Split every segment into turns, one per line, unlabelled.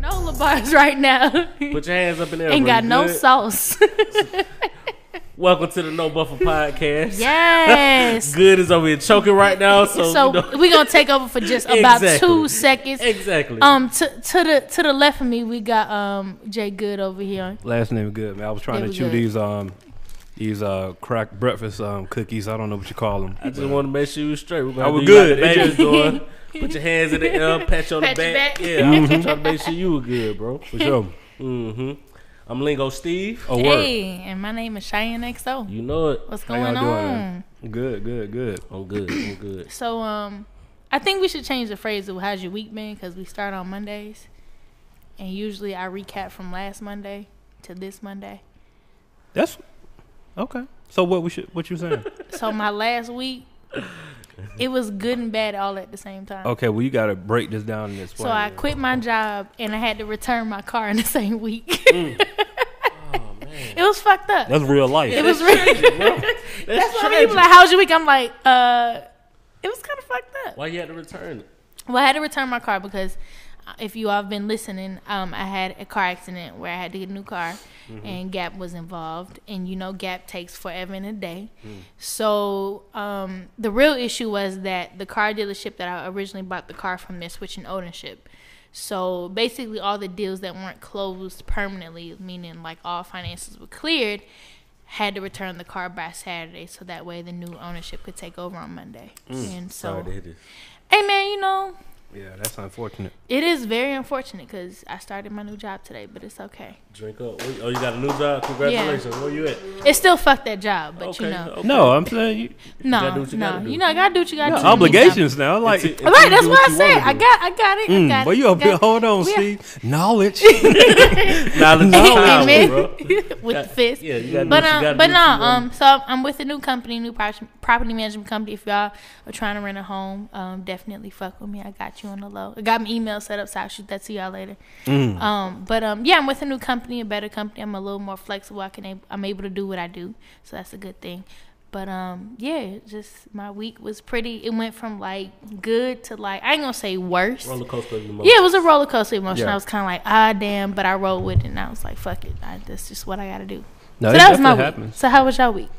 bars right now.
Put your hands up in there.
Ain't
bro.
got
You
no
good?
sauce.
Welcome to the No Buffer Podcast.
yes.
Good is over here choking right now, so,
So
you know-
we gonna take over for just about
Exactly.
two seconds.
exactly.
Um, to to the to the left of me, we got um Jay Good over here.
Last name good, man. I was trying
It
to
was
chew
good.
these um these uh crack breakfast um cookies. I don't know what you call them.
I just want to make sure you straight. We're
I
gonna
was
do
good.
Like
It
the baby's
just-
doing. Put your hands in the air, pat you on
Pat
the
your
back.
back.
Yeah, I'm just trying to make sure you were good, bro.
for sure.
Mm-hmm. I'm Lingo Steve.
A word.
Hey, and my name is Cheyenne XO.
You know it.
What's
How y'all
going on?
doing? Good, good, good.
I'm good. I'm good.
So um, I think we should change the phrase to "How's your week been?" because we start on Mondays, and usually I recap from last Monday to this Monday.
That's okay. So what we should what you saying?
So my last week, it was good and bad all at the same time.
okay, well you gotta break this down in this
So I quit my job and I had to return my car in the same week. it was fucked up.
That's real life.
it was really.
That's,
That's why people like, "How's your week?" I'm like, "Uh, it was kind of fucked up."
Why you had to return it?
Well, I had to return my car because uh, if you all have been listening, um, I had a car accident where I had to get a new car, and Gap was involved, and you know Gap takes forever and a day. So um, the real issue was that the car dealership that I originally bought the car from, they're switching ownership. So basically, all the deals that weren't closed permanently, meaning like all finances were cleared, had to return the car by Saturday, so that way the new ownership could take over on Monday. And so,
Sorry to hit this.
hey man, you know,
Yeah, that's unfortunate.
it is very unfortunate because I started my new job today, but it's okay.
Drink up. What- Oh, you got a new job. Congratulations. Where you at?
It still fucked that job, but
okay.
you know,
okay.
No, I'm saying you,
no,
gotta do what you
no,
gotta do.
you know, I gotta do what you gotta
yeah,
do. to get something.
obligations now. Like
Until-
Right,
until
that's
you do
what I
you
said.
wanna
I
do.
got, I got it. I got
mm,
it.
well you up
got
here
it.
hold on,
We-
see. Knowledge.
Knowledge is
Hey,
power,
man.
bro.
with the fist.
Yeah, you got
But
you gotta
um, but
do what
no,
you wanna
um, so I'm- I'm with a new company, new prop- property management company. If y'all are trying to rent a home, um, definitely fuck with me. I got you on the low. I got my email set up, so I'll shoot that to y'all later.
Mm.
Um, but um, yeah, I'm with a new company, a better company. I'm a little more flexible. I can, ab- I'm able to do what I do, so that's a good thing. But um, yeah, just my week was pretty. It went from like good to like I ain't gonna say worse.
Roller coaster of emotions.
Yeah, it was a roller coaster emotion.
Yeah.
I was kind of like, ah, damn, but I rolled with it, and I was like, fuck it, I, that's just what I got to do.
No,
so
it
that was my
definitely
week.
happens.
So how was your week?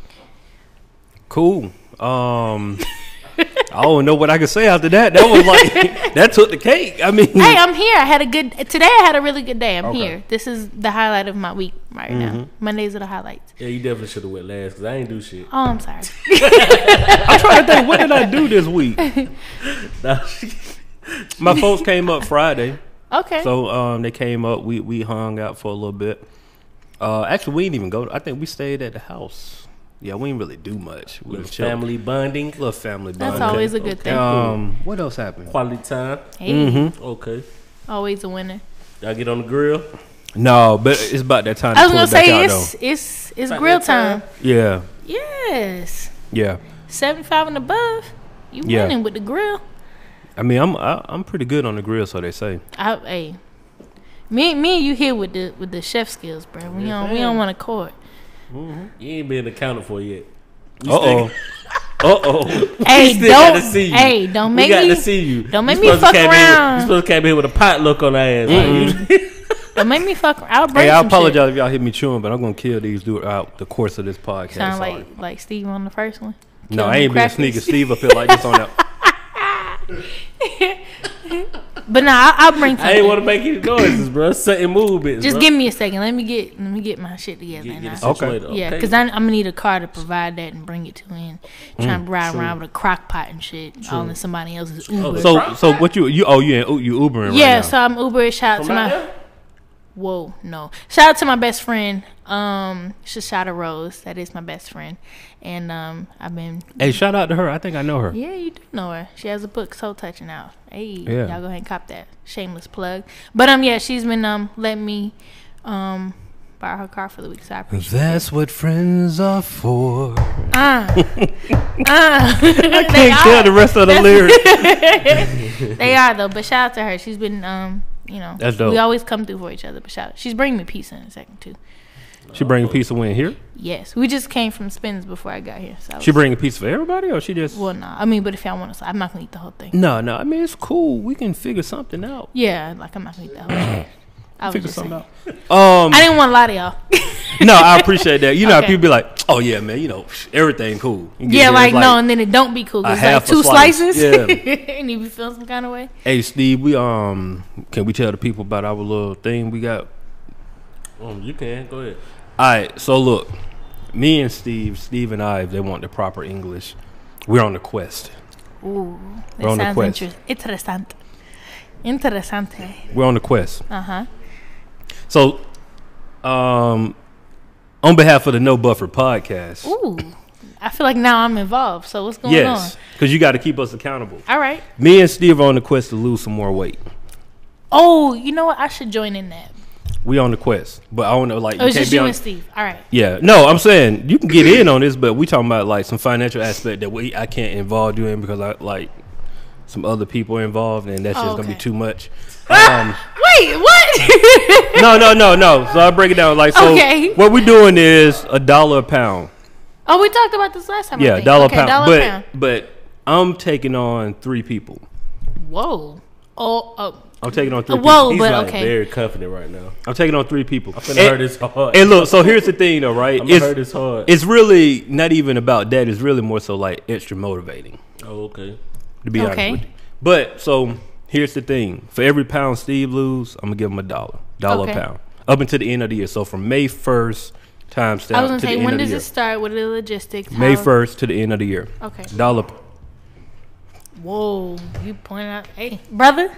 Cool. Um, I don't know what I could say after that. That was like that took the cake. I mean,
hey, I'm here. I had a good today. I had a really good day. I'm
Okay. Mm-hmm.
here. This is the highlight of my week right now. Mondays are the highlights.
Yeah, you definitely should have went last because I ain't do shit.
Oh, I'm sorry.
I'm trying to think. What did I do this week? My folks came up Friday,
Okay.
so um, they came up. We we hung out for a little bit. Uh, actually, we didn't even go. I think we stayed at the house. Yeah, we didn't really do much. We
Little
was chilling.
family bonding,
little family.
that's
bonding.
always a good thing.
Um, what else happened?
quality time.
hey,
Mm-hmm.
Okay,
always a winner.
y'all get on the grill.
No, but it's about that time.
I
to
was
pull
gonna say
it back out,
it's it's it's
About
grill
that time.
time.
though. Yeah,
Yes,
yeah.
seventy five and above. You
Yeah.
winning with the grill.
I mean, I'm I, I'm pretty good on the grill, so they say.
I, hey, me, me, and you here with the with the chef skills, bro. We don't we don't want to court.
You ain't been accounted for yet.
Uh oh. Uh oh.
Hey,
still gotta
don't
see you.
hey, don't
we
make
got
me
to see you.
don't make
You
me
supposed to
fuck
came in with-
around.
You supposed to came here with a potluck on our ass. like, you-
don't make me fuck. I'll break.
Hey, I
some shit.
apologize if y'all hit me chewing, but I'm gonna kill these throughout the course of this podcast.
Sound
Sorry.
like like Steve on the first one.
no,
killing
I ain't
the
being
crackers.
sneaky. Steve up here like this on that.
But nah, I'll, I'll bring
I ain't
something.
want to make any noises, bro. Certain movements.
Just
bro.
give me a second. Let me get let me get my shit together.
Get,
and
get it
I'll-
Okay.
situated. Okay.
yeah, because I'm gonna need a car to provide that and bring it to in.
Mm,
Trying to ride around with a crock pot and shit, all in somebody else's
Oh,
Uber.
So, so what you you oh you in, you Ubering
yeah,
right now?
so I'm Uber. Shout out to my. Whoa, no. Shout out to my best friend, um, Shashada Rose. That is my best friend. And um I've been
hey, shout out to her. I think I know her.
Yeah, you do know her. She has a book, Soul Touching Out. Hey,
Yeah.
y'all go ahead and cop that. Shameless plug. But um yeah, she's been um letting me um borrow her car for the week, so I appreciate Uh,
That's what friends are for.
I
Can't tell the rest of the lyrics.
They are though, but shout out to her. She's been um you know
That's dope.
we always come through for each other, but shout out. She's bringing me pizza in a second too.
She bring a piece of win here.
Yes. We just came from spins before I got here. So I
She
was-
bring a piece for everybody, or she just
well no. I mean, but if y'all want to I'm not gonna eat the whole thing.
no no. I mean, it's cool. We can figure something out.
Yeah, like I'm not gonna eat that whole shit. I was
Figure
just
something
saying.
out. Um,
I didn't want to lie to y'all.
no, I appreciate that. You know, how
Okay.
people be like, "Oh yeah, man, you know, everything cool." You get
yeah,
here,
like,
it's
no, and then it don't be cool. 'cause
a
It's like
half a
two
slice.
slices,
Yeah.
and you be feeling some kind of way.
Hey Steve, we um, can we tell the people about our little thing we got?
Um, you can go ahead.
All right, so look, me and Steve, Steve and I, if they want the proper English, we're on the quest.
Ooh,
We're on
that
the
sounds
quest.
interesting. Interesante. Interesante.
We're on the quest.
Uh huh.
So, um, on behalf of the No Buffer podcast,
Ooh, I feel like now I'm involved. So what's going
yes, because you got to keep us accountable.
on? All right.
Me and Steve are on the quest to lose some more weight.
Oh, you know what? I should join in that.
We on the quest, but I don't know, like
Oh, it's
can't
just
be
you
on-
and Steve. All right.
Yeah, no, I'm saying you can get in on this, but we talking about like some financial aspect that we I can't involve you in because I like some other people involved, and that's
Oh,
just gonna be
okay.
too much. Um,
Ah, Wait, what?
no, no, no, no. So I break it down like so.
Okay.
What we're doing is a dollar a pound.
oh, we talked about this last time. I
Yeah,
think.
dollar a
okay,
pound.
Dollar
but
pound.
but I'm taking on three people.
Whoa. Oh, oh.
I'm taking on three.
Whoa,
people.
He's
but
like
okay.
very confident right now.
I'm taking on three people.
I'm finna
And-
hurt his hard.
And look, so here's the thing, though, right?
I'm gonna hurt
It's,
his hard.
it's really not even about that. It's really more so like extra motivating.
oh, okay.
to be
Okay.
honest with you. But so here's the thing: for every pound Steve lose, I'm gonna give him a dollar, dollar
Okay.
a pound, up until the end of the year. So from May first, time
I
stamp
was
to
gonna
the
say,
end
when
of the
does
year.
it start? What are the logistics?
May
How-
first to the end of the year.
Okay.
Dollar. p-
Whoa, you point out, hey, Oh. brother,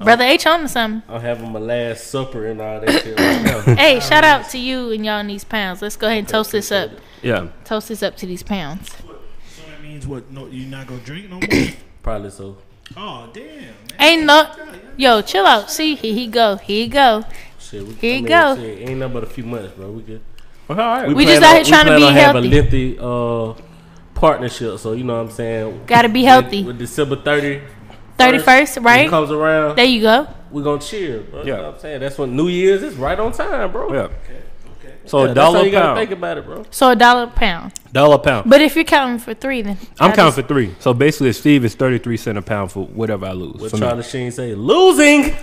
brother H on to something.
I'm having my last supper and all that shit right now.
Hey, shout out to you and y'all and these pounds. Let's go ahead and toast this up.
Yeah.
Toast this up to these pounds.
So that means what? No, you're not gonna drink no more.
Probably so.
oh damn, man.
Ain't no, yo, chill out. See, here he go, here he go.
Shit, we,
Here
I
you
mean,
go.
shit, ain't nothing but a few months, bro. We good.
Well, all right.
We
plan
just out
on-
here trying to
plan
be
on Have a lengthy uh, partnership, so you know what I'm saying.
Gotta be
When,
healthy.
when December 30,
Thirty first,
when it
right?
comes around,
There you go.
we gonna cheer. Bro. You
Yeah.
know what I'm saying that's when New Year's is right on time, bro.
yeah.
Okay.
So
Yeah,
a
that's how
dollar a
you gotta think
pound.
about it, bro.
So a dollar a pound.
Dollar a pound.
But if you're counting for three, then
I'm
I
counting
just-
for three. So basically, Steve is 33 cent a pound for whatever I lose.
What
for me.
Charlie Sheen say? Losing,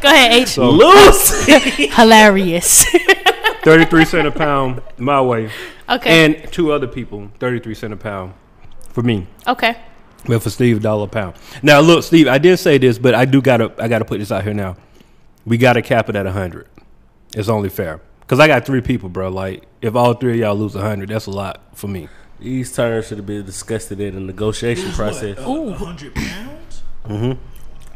Go ahead, H.
So
losing.
Hilarious.
33 cent a pound my way,
okay.
and two other people 33 cent a pound for me.
okay.
But for Steve, dollar a pound. Now, look, Steve, I did say this, but I do gotta, I gotta put this out here now. We gotta cap it at hundred. It's only fair because I got three people, bro. Like, if all three of y'all lose hundred, that's a lot for me.
These terms should have been discussed in the negotiation process.
Ooh. hundred pounds. Mm-hmm.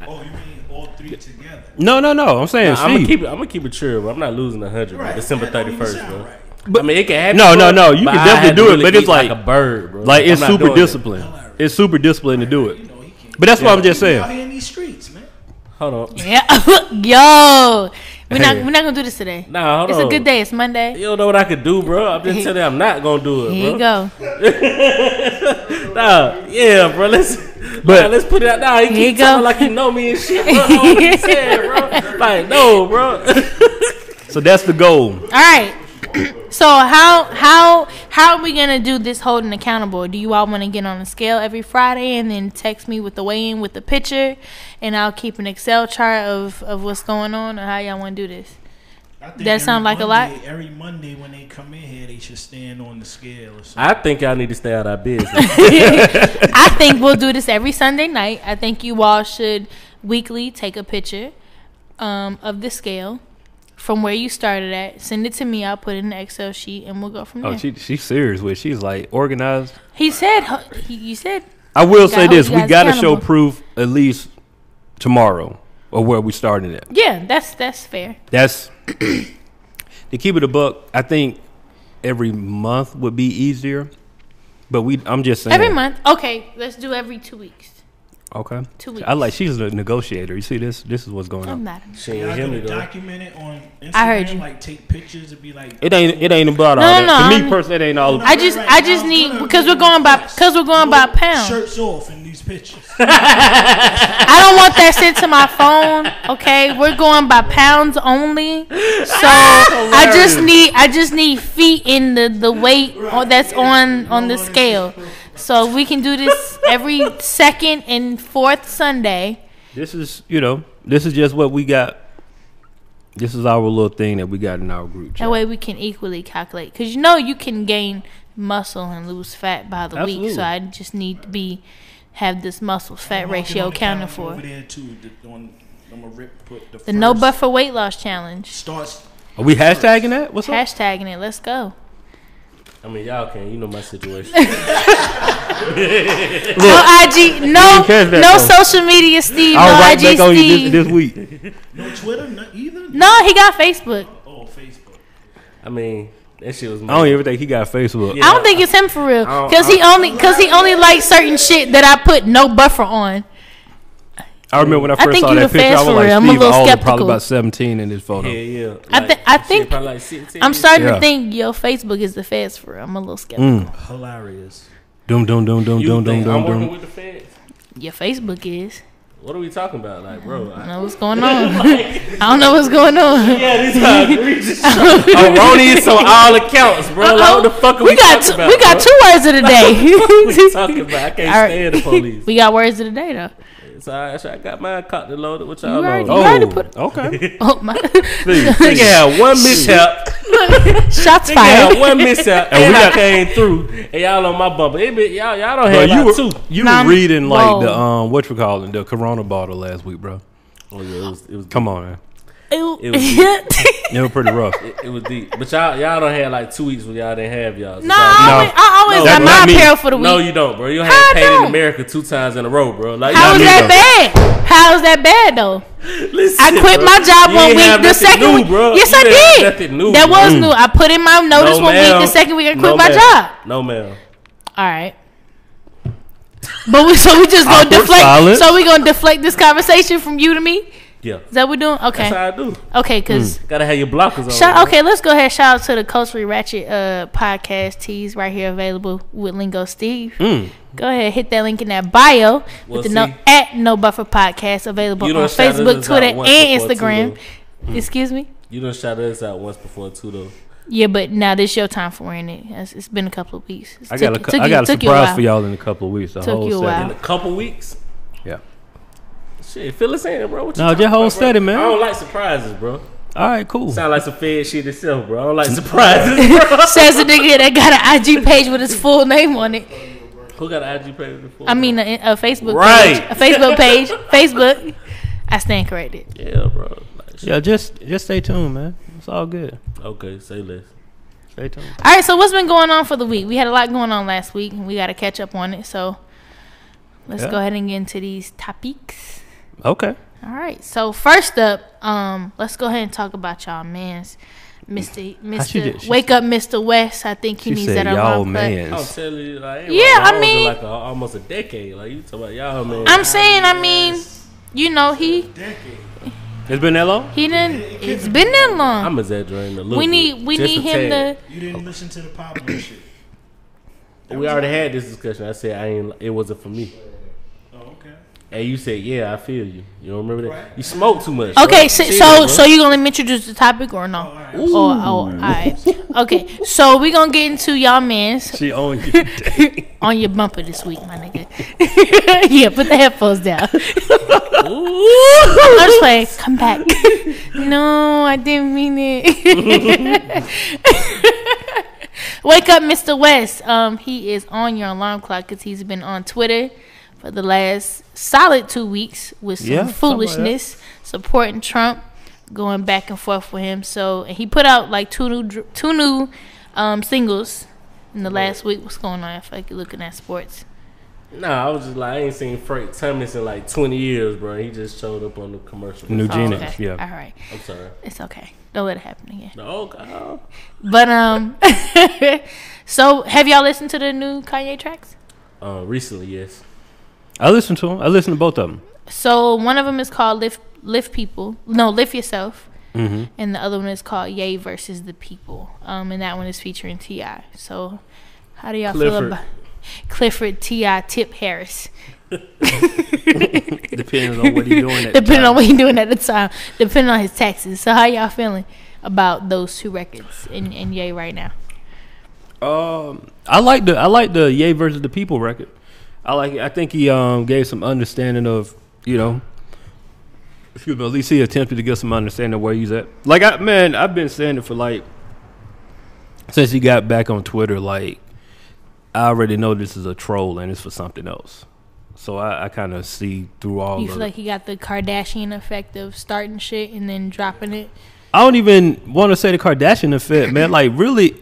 Oh, you mean all three together?
No, no, no. I'm saying
I'm gonna
Steve.
keep it. I'm gonna keep it true. But I'm not losing a hundred. Right. December
that don't
thirty
even
first,
sound
bro.
right.
I mean, it can happen.
No,
bro,
no, no, you
but
can
I
definitely
had to
do it,
really
but it's
eat
like-
a bird, bro.
like, it's
I'm not
super
doing that.
discipline. It's super discipline to do it.
You know Oh, he can't.
But that's what I'm just
He out
saying.
here in these streets, man.
Hold on.
Yeah. Yo. We're not
Hey.
we're not gonna do this today.
Nah, hold
it's
on.
a good day. It's Monday.
You don't know what I could do, bro. I'm just telling you, I'm not gonna do it,
Here you
bro.
go.
Nah, yeah, bro. Let's,
But-
but let's put it out. Nah, you
Here
keep
you go.
talking like you know me and shit. Bro. I don't know what you said, bro. Like, no, bro.
So that's the goal.
All right. so how how how are we gonna do this holding accountable? Do you all want to get on a scale every Friday and then text me with the weigh in with the picture, and I'll keep an Excel chart of of what's going on or how y'all want to do this?
I think
That sound
every
like a lot?
Monday- Every Monday when they come in here, they should stand on the scale or something.
I think y'all need to stay out of our business.
I think we'll do this every Sunday night. I think you all should weekly take a picture um, of the scale from where you started at. Send it to me. I'll put it in the Excel sheet and we'll go from there.
Oh, she, she's serious with. it. She's like organized.
he said. He, you said.
I will
I
say
hope
this:
you
we
guys
gotta show
accountable.
proof at least tomorrow or where we starting at.
Yeah, that's that's fair.
That's to keep it a buck. I think every month would be easier, but we. I'm just saying
Every month. Okay, let's do every two weeks.
Okay,
Two weeks. Um,
I like she's a negotiator. You see this? This is what's going
I'm
on.
not.
she
Y'all
ain't hear me
gonna
though.
document it on Instagram.
I heard you.
Like take pictures and be like.
It ain't. It ain't about
No,
all
no,
that.
no,
to
I'm-
me personally, it ain't all.
I just- I just
I'm
need-
gonna
because we're
be
going by-
dressed.
'cause we're going by pound.
Shirts off in these pictures.
I don't want that sent to my phone. Okay, we're going by pounds only. So I just need I just need feet in the the weight on- that's on on the scale. So we can do this every second and fourth Sunday.
This is, you know, this is just what we got. This is our little thing that we got in our group chat.
That way we can equally calculate because you know you can gain muscle and lose fat by the week. So
Absolutely.
I just need to be have this muscle fat ratio accounted for.
Over there too. The, on, I'm gonna rip put the,
The no
first-
buffer weight loss challenge.
starts.
Are we hashtagging that? What's up?
Hashtagging it. Let's go.
I mean, y'all can. You know my situation.
No IG. No.
didn't catch that,
No
though.
social media, Steve.
I'll
No
right
IG,
back on you
Steve.
this, this week.
No Twitter, no either.
No, he got Facebook.
Oh, Facebook.
I mean, that shit was.
I don't even think he got Facebook.
Yeah.
I don't think it's him for real,
I don't-
cause he only cause he only likes certain shit that I put no buffer on.
I remember when I first
think
saw
you
that
the
picture, I
fast
was
for
like,
real. I'm a
Steve
little
Alden
skeptical.
probably about 17 in this photo.
Yeah, yeah.
I thi- I
shit,
think-
probably like 16.
I'm starting
Yeah.
to think your Facebook is the feds for real. I'm a little skeptical.
Mm.
Hilarious.
Dum, dum, dum, dum,
You
dum, dum,
think I'm
dum,
working
dum.
with the feds?
Your Facebook is.
What are we talking about, like, bro? I,
I don't know what's going on. I don't know what's going on.
yeah, these are egregious.
Oh,
Erroneous
Oh,
on all accounts, Oh, bro. Like, what the fuck are we,
got
talking
two,
about?
we got
bro?
two words of the
What we
day.
talking about? I can't
All right.
stand the police.
we got words of the day though.
It's all right. so I got mine cocked and loaded. What y'all
You already-
on?
you already put-
okay.
Oh my!
Steve,
Yeah, one mishap.
Shots
Yeah,
fired.
one mishap.
And
And,
we
I
got-
came through. And y'all on my bumper. It be, y'all, y'all don't
Bro,
have
you
about
were,
two.
you
Nah,
were
I'm-
reading like the
whoa.
um what you calling the Corona bottle last week, bro.
Oh, yeah, it was, it was
Come on, man.
Ew.
It was-
They were pretty rough.
It was deep. But y'all, y'all don't have like two weeks when y'all didn't have y'all.
no, I always, I always got
No,
that's not
my
me.
apparel for the week.
No, you don't, bro. You don't
I
have pain in
don't.
America two times in a row, bro. Like,
How
y'all
is
me
that bad? How is that bad though?
need- listen,
I quit
bro.
my job
You
one
ain't have
week. The
nothing
second
new,
week,
bro.
yes,
You
I
ain't have
did.
nothing new,
that
bro.
was new. I put in my notice Oh, one
ma'am.
week. The second week, I quit
No,
my
ma'am.
job.
No, ma'am.
All right. But we, so we just gonna
Awkward
deflect.
silence.
So we gonna deflect this conversation from you to me. Is
Yeah,
that what we're doing?
that's
Okay.
how Hmm. I do.
Okay. Cause
Gotta have your blockers on.
shout,
bro.
okay, let's go ahead. Shout out to the Culturally Ratchet uh, podcast tees right here available with Lingo Steve.
Hmm.
Go ahead, hit that link in that bio
Well,
with the no
see.
at No Buffer Podcast available
You
on
done shouted
Facebook,
us out
Twitter,
once
and
before, too,
Instagram.
Hmm.
Excuse me.
You done shouted us out once before too, though.
Yeah, but now this your time for wearing it. It's- it's been a couple of weeks. It's
I got a,
took-
cou-
took
I
you-
got a
took you
surprise
while.
for y'all in a couple of weeks. A
Took
whole
you a
set.
while.
In a couple weeks.
Yeah.
Shit, fill us in, bro. What you
No,
talking
just hold
about, bro?
steady, man.
I don't like surprises, bro.
All right, cool.
Sound like some fed shit itself, bro. I don't like surprises, bro.
Says the nigga that got an IG page with his full name on it.
Who got an IG page before?
I mean, a, a Facebook
Right.
page. A Facebook page. Facebook. I stand corrected.
yeah, bro. Like, shit.
Yeah, just just stay tuned, man. It's all good.
Okay, say less.
Stay tuned.
All right, so what's been going on for the week? We had a lot going on last week, and we got to catch up on it. So let's
Yeah.
go ahead and get into these topics.
Okay.
All right, so first up, um, let's go ahead and talk about y'all man's. Mr.
she
Mr.
did- she-
Wake up, Mr. West. I think he
She
needs
said,
that alarm
"Y'all
clock.
I'm
man."
telling you, like,
Yeah, I
I
mean-
like a, almost a decade. Like you talking about y'all, man.
I'm saying, I mean, you know, he
It's been that long.
he didn't. It's been that long.
I'm exaggerating a little.
we
bit,
need we
just
need
a
him
tad.
to.
You didn't listen to the popular shit.
We already had this discussion. I said I ain't. It wasn't for me.
Oh, okay.
And you said, yeah, I feel you. You don't remember that?
Right.
You smoke too much.
Okay,
bro.
so
Chill,
so,
bro.
so you gonna let me introduce the topic or no?
right.
Oh, all right. Okay, so we gonna get into y'all man's
She owns you.
on your bumper this week, my nigga. yeah, put the headphones down. I'm just like, come back. no, I didn't mean it. Wake up, Mr. West. Um, he is on your alarm clock because he's been on Twitter for the last solid two weeks with some
Yeah, something like that.
foolishness supporting Trump, going back and forth with him. So and he put out like two new dr- two new um, singles in the last week. What's going on? If I could looking at sports,
Nah, I was just like, I ain't seen Frank Thomas in like 20 years, bro. He just showed up on the commercial.
New
Oh,
Genius.
okay.
Yeah.
all right,
I'm sorry.
it's okay. Don't let it happen again.
No, God.
But um, so have y'all listened to the new Kanye tracks?
Uh, recently, yes.
I listened to them. I listened to both of them.
So one of them is called "Lift Lift People," no, "Lift Yourself,"
Mm-hmm.
and the other one is called "Yay versus the People." Um, and that one is featuring Ti. So how do y'all feel
Clifford.
about Clifford Ti Tip Harris?
Depending on what he's doing.
Depending on what he's doing at the time, depending on his taxes. So how y'all feeling about those two records and, and Yay right now?
Um, I like the I like the Ye versus the People record. I like. It. I think he um gave some understanding of you know excuse me, at least he attempted to get some understanding of where he's at. Like, I man, I've been saying it for like since he got back on Twitter. Like, I already know this is a troll and it's for something else. So I, I kind of see through all.
You
of
feel
it.
like he got the Kardashian effect of starting shit and then dropping it.
I don't even want to say the Kardashian effect, man. Like, really,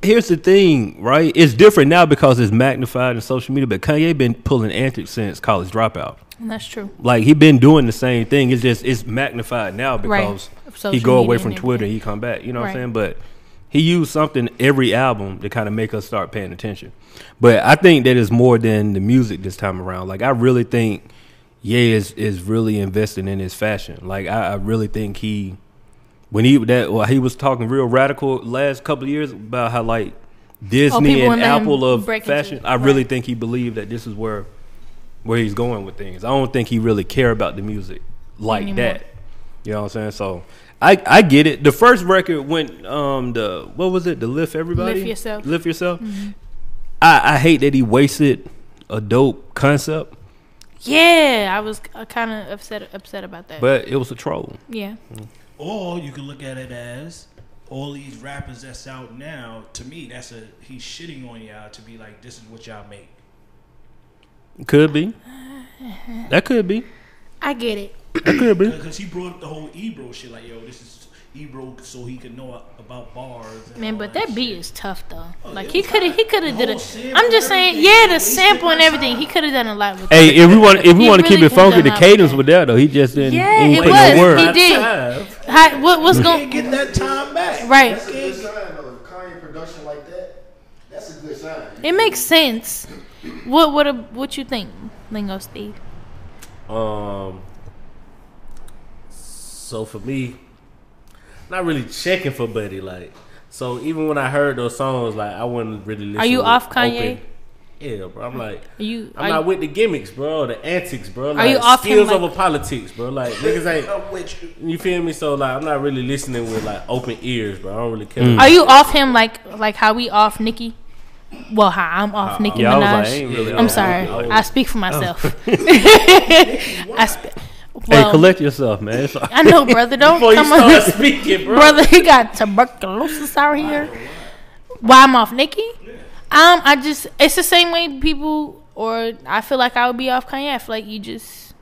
here's the thing, right? It's different now because it's magnified in social media. But Kanye been pulling antics since college dropout.
And that's true.
Like, he been doing the same thing. It's just it's magnified now
Right.
because
Social
he go away
media
from
and
Twitter and
everything.
he come back. You know
Right.
what I'm saying? But he used something every album to kind of make us start paying attention. But I think that is more than the music this time around. Like I really think Ye is is really investing in his fashion. Like I, I really think he when he that well, he was talking real radical last couple of years about how like Disney
Oh, people
and
wouldn't let him
Apple of
break into
fashion.
it.
I really
Right.
think he believed that this is where where he's going with things. I don't think he really care about the music like
Anymore.
that. You know what I'm saying? So I I get it. The first record went um the what was it? The lift everybody
Lift Yourself. Mm-hmm.
Lift yourself. I I hate that he wasted a dope concept,
Yeah, I was uh, kind of upset upset about that.
but it was a troll.
yeah,
Or you can look at it as all these rappers that's out now. To me, that's a he's shitting on y'all to be like, this is what y'all make.
Could be. That could be.
I get it.
That could be.
Because he brought up the whole Ebro shit, like, yo, this is Ebro, so he could know about bars. and
Man,
all
but that
shit.
beat is tough though. Like
it
he
was
could have, he could
The
have did
whole
it.
sample
I'm just
and
saying,
everything,
yeah,
he
the
wasted
sample
my
and everything.
time.
He could have done a lot with it.
Hey, if we want if we
He
want to keep
really
it funky,
could've
the
done
cadence
that.
was there though. He just didn't.
Yeah,
he
it
didn't put
was.
no word.
He did. How, what, what's
Can't
going?
get that time back.
Right.
That's
That's a good
it.
sign though. If Kanye production like that, that's a good sign.
It makes sense. What what a, what you think, Lingo Steve?
Um. So for me, not really checking for Buddy. Like, so even when I heard those songs, like I wasn't really. Listening
Are you
with
off Kanye?
open- Yeah, bro. I'm like,
Are you
I'm
are
not
you-
with the gimmicks, bro. The antics, bro. Like,
you off him,
skills
like-
over politics, bro? Like niggas ain't.
I'm with you.
You feel me? So like, I'm not really listening with like open ears, bro. I don't really care.
Mm. are you off him like like how we off Nicki? Well, hi, I'm off Nicki
Uh, Yeah, I was
Minaj.
like, I ain't really.
I'm
on
sorry.
Nicki.
I speak for myself.
Oh.
I sp- well,
Hey, collect yourself, man. It's all-
I know, brother. Don't
Before Oh, you
come on.
start speaking, bro.
brother, he got tuberculosis out here. Why I'm off Nikki? Um, I just it's the same way people or I feel like I would be off Kanye. I feel like you just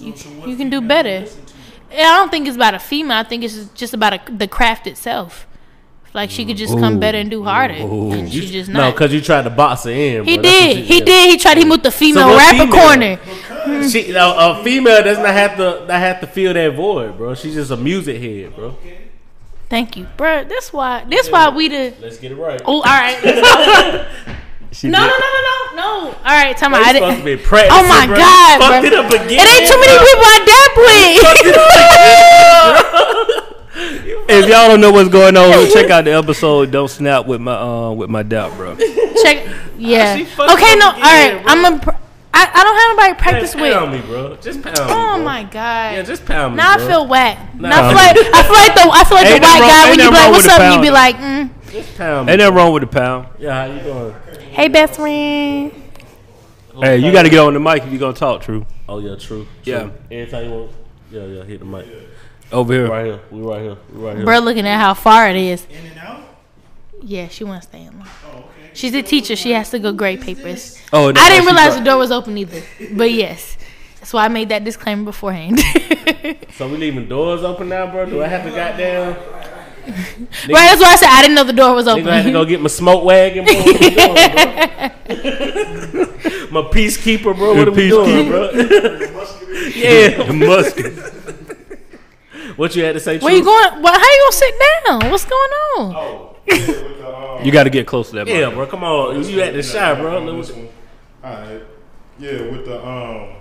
you,
what
you can do
female
better.
listen to?
And I don't think it's about a female. I think it's just- just about a, the craft itself. Like she could just come
Ooh.
better and do harder. And
You-
she's just
Mm, oh, no,
not.
because you tried to box her in.
he
bro. That's what
did.
you-
He
yeah.
did. He tried to him with the female
what
rapper
female?
corner.
She, a, a female does not have to not have to fill that void, bro. She's just a music head, bro.
Thank you, bro. That's why. That's why we the.
Let's get it right.
Oh, all right.
she
No, no, no,
did.
no, no, no. All right, time out. I
It's
didn't.
supposed to be practicing,
Oh my
bro.
god,
Fucked
bro.
it up again.
It ain't too many
bro.
people I dap
If y'all don't know what's going on, check out the episode "Don't Snap" with my uh, with my doubt, bro.
with. Check. Yeah.
She fucked
Okay.
up
No. All
again,
right.
bro.
I'm a. Pr- I, I don't have nobody to practice
Just
with.
pound me, bro. Just pound me.
Oh
bro.
my god.
Yeah, just pound me.
now I
bro.
feel whack. Now
Nah.
I feel like I feel like the I feel like the
Ain't
white
nothing wrong-
guy when
ain't
you
nothing
be like,
wrong
"What's
with
up?"
a
and You be
pound.
like, mm,
Just pound me.
Ain't nothing wrong with the pound.
yeah, how you doing?
"Hey, best friend."
Hey, you got to get on the mic if you gonna talk, true.
Oh yeah, true. true.
Yeah.
Anytime you want. Yeah, yeah. Hit the mic.
Over here,
Right here. We right here. We right here.
Bro, looking at how far it is.
In and out?
Yeah, she wants to stay in line.
Oh, okay.
She's a teacher. She has to go grade papers.
Oh, no,
I didn't
she
realize
thought-
the door was open either. But yes, that's why I made that disclaimer beforehand. right,
So we leaving doors open now, bro. Do I have to goddamn?
that's why I said I didn't know the door was
Nigga, I had to
open.
go get my smoke wagon, bro. What we doing, bro? my peacekeeper, bro. What
Your
are we doing, bro? yeah.
the musket.
What you had to say?
Where you
Truth?
going? Well, how you gonna sit down? What's going on?
Oh, yeah, with the, um,
You got to get close to that.
Yeah,
mic.
bro. Come on. You at the shop, bro.
on this
Look what-
one. Alright. Yeah, with the um,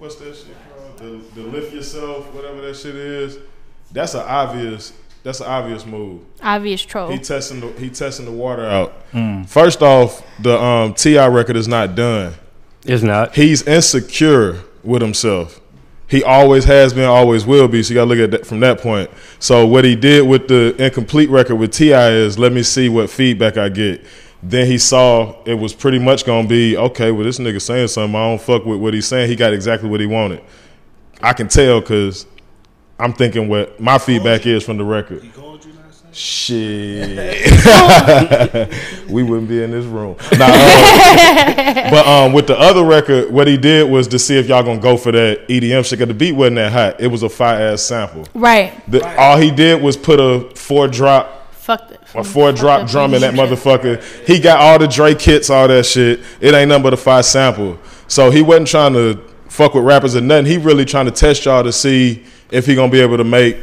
what's that shit called? The, the lift yourself, whatever that shit is. That's an obvious. That's an obvious move.
Obvious troll.
He testing the he testing the water out. First off, the um, Ti record is not done.
It's not.
He's insecure with himself. He always has been, always will be. So you gotta look at that from that point. So what he did with the incomplete record with Ti is let me see what feedback I get. Then he saw it was pretty much gonna be okay. Well, this nigga saying something. I don't fuck with what he's saying. He got exactly what he wanted. I can tell because I'm thinking what my feedback is from the record.
He called you last night.
Shit, we wouldn't be in this room. Nah, uh, but um, with the other record, what he did was to see if y'all gonna go for that EDM shit. Cause the beat wasn't that hot. It was a fire ass sample.
Right.
The, All he did was put a four drop
Fuck the
a four
fuck
drop
the
drum in that
fucking shit.
motherfucker. He got all the Drake hits, all that shit. It ain't nothing but a five sample. So he wasn't trying to fuck with rappers or nothing. He really trying to test y'all to see if he gonna be able to make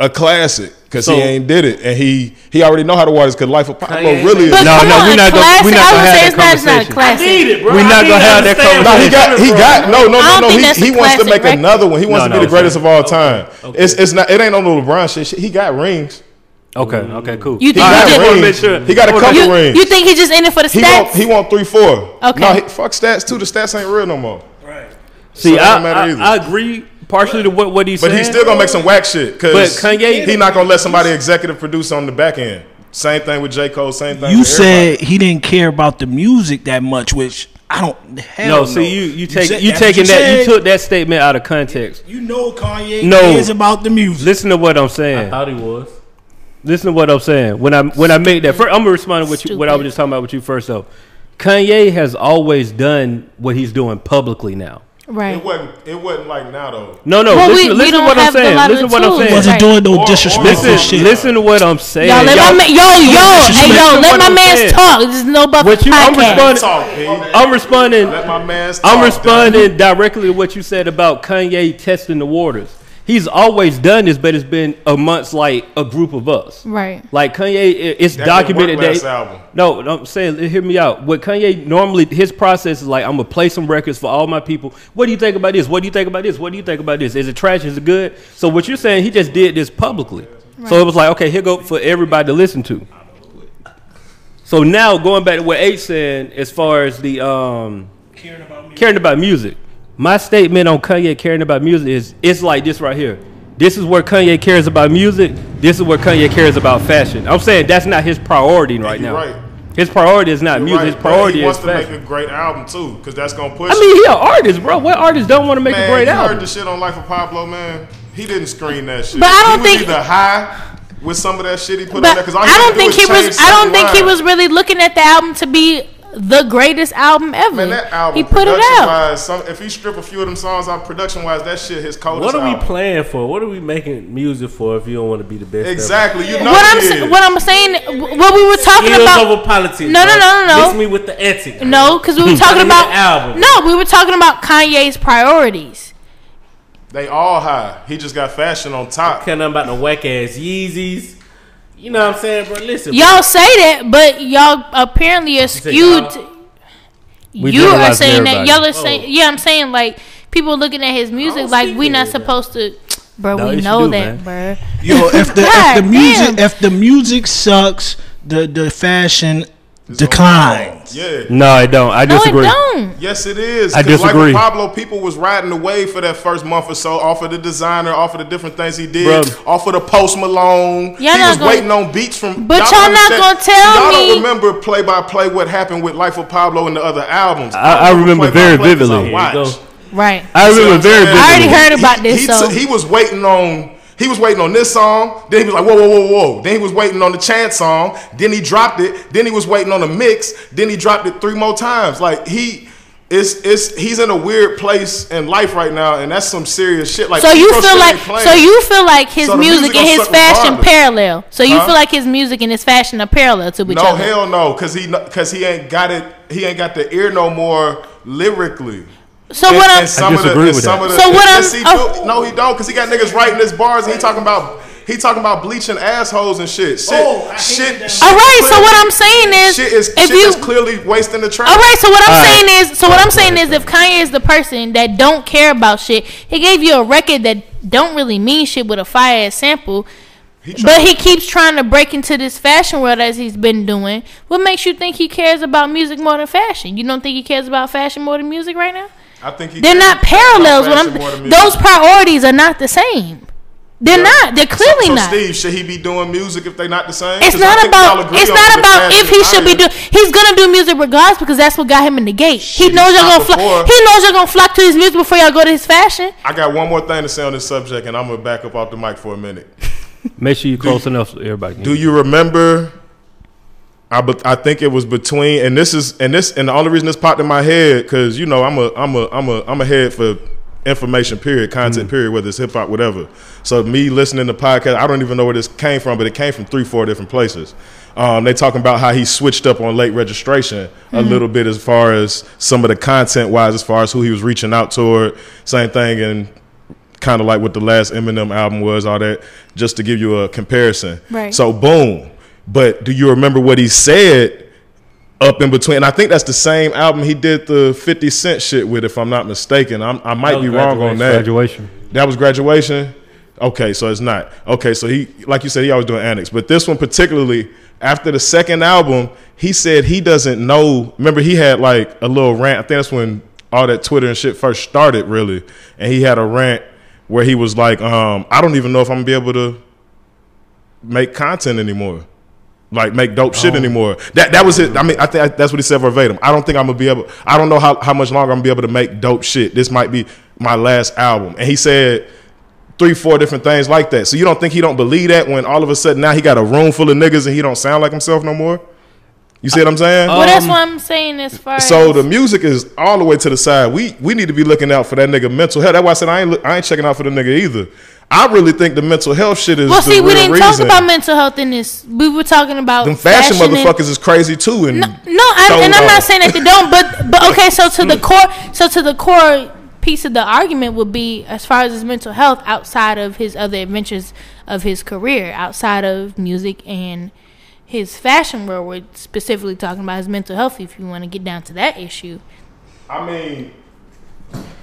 a classic because
So-
he ain't did it, and he he already know how to water this because Life of Pablo
Kanye-
really.
But
no,
No,
come
no,
on,
we not gonna-
classic.
we not gonna
I
have
would say
that
it's not, it's not
conversation.
I
classic.
need it, bro.
We
I
not
need
gonna
to
have that
understand
conversation.
where
he
it's
got
coming
he
from.
got no no
I
no
don't
no.
think
He,
that's
he
the
wants to make
classic record.
another one. He wants
No,
to be
no,
the greatest
okay.
of all time.
Okay.
It's it's not it ain't on no LeBron shit. Shit, He got rings.
Okay, okay, cool.
You
He
think
got
he
wanna
rings.
make sure-
He got a
I
couple
wanna-
You,
rings.
you think he just in it for the
He
stats?
want he want three four.
Okay.
No, he, fuck stats too. The stats ain't real no more.
Right.
See,
So it don't matter
I, I,
either.
I agree partially to what, what he's
But
saying.
he's still gonna make some whack shit. Cause
But Kanye-
he not gonna let somebody executive produce on the back end. Same thing with J Cole. Same thing.
You
with everybody.
said he didn't care about the music that much, which I don't. Hell
no, see you you take
said-
you
that's what
taking that you
said.
took that statement out of context.
You know Kanye
No.
cares about the music.
Listen to what I'm saying.
I thought he was.
Listen to what I'm saying. When I when I made that first, I'm gonna respond to what you, what I was
Stupid.
just talking about with you first though. Kanye has always done what he's doing publicly now.
right.
it wasn't. It wasn't like now though.
No, no.
Well,
listen
we- we
listen to
don't
what I'm
have a
saying.
lot of
Listen to what I'm
tools.
saying.
Was it
Listen,
Right.
Wasn't doing no
Or-
disrespectful
or-
shit.
listen to what I'm saying.
Y'all let my man, yo, yo,
Listen
hey,
to
yo,
what
let my
I'm
man's
saying.
talk. This is no buff
What you- I'm
podcast.
responding-
Talk, P.
I'm responding.
Let my man's
I'm
talk,
responding directly to what you said about Kanye testing the waters. He's always done this, but it's been amongst like a group of us.
Right.
Like Kanye, i- it's
That didn't
documented
work last
that.
album.
No, no, I'm saying, hear me out. What Kanye normally his process is like, I'm gonna play some records for all my people. What do you think about this? What do you think about this? What do you think about this? Is it trash? Is it good? So what you're saying, he just did this publicly. So it was like, okay, here go for everybody to listen to. So now going back to what H said, as far as the um,
Caring about music.
caring about music. My statement on Kanye caring about music is it's like this right here. This is where Kanye cares about music. This is where Kanye cares about fashion. I'm saying that's not his priority right
you're
now.
right.
His priority is not
You're
music.
right,
His
but
priority
he
is
wants to
fashion.
make a great album too, because that's gonna push.
I mean, he an artist, bro. What artist don't want to make
man,
a great
you
album?
heard the shit on Life of Pablo, man. He didn't screen that shit.
But I don't
he
think-
was either high with some of that shit he put on
But
there. Because
I don't think he was. I don't think he was really looking at the album to be the greatest album ever.
Man, that album,
he put it
production
out.
Wise, some, if he strip a few of them songs out production wise, that shit his coldest.
What are we
album.
playing for? What are we making music for if you don't want to be the best?
Exactly. You know
what
he
I'm
is.
sa- what I'm saying, wh- what we were talking
Ever. Skills
about.
over politics.
No, no,
bro.
no, no, no.
Mix me with the ethics.
No, because we were
I
talking
need
about
an album.
No, we were talking about Kanye's priorities.
They all high. He just got fashion on top.
Care nothing about the whack ass Yeezys. You know what I'm saying, bro? Listen,
Y'all say that, but y'all apparently are
said
skewed.
y'all?
We
you are
generalizing
saying that
everybody.
y'all are saying. Yeah, I'm saying like people looking at his music
don't
like
speak
we not
it, man.
supposed to. Bro,
No,
we
you should
know
do,
that, bro.
Yo, if the if
God
the music
damn.
if the music sucks, the the fashion declines.
Yeah.
no, I don't. I
No, it
disagree.
don't.
Yes, it is.
I
'Cause
disagree.
Like with Pablo, people was riding the wave for that first month or so, off of the designer, off of the different things he did,
Bruh.
off of the Post Malone.
Y'all
he
not
was
gonna-
waiting on beats from.
But
don't
y'all not
understand-
gonna tell
y'all
me-
don't remember play by play what happened with Life of Pablo and the other albums.
I- I remember very
play-by-play 'cause I
vividly.
Here you
watched.
go.
Right.
I
See what
remember
I'm
very
saying?
vividly.
I already heard about
He-
this,
He,
so-
took- he was waiting on. He was waiting on this song. Then he was like, whoa, whoa, whoa, whoa. Then he was waiting on the chance song. Then he dropped it. Then he was waiting on the mix. Then he dropped it three more times. Like he, it's it's he's in a weird place in life right now, and that's some serious shit. Like
So you
people
feel
still
like
ain't playing.
so you feel like his
So the music
music and
gonna
his
suck
fashion
regardless.
parallel. So you
Huh?
feel like his music and his fashion are parallel to each
No
other.
hell no, cause he cause he ain't got it. He ain't got the ear no more lyrically.
so
And-
what
and
I'm
some of the-
disagree
and
with
some
that.
of the-
So what
yes,
I'm-
he
oh.
do- no, he don't, because he got niggas writing his bars and he talking about he talking about bleaching assholes and shit. Shit,
Oh, I hate
shit,
that.
shit.
all right. So
clearly-
what I'm saying is,
shit is
if
shit
you
is clearly wasting the track.
all right. So what I'm
All right.
saying is, so what I'm saying is, if Kanye is the person that don't care about shit, he gave you a record that don't really mean shit with a fire ass sample. but he keeps trying to break into this fashion world as he's been doing. What makes you think he cares about music more than fashion? You don't think he cares about fashion more than music right now?
I think he
They're not
cares about
parallels. What
fashion more than
I'm,
music.
those priorities are not the same. They're not. They're clearly
so
not.
Steve, should he be doing music if they not the same?
It's
'Cause I
not
think we all
about.
agree
It's
on
not
the
about
fashion
if he should be
iron.
doing. He's gonna do music regardless because that's what got him in the gate. He knows y'all
not
gonna. Fl-
before.
he knows y'all gonna flock to his music before y'all go to his fashion.
I got one more thing to say on this subject, and I'm gonna back up off the mic for a minute.
Make sure you close enough so everybody. Can
Do you remember? I be, I think it was between, and this is and this and the only reason this popped in my head because you know I'm a I'm a I'm a I'm a head for information period content period whether it's hip hop whatever. So me listening to podcast, I don't even know where this came from, but it came from three four different places. Um, they talking about how he switched up on late registration a little bit as far as some of the content wise, as far as who he was reaching out toward. Same thing and kind of like what the last Eminem album was, all that, just to give you a comparison.
Right.
So boom. But do you remember what he said up in between? And I think that's the same album he did the 50 Cent shit with, if I'm not mistaken. I'm, I might
That
be
was
wrong
Graduation.
on that.
graduation?
That was graduation. Okay, so it's not. Okay, so he, like you said, he always doing annex. But this one particularly, after the second album, he said he doesn't know. Remember, he had like a little rant. I think that's when all that Twitter and shit first started, really. And he had a rant where he was like, um, "I don't even know if I'm gonna be able to make content anymore." like make dope shit anymore. That that was it. I mean, I think that's what he said verbatim. I don't think I'm gonna be able. I don't know how, how much longer I'm gonna be able to make dope shit. This might be my last album. And he said three, four different things like that. So you don't think he don't believe that when all of a sudden now he got a room full of niggas and he don't sound like himself no more? You see what I'm saying?
well, that's what I'm saying as far
Um, So
as
the music is all the way to the side. We we need to be looking out for that nigga mental health. That's why I said I ain't look- I ain't checking out for the nigga either. I really think the mental health shit is.
well,
the
see, we
real
didn't
reason.
talk about mental health in this. We were talking about
them fashion,
fashion and-
motherfuckers is crazy too. And
No, I, and
Sold
I'm
out.
not saying that they don't, but but okay. So to the core, so to the core piece of the argument would be as far as his mental health outside of his other adventures of his career, outside of music and his fashion world. We're specifically talking about his mental health. If you want to get down to that issue,
I mean,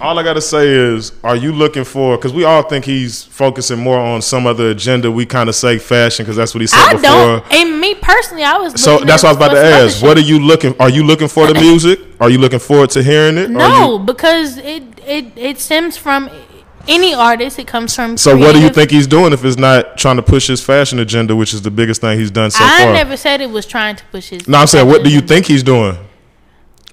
all I gotta say is, are you looking for? Because we all think he's focusing more on some other agenda. We kind of say fashion because that's what he said
I
before.
don't. And me personally, I was
So
looking
that's
at
what I was about to
some other
ask. What are
shit.
you looking? Are you looking for the music? Are you looking forward to hearing it? Are
No,
you-
because it it it stems from any artist. It comes from.
so what do you
creative-
think he's doing if it's not trying to push his fashion agenda, which is the biggest thing he's done so
I
far?
never said it was trying to push his.
no, I'm saying, what do you
feminism.
think he's doing?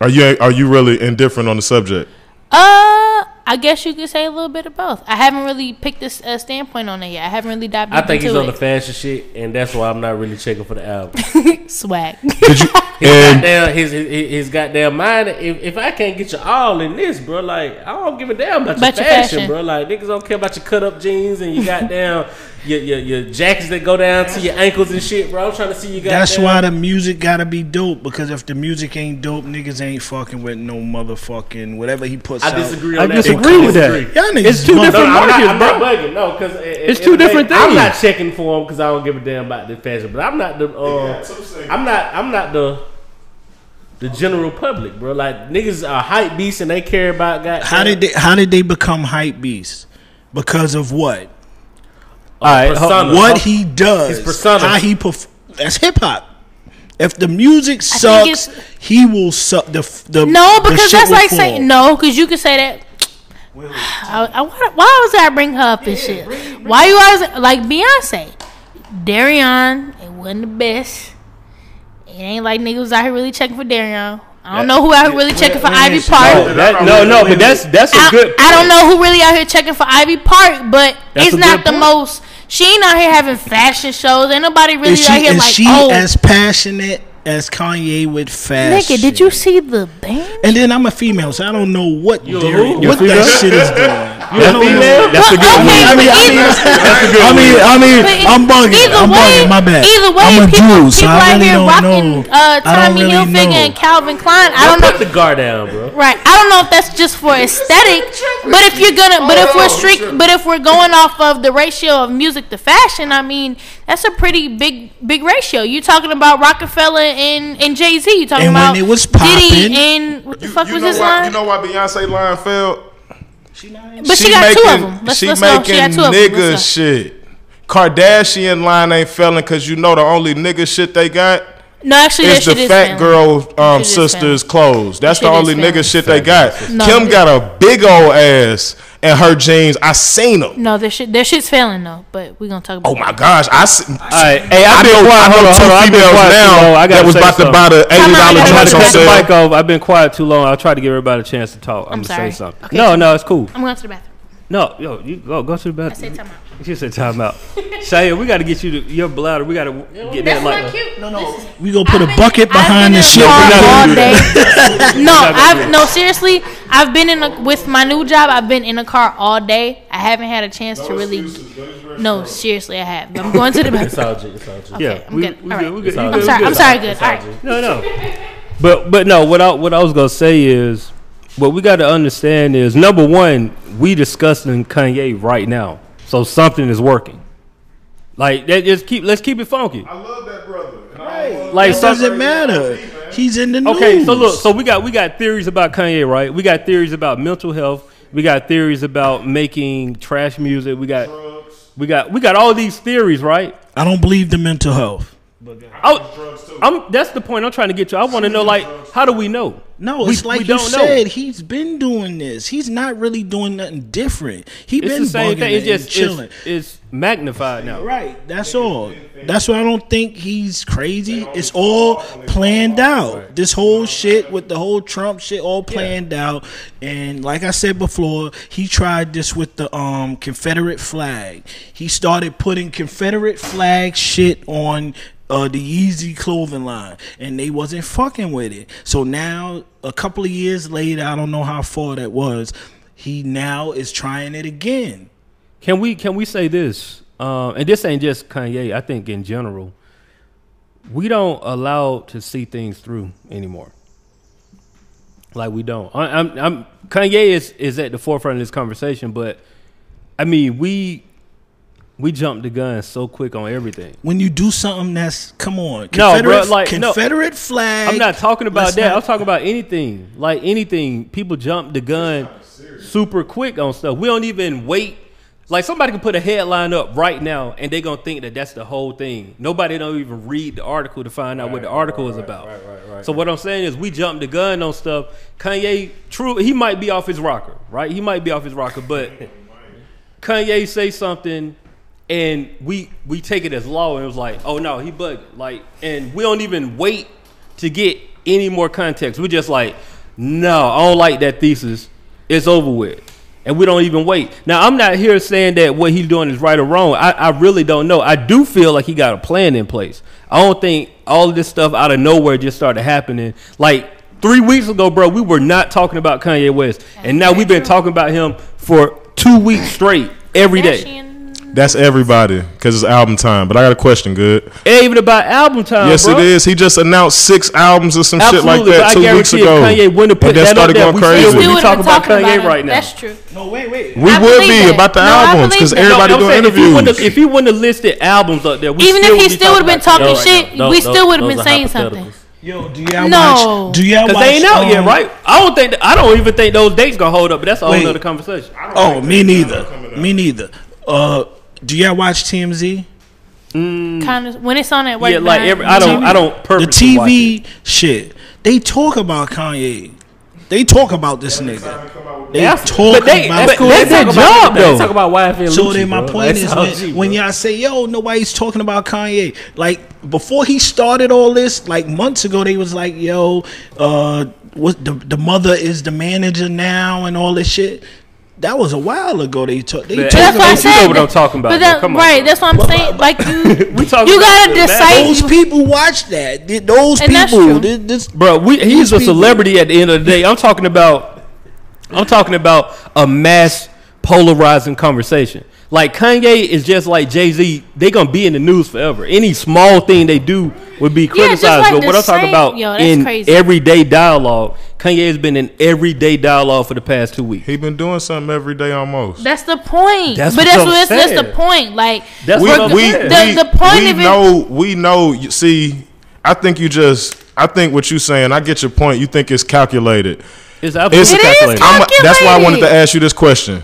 Are you are you really indifferent on the subject?
Uh, I guess you could say a little bit of both. I haven't really picked this uh, standpoint on it yet. I haven't really dived
I
deep
think he's
into
on the
it.
fashion shit, and that's why I'm not really checking for the album.
Swag.
Did you?
His
and
goddamn, his, his, his goddamn mind. If, if I can't get you all in this, bro, like I don't give a damn about,
About
your,
your
fashion,
fashion.
bro. Like niggas don't care about your cut up jeans and your goddamn your, your your jackets that go down to your ankles and shit, bro. I'm trying to see you goddamn.
That's why the music gotta be dope because if the music ain't dope, niggas ain't fucking with no motherfucking whatever he puts
I
out.
disagree.
I
On that.
disagree
I
with that.
Y'all niggas
It's two
mother-
No,
different
I'm not,
markets,
I'm
bro.
not bugging. No, because
It's two different
I'm
things.
not checking for him because I don't give a damn about the fashion. But I'm not the. Uh, I'm not. I'm not the. The general public, bro. Like niggas are hype beasts and they care about goddamn.
How did they how did they become hype beasts? Because of what?
All right, hold-
persona.
What he does.
his persona.
How he perf- that's hip hop. If the music
think
sucks, he will suck the f- the
no,
the
because
shit
that's
will
like
fall.
saying no, because you could say that. I, I, why, why was I bring her up and shit? why you always like Beyonce? Darion, it wasn't the best. It ain't like niggas was out here really checking for Darion. I don't know who out here really checking for Ivy Park.
No, that- no, no, but that's that's a
I,
good.
I don't know who really out here checking for Ivy Park, but
That's
it's
a
not
good
the
point.
most. She ain't out here having fashion shows. Ain't nobody really
Is she,
out here
is
like,
she
oh,
as passionate as Kanye with fashion?
nigga, did you see the band?
And then I'm a female, so I don't know what dairy,
who?
You a
what that
female?
shit is doing.
That's,
female?
that's a
Well,
good
okay,
one.
I mean,
but
I mean,
either-
I mean,
I mean,
But
I'm
either
bugging. I'm
way-
bugging. My bad.
Either way,
I'm a
people,
Jew, so
people
I
out
really
here
don't
rocking
know.
uh,
I don't
Tommy
really
Hilfiger
know.
and Calvin Klein. I don't know.
Put the guard down, bro.
Right. I don't know if that's just for aesthetic, but if you're gonna, but
Oh,
if we're strict, but if we're going off of the ratio of music to fashion, I mean, that's a pretty big, big ratio. You're talking about Rockefeller and and Jay Z. You're talking
And when
about
it was poppin'-
Diddy and what the
you,
fuck
you
was
know
his
why,
line?
You know why Beyonce line failed?
but she, got two of them. Let's,
she
let's go.
making
She got two of them.
nigga
Let's go.
shit. Kardashian line ain't failing because you know the only nigga shit they got
No, actually, that
is the
shit is
fat
fat
girl um,
Shit is
sisters
failing.
clothes. That's the
Shit is
only nigga
failing.
shit they got.
No,
Kim
it-
got a big old ass and her jeans. I seen them.
No, their shit, their shit's failing though. But we gonna talk about.
Oh my gosh! I see,
All right. Hey,
I
I've been
know,
quiet.
I know
Hold on,
two
hold on. I've been
females
quiet too long.
now
I gotta
that was
say
about to
something.
buy the eighty dollar
I gotta
joints
say something.
on
Take the
sale.
mic off. I've been quiet too long. I'll try to give everybody a chance to talk. I'm,
I'm
gonna
sorry.
say something.
Okay.
No, no, it's cool.
I'm going to the bathroom.
No, yo, you go go to the
I say time
bathroom.
out.
You said time out. Shia, we got to get you to, your bladder. We got to get
That's
that
not
light.
cute.
No,
This
no.
is-
We gonna put
I've
a
been- I've been
bucket behind
in
the
a
shit.
car
We're not
all
gonna do
day. no,
We're not gonna do
I've no seriously. I've been in a with my new job. I've been in a car all day. I haven't had a chance to really. No, seriously, I have. I'm going to the
It's
bathroom.
all G. It's all G.
Okay,
Yeah,
I'm
we-
good.
we
all
good,
right.
we good. You
I'm
good, we
sorry.
good.
I'm sorry. Good.
It's
All
all
right.
G.
No, no. But but no, what I what I was gonna say is what we gotta understand is number one, we discussing Kanye right now. So something is working. Like that just keep let's keep it funky.
I love that brother. Right.
Like
It
something
doesn't matter. He's in the news.
Okay, so look, so we got we got theories about Kanye, right? We got theories about mental health, we got theories about making trash music, we got we got we got all these theories, right?
I don't believe the mental health.
I, I'm that's the point I'm trying to get to. I wanna know like how do we know?
No,
We-
it's like
we
you
don't know.
said. He's been doing this. He's not really doing nothing different. He
It's
been
the same
bugging
thing. It's
it and
just
chilling.
it's, it's magnified now.
right. That's all. That's why I don't think he's crazy. It's all planned out. This whole shit with the whole Trump shit, all planned out. And like I said before, he tried this with the um Confederate flag. He started putting Confederate flag shit on uh, the Yeezy clothing line, and they wasn't fucking with it. So now, a couple of years later, I don't know how far that was. He now is trying it again.
Can we can we say this? Um, and this ain't just Kanye. I think in general, we don't allow to see things through anymore. Like we don't. I, I'm, I'm Kanye is is at the forefront of this conversation, but I mean we we jumped the gun so quick on everything.
when you do something that's come on
No,
Confederate,
bruh, like, no.
Confederate flag.
I'm not talking about
let's
that.
not-
I'm talking about anything. Like anything, people jump the gun super quick on stuff. We don't even wait. Like somebody can put a headline up right now, and they gonna think that that's the whole thing. Nobody don't even read the article to find out what the article is about. Right, right, right. So what I'm saying is, we jump the gun on stuff. Kanye, true, he might be off his rocker, right? He might be off his rocker, but Kanye say something, and we we take it as law, and it was like, oh no, he bugged. Like, and we don't even wait to get any more context. We just like, no, I don't like that thesis. It's over with, and we don't even wait. Now, I'm not here saying that what he's doing is right or wrong. I, I really don't know. I do feel like he got a plan in place. I don't think all of this stuff out of nowhere just started happening. Like. Three weeks ago, bro, we were not talking about Kanye West, and now we've been talking about him for two weeks straight every day.
Kardashian.
That's everybody because it's album time. But I got a question, good.
And even about album time.
yes,
bro.
it is. He just announced six albums or some
Absolutely,
shit
but I
like that two weeks
guarantee
ago.
if Kanye wouldn't have put
and that
that
started
up
going
there, we
crazy.
still
We
We
wouldn't
talking
have
about
talked about
Kanye
him.
right now.
That's true.
No, wait, wait.
We
I
would
believe
be
that.
about the
No, I
albums
believe
because
that.
everybody
I'm
doing
saying, if he wouldn't have-
interviews.
If he wouldn't have listed albums up there, we
Even
still
if he
would be
still would have been talking
Right
shit,
now.
we
Those-
still would have
those
been
are
saying something.
hypotheticals.
Yo, do y'all
No.
watch? Do y'all watch?
because they ain't out yet,
um,
right? I don't think. I don't even think those dates gonna hold up. But that's a whole
Wait.
other conversation.
Oh, me neither. Me neither. Uh, do y'all watch TMZ?
Kind of when it's on at work.
Yeah, like
Brian,
every. I don't. I don't
The
purposely watch it.
TV shit. They talk about Kanye. They talk about this nigga. They
That's-
talk
but they-
about.
but
Kobe.
that's their job though.
Talk about YF and
So
Lucci,
then my
bro.
point
That's
is
all
when,
G,
when
bro.
y'all say, yo, nobody's talking about Kanye. Like before he started all this, like months ago, they was like, yo, uh what the the mother is the manager now and all this shit. That was a while ago they took they
Man,
took
That's
That's
what I
what-
said.
you know what I'm talking about,
But
bro.
that-
Come on,
right?
bro.
That's what I'm saying. Like you,
We talking
you
about
gotta
the
decipher.
those people watch that. Th- Those
And that's
people
true.
thi- this
Bro, we, he's
These
a
people-
celebrity at the end of the day. I'm talking about I'm talking about a mass polarizing conversation. Like Kanye is just like Jay Z. They gonna be in the news forever. Any small thing they do would be
just
criticized.
like
but
the
what I'm talking
same-
about
Yo, that's
in
crazy.
everyday dialogue, Kanye has been in everyday dialogue for the past two weeks.
He been doing something every day almost.
That's the point.
That's
but
what
that's
I'm
what that's, that's the
saying.
point. Like
That's
we,
what I'm
we,
saying.
the-
we,
the point
we
of it-
know we know you see i think you just i think what you saying i get your point you think it's calculated
It's absolutely
It
is
calculated.
cal-
I'm- that's why i wanted to
Calculated.
ask you this question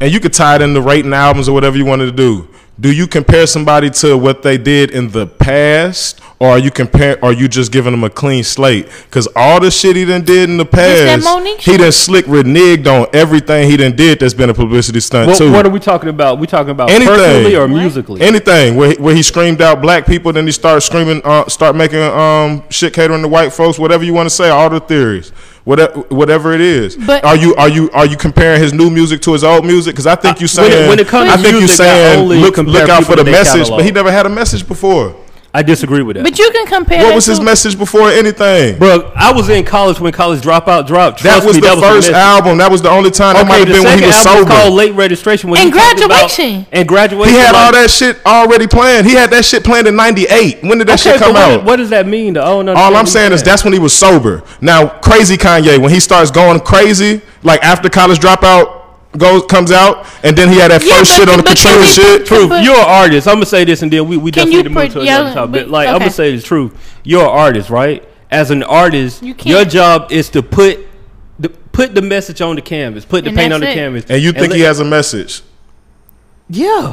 and you could tie it into rating albums or whatever you wanted to do do you compare somebody to what they did in the past Or are you compare? Are you just giving him a clean slate? Because all the shit he done did in the
that
past,
Monique
he
shit.
done slick reneged on everything he done did that's been a publicity stunt
What,
too.
what are we talking about? We talking about
Anything.
personally or
What?
musically?
Anything where he, where he screamed out black people, then he started screaming, uh, start making um shit catering to white folks. Whatever you want to say, all the theories, whatever whatever it is.
But-
are you are you are you comparing his new music to his old music? Because I think you
Uh, when it-
saying
when it comes
I
to
think you
music, I
saying
only
look
compare
look out
people
for the
to their
message,
catalog.
but he never had a message before.
I disagree with that.
But you can compare.
what
that
was his
to-
message before anything?
Bro, I was in college when college dropout dropped.
that
Trust
was
me,
the
that was
first
the message.
album. That was the only time. that might
Okay,
have
the
been when he
second
was
album was
sober.
called Late Registration. When
And
he talked about-
Graduation.
and graduation.
he had all
like-
that shit already planned. He had that shit planned in '98. When did that
Okay,
shit come
but
out?
What, what does that mean? To, oh no.
All I'm saying is that's when he was sober. Now, crazy Kanye, when he starts going crazy, like after college dropout goes comes out, and then he had that
Yeah,
first
but-
shit on the
but
Katrina
can we- can
shit.
Truth,
But-
you're an artist. I'm gonna say this, and then we we
Can
definitely
you
need to move
put-
to
yeah,
another topic. But
but-
like I'm
okay.
gonna say the truth. You're an artist, right? As an artist,
You can't-
your job is to put the put the message on the canvas, put the
And
paint
that's
on the
it.
canvas.
And you think
let-
he has a message?
Yeah.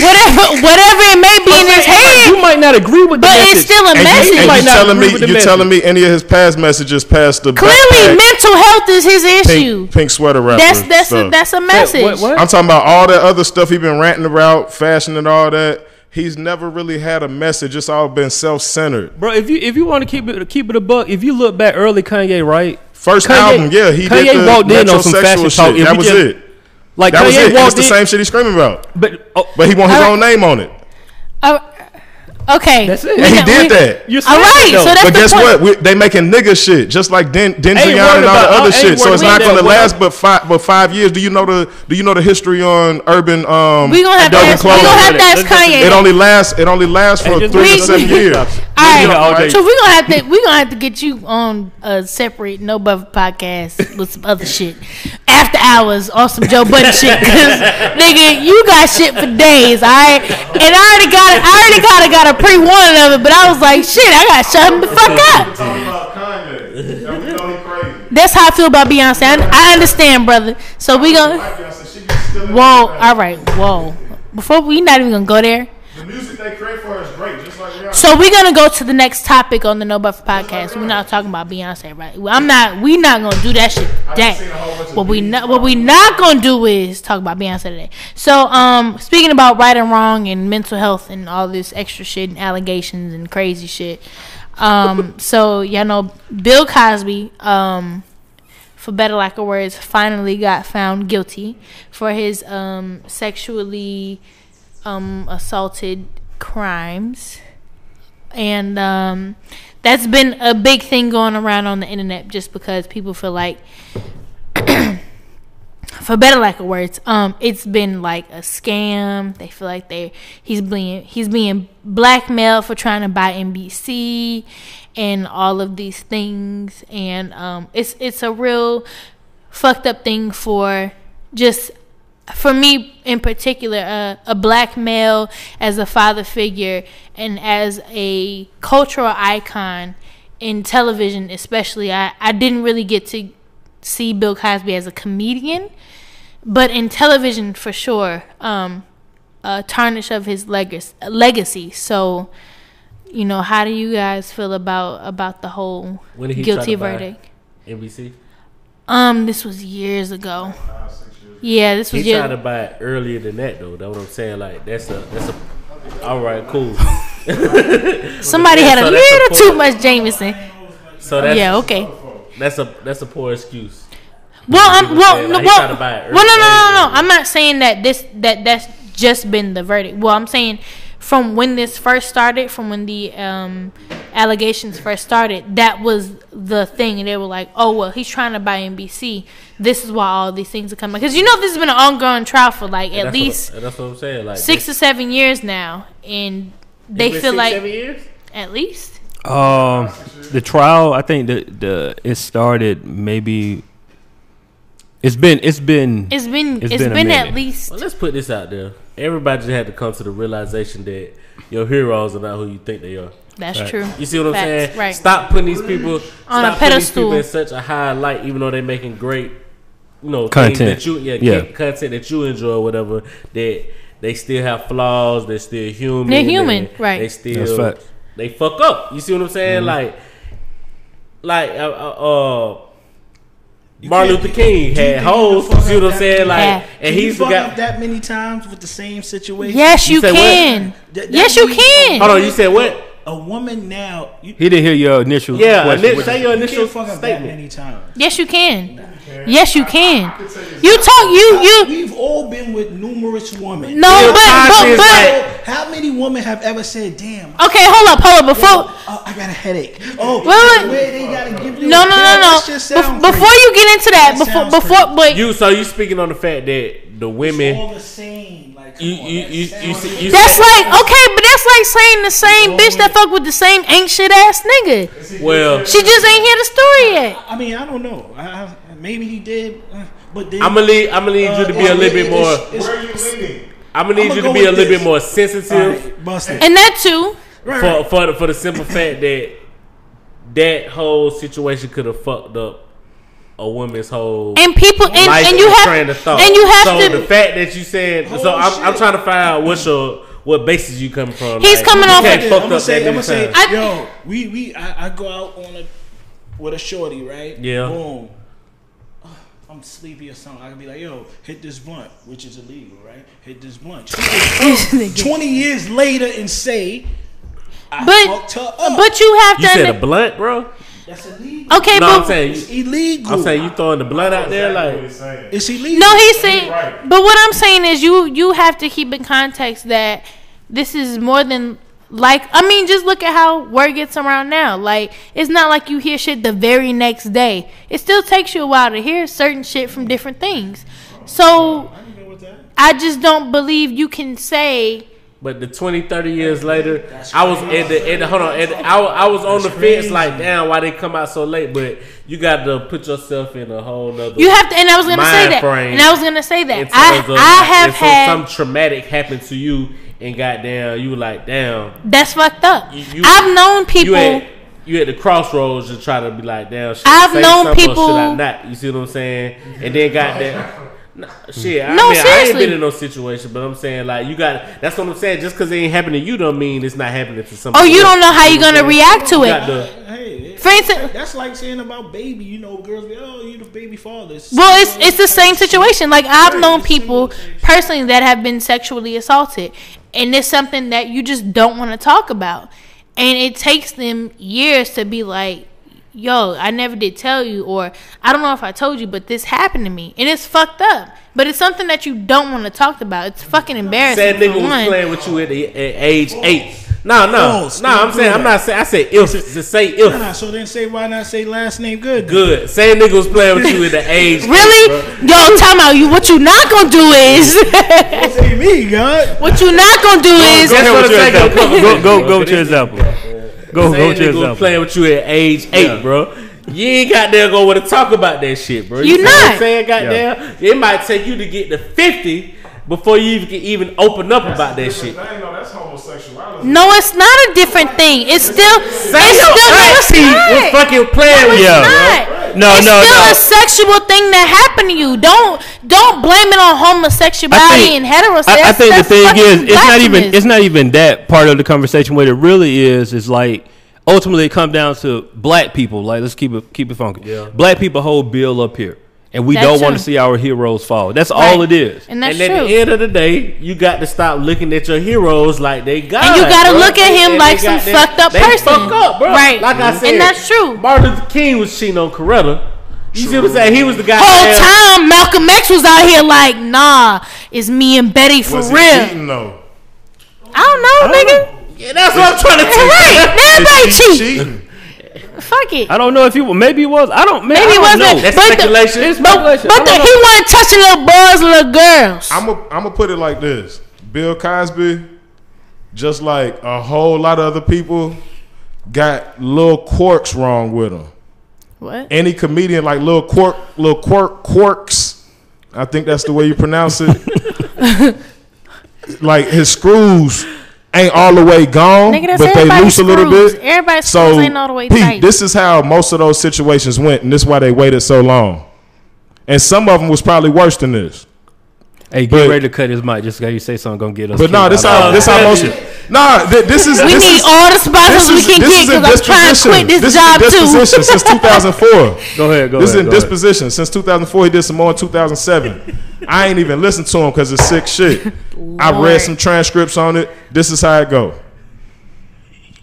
whatever, whatever it may be in his head,
You might not agree with the
but
message.
it's still a
And
message.
you, and
Might
you
not
telling
agree
me
with the
you
message.
telling me any of his past messages past the
Clearly,
backpack,
mental health is his issue.
pink, pink sweater rapper.
That's that's a,
stuff.
that's a message.
What, what?
I'm talking about all that other stuff he been ranting about, fashion and all that. He's never really had a message. It's all been self centered.
Bro, if you if you want to keep it keep it a buck, if you look back early Kanye, right?
First
Kanye-
album, yeah, he
Kanye
did the
walked in on some
metrosexual
fashion
shit.
talk. If
That
you
was
just-
it.
Like
That
Kanye
was it. And
walked
It's the
in-
same shit he's screaming about.
But oh,
But he want his
All right.
own name on it.
Uh, okay,
That's it.
We
And
he
got-
did
we-
that.
you're
All
saying
right,
it, though.
so that's
But
the
guess
point.
what? We, they making nigga shit, just like Den Denzion and all
worried
the
about- I
other
ain't
shit. So
worried
it's not
about
gonna
that.
last but five but five years. Do you know the do you know the history on urban um
We gonna have to
adult
ask. We
clothing?
gonna have to
Let's
ask
just-
Kanye.
It only lasts it only lasts for
just
three
wait.
to seven years.
All
Yeah, all
right,
day.
so we're gonna have to we're gonna have to get you on a separate no buff podcast with some other shit after hours or some Joe Budden shit. 'cause, nigga, you got shit for days, all right. And I already got it. I already kind of got a pre warning of it, but I was like, shit, I gotta shut him the fuck up. That's how I feel about Beyonce. I, I understand, brother. So we gonna whoa, all right, whoa. Before we not even gonna go there.
The music they create for us is great, just like Rihanna.
So we're gonna go to the next topic on the No Buffer podcast. We're not talking about Beyonce, right? I'm not. We not gonna do that shit
seen a whole bunch
today.
of
What we not, what we not gonna do is talk about Beyonce today. So, um, speaking about right and wrong and mental health and all this extra shit and allegations and crazy shit. Um, so y'all know Bill Cosby. Um, for better lack of words, finally got found guilty for his um sexually um assaulted crimes and um, that's been a big thing going around on the internet just because people feel like for better lack of words um it's been like a scam they feel like they he's being he's being blackmailed for trying to buy nbc and all of these things and um it's it's a real fucked up thing for just for me in particular, uh, a black male as a father figure and as a cultural icon in television, especially, I, I didn't really get to see Bill Cosby as a comedian, but in television for sure, um, a tarnish of his legacy. legacy. So, you know, how do you guys feel about about the whole
When did he
guilty
try to buy-
verdict?
NBC.
Um, this was years ago. Yeah, this
He
was years.
tried to buy it earlier than that though. That's what I'm saying. Like that's a that's a. All right, cool.
Somebody had a
So that's
little
a
too
four.
much Jameson.
So that's
Yeah, okay.
that's a that's a poor excuse.
Well, I'm
people
well,
saying,
no,
like, he
well,
tried to buy it
well, no, no, no, no, no.
early.
I'm not saying that this that that's just been the verdict. Well, I'm saying from when this first started, from when the um, allegations first started, that was the thing, and they were like, "Oh well, he's trying to buy NBC. This is why all these things are coming." Because you know this has been an ongoing trial for like
And
at
that's
least
what, and that's what I'm saying. Like
six or seven years now, and they feel like
seven years.
at least
Um, the trial. I think the the it started maybe. It's been it's been
it's been
It's
it's
been a
been at
minute.
least
Well, let's put this out there. Everybody just had to come to the realization that your heroes are not who you think they are.
that's true.
You see what I'm
Facts,
saying?
right.
Stop putting these people
On
on
a
stop putting these
pedestal.
people in such a high light, even though they're making great, you know,
Content.
Things that you, yeah,
Yeah.
ca- content that you enjoy, or whatever. That they still have flaws. They're still human.
They're human,
and
right.
They
That's
still
facts. Mm-hmm.
they fuck up. You see what I'm saying? Like, like uh, uh, uh, Martin
can't-
Luther King
do you
had
think you
hoes.
can
You
fuck
see what
up
I'm
that
saying?
many-
Like,
Yeah.
and
Can
he
you fuck up
forgot.
that many times with the same situation.
Yes,
You
you,
say what?
can.
That- that
yes, you
means-
can.
Hold on, you said what?
A woman now, you,
He didn't hear your initial.
Yeah,
question,
init-
which is-
say your
you
initial
can't fuck up that
statement.
many times.
Yes, you can. Yes, you can. You talk. You you.
We've all been with numerous women.
No,
Your
but but
conscience,
but.
like-
How many women have ever said, "Damn,
Okay, hold up, hold up. Before
oh, I got a headache"? Oh,
Wait, wait.
where they gotta give you
no
a
no
pill?
no no.
That shit
Bef-
sound
before
crazy.
you get into that,
That
before
sounds
before but
You so you speaking on the fact that the
It's
women
all the same. Like, come
you
on,
you
that
you, you,
sounds-
see- you
that's like okay, but that's like saying the same bitch that fuck with the same ancient ass nigga.
well
She just ain't hear the story yet.
I mean, I don't know. I, I, maybe he did, uh, but then
I'm gonna need I'm gonna need
Uh,
you to be a little bit more
Where are you leaning?
I'm gonna need
I'ma
you
go
to be a
with
little
this.
bit more sensitive
busted.
And that too.
Right,
for
right.
for the, for the simple fact that that whole situation could have fucked up a woman's whole
And people and,
life
and you have
train of thought.
and you have
so
to
the fact that you saying so
Oh,
I'm, I'm
shit.
trying to find out what's your what basis you coming from.
He's coming
you
off
can't
of-
fuck
I'm gonna
up
say,
that
I'm gonna
many
say,
times.
times.
yo, we we I, I go out on a with a shorty, right?
Yeah.
Boom. Ugh, I'm sleepy or something. I can be like, yo, hit this blunt, which is illegal, right? Hit this blunt. She could come Twenty years later, and say, I
But-
fucked her up.
but you have
You
to
said a
under-
blunt, bro.
That's illegal.
Okay,
No, I'm
but
saying
It's illegal.
I'm saying you throwing the blunt out there
Exactly what
like
he's saying.
it's illegal.
No, he's saying.
right.
But what I'm saying is, you you have to keep in context that this is more than like. I mean, just look at how word gets around now. Like, it's not like you hear shit the very next day. It still takes you a while to hear certain shit from different things. So
I didn't know what that.
I just don't believe you can say.
But the 20, 30 years later, I was at the, at the hold on, at the, I, wa- I was on the fence
crazy.
like, damn, why they come out so late? But you got to put yourself in a whole nother.
You have to, and I was gonna say
Mind
that,
frame
and I was gonna say that.
in
I
terms of,
I
like,
have
and so
had
some traumatic happened to you, and goddamn, you were like, damn,
that's fucked up.
You- you-
I've known people.
you at you at the crossroads to try to be like, damn, should
I've
I say
known
something or should I
people-
not? You see what I'm saying? And then goddamn. No, shit, I
No,
mean, I ain't
seriously.
been in no situation, but I'm saying like you got. That's what I'm saying. Just because it ain't happening to you, don't mean it's not happening to somebody.
oh, you
else.
don't know how you're gonna react to
You
it.
got the-
Hey, it-
For instance,
that's like saying about baby. You know, girls be, oh, you the baby father. It's-
Well, it's it's the same situation. Like I've known people personally that have been sexually assaulted, and it's something that you just don't want to talk about, and it takes them years to be like, "Yo, I never did tell you," or "I don't know if I told you, but this happened to me," and it's fucked up. But it's something that you don't want to talk about. It's fucking embarrassing.
Sad
for
nigga was
one.
playing with you at, the, at age eight. No, no,
False.
no. I'm saying I'm not saying. I said if. Just say
Why
if.
not? So then say why not say last name good?
Good. Same nigga was playing with you at the age.
Really, yo, time out. You what you not gonna do is
Don't say me, God.
what you not gonna do is
Go ahead with your example.
Go go go to your example.
Same
Go go to
nigga
your
was
example.
playing with you at age eight,
Yeah.
bro. You ain't got there going to talk about that shit, bro.
You
see what I'm
not.
saying, goddamn. It might take you to get to fifty before you even can even open up about that shit.
That ain't no, that's homosexuality.
No, it's not a different thing. It's still, it's still,
Say your
no, it's
auntie
not.
was fucking playing with
It's
you.
Yeah.
not.
No,
it's
no,
still
no.
a sexual thing that happened to you. Don't don't blame it on
I
homosexuality
think-
and heterosexuality.
I, I think the
That's
thing
fucking
is, it's not even
blasphemous.
it's not even that part of the conversation. What it really is is like ultimately it comes down to black people. Like let's keep it keep it funky.
Yeah.
Black people hold bill up here, and we
That's
don't want
true.
to see our heroes fall. That's all
Right.
it is.
and that's
and at
true.
the end of the day, you got to stop looking at your heroes like they got.
And you gotta look at him like some fucked up
they
person.
Fuck up, bro.
Right.
Like I
And
said,
that's true.
Martin Luther King was cheating on Coretta. You see what I'm saying? He was the guy.
Whole
that-
time Malcolm X was out here like, nah, it's me and Betty for
Was he
real.
cheating, though?
I don't know, nigga.
Yeah, that's what I'm trying to tell you.
Right? Everybody
Is he
cheat.
cheating?
Fuck it.
I don't know if he maybe he was. I don't man,
Maybe
I
it
don't
wasn't.
know.
That's
but
speculation.
The,
It's
but-
speculation.
But,
I
the,
don't
he
know.
wasn't touching little boys, little girls.
I'm going I'm to put it like this Bill Cosby, just like a whole lot of other people, got little quirks wrong with him.
what?
any comedian like Lil Quirk, Lil Quirk, Quirks. I think that's the way you pronounce it. like his screws ain't all the way gone,
Nigga, that's
but they
everybody's
loose a little
screws.
bit.
Everybody's
so
screws ain't all the way
Pete,
tight.
this is how most of those situations went, and this is why they waited so long. And some of them was probably worse than this.
Hey, get
But-
ready to cut his mic. Just got you say something gonna get us.
But no,
killed
this
out
how
of-
this how
Yeah.
most Nah, th- this is
We
this
need
is,
all the sponsors
this
we
is,
can
this
get
is in
because I'm trying to
disposition.
quit this,
this
job
is in disposition
too.
since 2004.
Go ahead, go
this is
ahead. go ahead.
in disposition since 2004. He did some more in 2007. I ain't even listened to him because it's sick shit. I read
Lord.
some transcripts on it. This is how it go.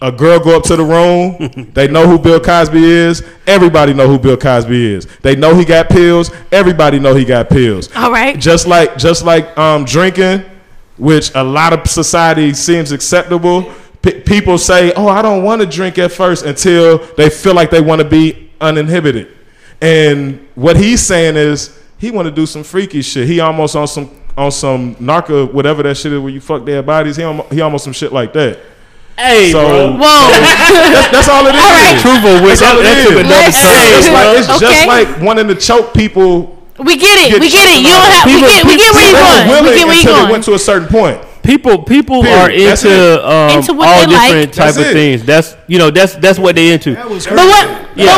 A girl go up to the room. They know who Bill Cosby is. Everybody know who Bill Cosby is. They know he got pills. Everybody know he got pills.
All right.
Just like just like um, drinking, which a lot of society seems acceptable. P- people say, "Oh, I don't want to drink at first until they feel like they want to be uninhibited." And what he's saying is he want to do some freaky shit. He almost on some on some narco whatever that shit is where you fuck dead bodies. He almost, he almost some shit like that.
Hey,
So-
bro.
Whoa.
That's, that's all it is.
Approval with
That's all it
that's
is.
with double
Let's
time.
see.
It's like it's
Okay.
just like wanting to choke people
we get it.
Get
We get it.
choked
You don't
about
have.
it.
We get. We get where
They were
you're going. We
willing
get where
until they
you're going.
went to a certain point.
People people
Period.
are
That's
into um,
Into what
all
they like.
different type of
That's it.
things. That's you know that's that's what they into.
But what?
Yeah.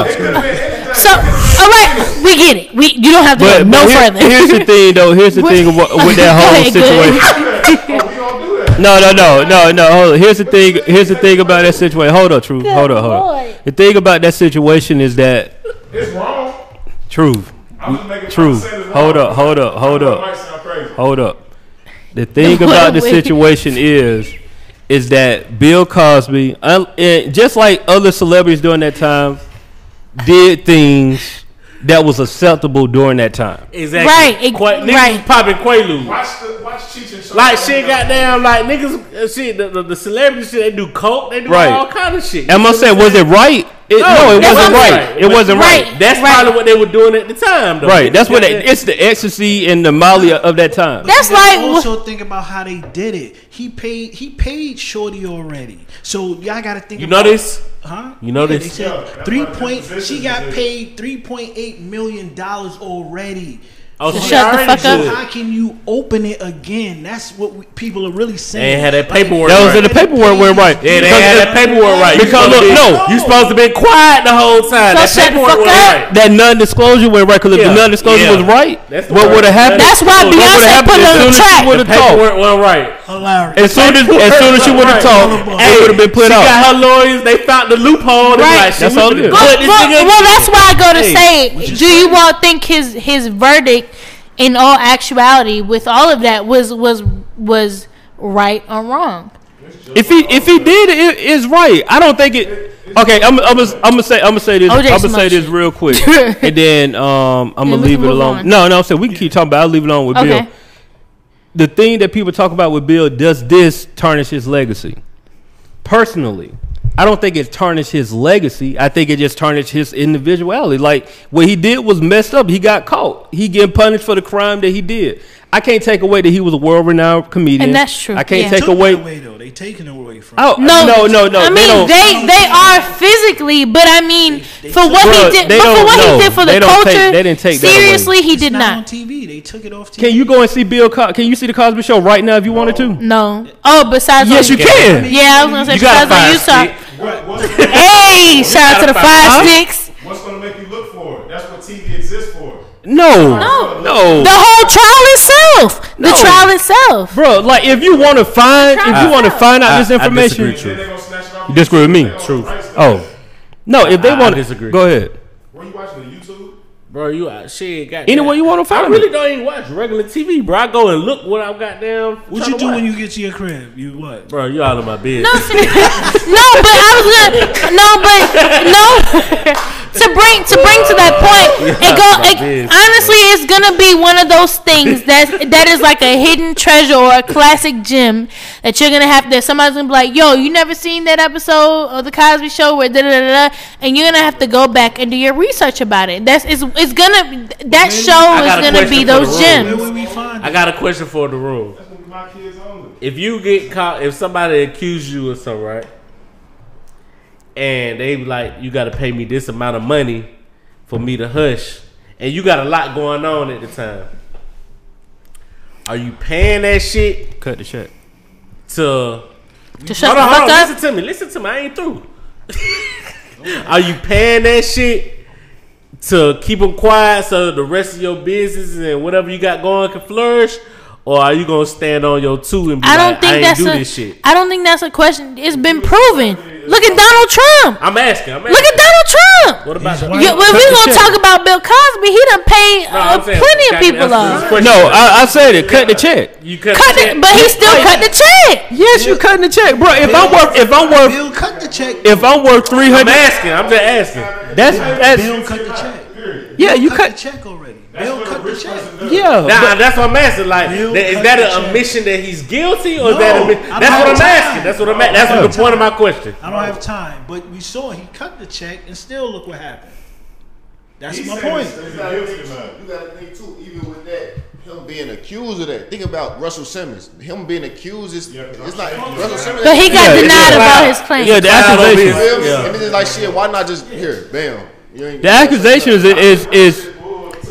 So all right, we get it. We you don't have to go
But,
no
but here-
further.
here's the thing, though. Here's the
What-
thing with, with that
Go
whole
ahead, go ahead.
situation. No, no, no, no, no. Hold on. Here's the thing. Here's the thing about that situation. Hold on, truth. hold on, hold on.
Lord.
The thing about that situation is that
It's wrong.
truth,
I'm just making
True. Hold up, hold up, hold up. hold up. The thing
What
about
a
the
waste.
situation is, is that Bill Cosby, un- and just like other celebrities during that time, did things that was acceptable during that time.
Exactly.
Right, it-
Qua- niggas
right.
was popping Quaaludes.
Watch the watch Cheech and Chong.
Like shit, goddamn. Like niggas, uh, shit. The, the, the celebrity shit. They do coke. They do
Right.
all kind of shit.
Am I saying was it right? It, no, it
that's
wasn't
what I'm
right.
saying.
It wasn't right.
Right.
That's probably what they were doing at the time, though.
Right. That's what
Yeah,
they,
yeah.
it's the ecstasy and the Molly of that time.
That's
You gotta
like
also think about how they did it. He paid. He paid Shorty already. So y'all gotta think.
You know
about-
this?
Huh?
You know
Yeah,
this?
They said three point. She got paid three point eight million dollars already.
Oh, so
Shut
she
the
already
fuck
So
good.
up.
how can you open it again? That's what we, people are really
They
saying.
ain't had that
Like,
paperwork.
That was
right.
in the paperwork went right.
Yeah, they
Because
had
it-
that paperwork right. You
Because
supposed to
look,
be-
no,
you supposed to been quiet the whole time. that
So shut the fuck
paperwork was
up.
right.
that non-disclosure went right. Because if
Yeah.
the non-disclosure
Yeah.
was right,
That's the word.
what would have happened?
That's why
what would've
Beyonce
happened
put it
is
on
soon
the
as she
track.
The
would've talked.
paperwork went right.
hilarious.
As soon as, as soon as she would have
Right.
talked,
Hey,
it would have been put
she
out.
got her lawyers. They found the loophole. They
Right.
Like, shit,
That's
we
all
finna
it is.
put
Well,
this
well,
nigga in
well, that's why I go to
Hey,
say, do you all think his his verdict, in all actuality, with all of that, was was was right or wrong?
If he if he did, it is right. I don't think it. Okay, I'm I'm gonna I'm gonna say I'm gonna say this.
OJ
I'm gonna say
smokes.
this real quick, and then um I'm
Yeah,
gonna
we
leave
can
it
move
alone.
on.
No, no, I'm saying we can keep talking, but I'll leave it alone with
Okay.
Bill. The thing that people talk about with Bill does this tarnish his legacy? Personally, I don't think it tarnished his legacy. I think it just tarnished his individuality. Like what he did was messed up. He got caught. He getting punished for the crime that he did. I can't take away that he was a world renowned comedian.
And that's true,
I can't
yeah.
take
Took it
away
away though. They taking it away from.
Oh
No,
no, no, no!
I
they
mean,
don't,
they they, are physically, but I mean,
They- they
for
took-
what
Bruh,
he did,
they
but for
don't
what
know.
he did for
They
the
don't
culture,
take- they didn't take that away.
seriously, he
It's
did
not on
not.
TV. They took it off TV.
Can you go and see Bill? Co- can you see the Cosby Show right now if you wanted to?
No. Oh, besides,
Yes,
on-
you can.
Yeah, I was gonna say
You gotta
besides on you
find
saw.
What, what's,
Hey, shout out to the
Huh?
five sticks.
what's gonna make you look for it? That's what TV exists for.
No,
No.
no,
The whole trial itself. The
No.
trial itself.
bro. Like if you want to find, if you
Try
want to
it out.
find out
I-
this
I disagree,
information,
Truth.
they gonna snatch it off.
You disagree with me?
Truth.
oh no, if they
I- I
want,
disagree.
Go ahead.
Were you watching it, YouTube?
Bro, you out shit. Goddamn.
Anywhere you wanna find
I really
it.
don't even watch regular TV, bro. I go and look what I got down.
What you do when you get to your crib? You what?
Bro, you out of my bed.
No, see- no, but I was gonna. No, but no. to bring to bring to that point, it go.
my
It,
business,
honestly, it's gonna be one of those things that that is like a hidden treasure or a classic gem that you're gonna have. That somebody's gonna be like, "Yo, you never seen that episode of the Cosby Show where da da da,", da," and you're gonna have to go back and do your research about it. That's it's, it's gonna that show
got a
is gonna
question
be
for the
those
room.
Where
gems.
would we find
I got a question for the room.
That's gonna be my kids only.
If you get caught, if somebody accuse you of something, right? And they be like, you got to pay me this amount of money for me to hush, and you got a lot going on at the time. Are you paying that shit
Cut the shit.
to?
To shut
hold on,
the
hold
fuck
on.
up.
Listen to me. Listen to me. I ain't through. Are you paying that shit to keep them quiet so the rest of your business and whatever you got going can flourish, or are you gonna stand on your two and be
I don't
like,
think
I ain't
that's
do
a,
this shit?
I don't think that's a question. It's been proven. Look at Donald Trump.
I'm asking. I'm asking.
Look at Donald Trump.
what about the,
Yeah, well,
Cut
we're
the
gonna
check.
talk about Bill Cosby. He done paid
No,
uh,
I'm saying,
plenty of
got-
people
that's-
off.
that's-
No, I, I said it. Cut the check.
you cut,
Cut
the
the,
check.
but he still cut the check.
Yes, you cutting the check, bro. If I'm worth, if I'm worth,
Bill cut the check.
if I'm worth three
I'm
hundred,
asking. I'm just asking.
that's
Bill
that's
cut the check.
yeah. You
Cut the
cut
check already. Bill cut the check.
yeah.
Nah, that's what I'm asking. Like,
Bill
that- is
cut
that
the
an
check.
admission that he's guilty, or is that?
No,
Admi- that's
I'm
what
out
I'm
of
asking.
time.
That's what I'm. a- That's
I'm
what
out
the
of
point of my question.
I don't have time, but we saw he cut the check and still look what happened. That's my point.
You gotta think too- you gotta think too, even with that, him being accused of that. Think about Russell Simmons. Him being accused is it's not Russell Simmons.
But he got
Yeah,
denied
yeah.
about his claim.
Yeah, the
Cloud over
accusation.
here.
Feel me? And it's just like shit. Why not just here? Bam. You ain't-
The accusation is is is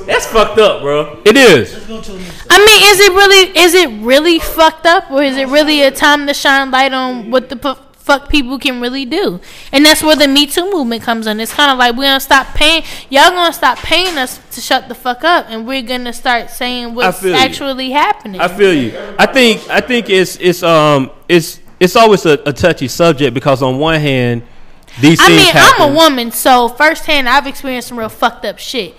That's fucked up, bro.
it is.
I mean, is it really is it really fucked up, or is it really a time to shine light on what the pu- fuck people can really do? And that's where the Me Too movement comes in. It's kind of like we're gonna stop paying y'all gonna stop paying us to shut the fuck up, and we're gonna start saying what's
feel you.
actually happening.
I feel you. I think I think it's it's um it's it's always a, a touchy subject because on one hand these
I
things
mean,
happen.
I'm a woman, so firsthand, I've experienced some real fucked up shit.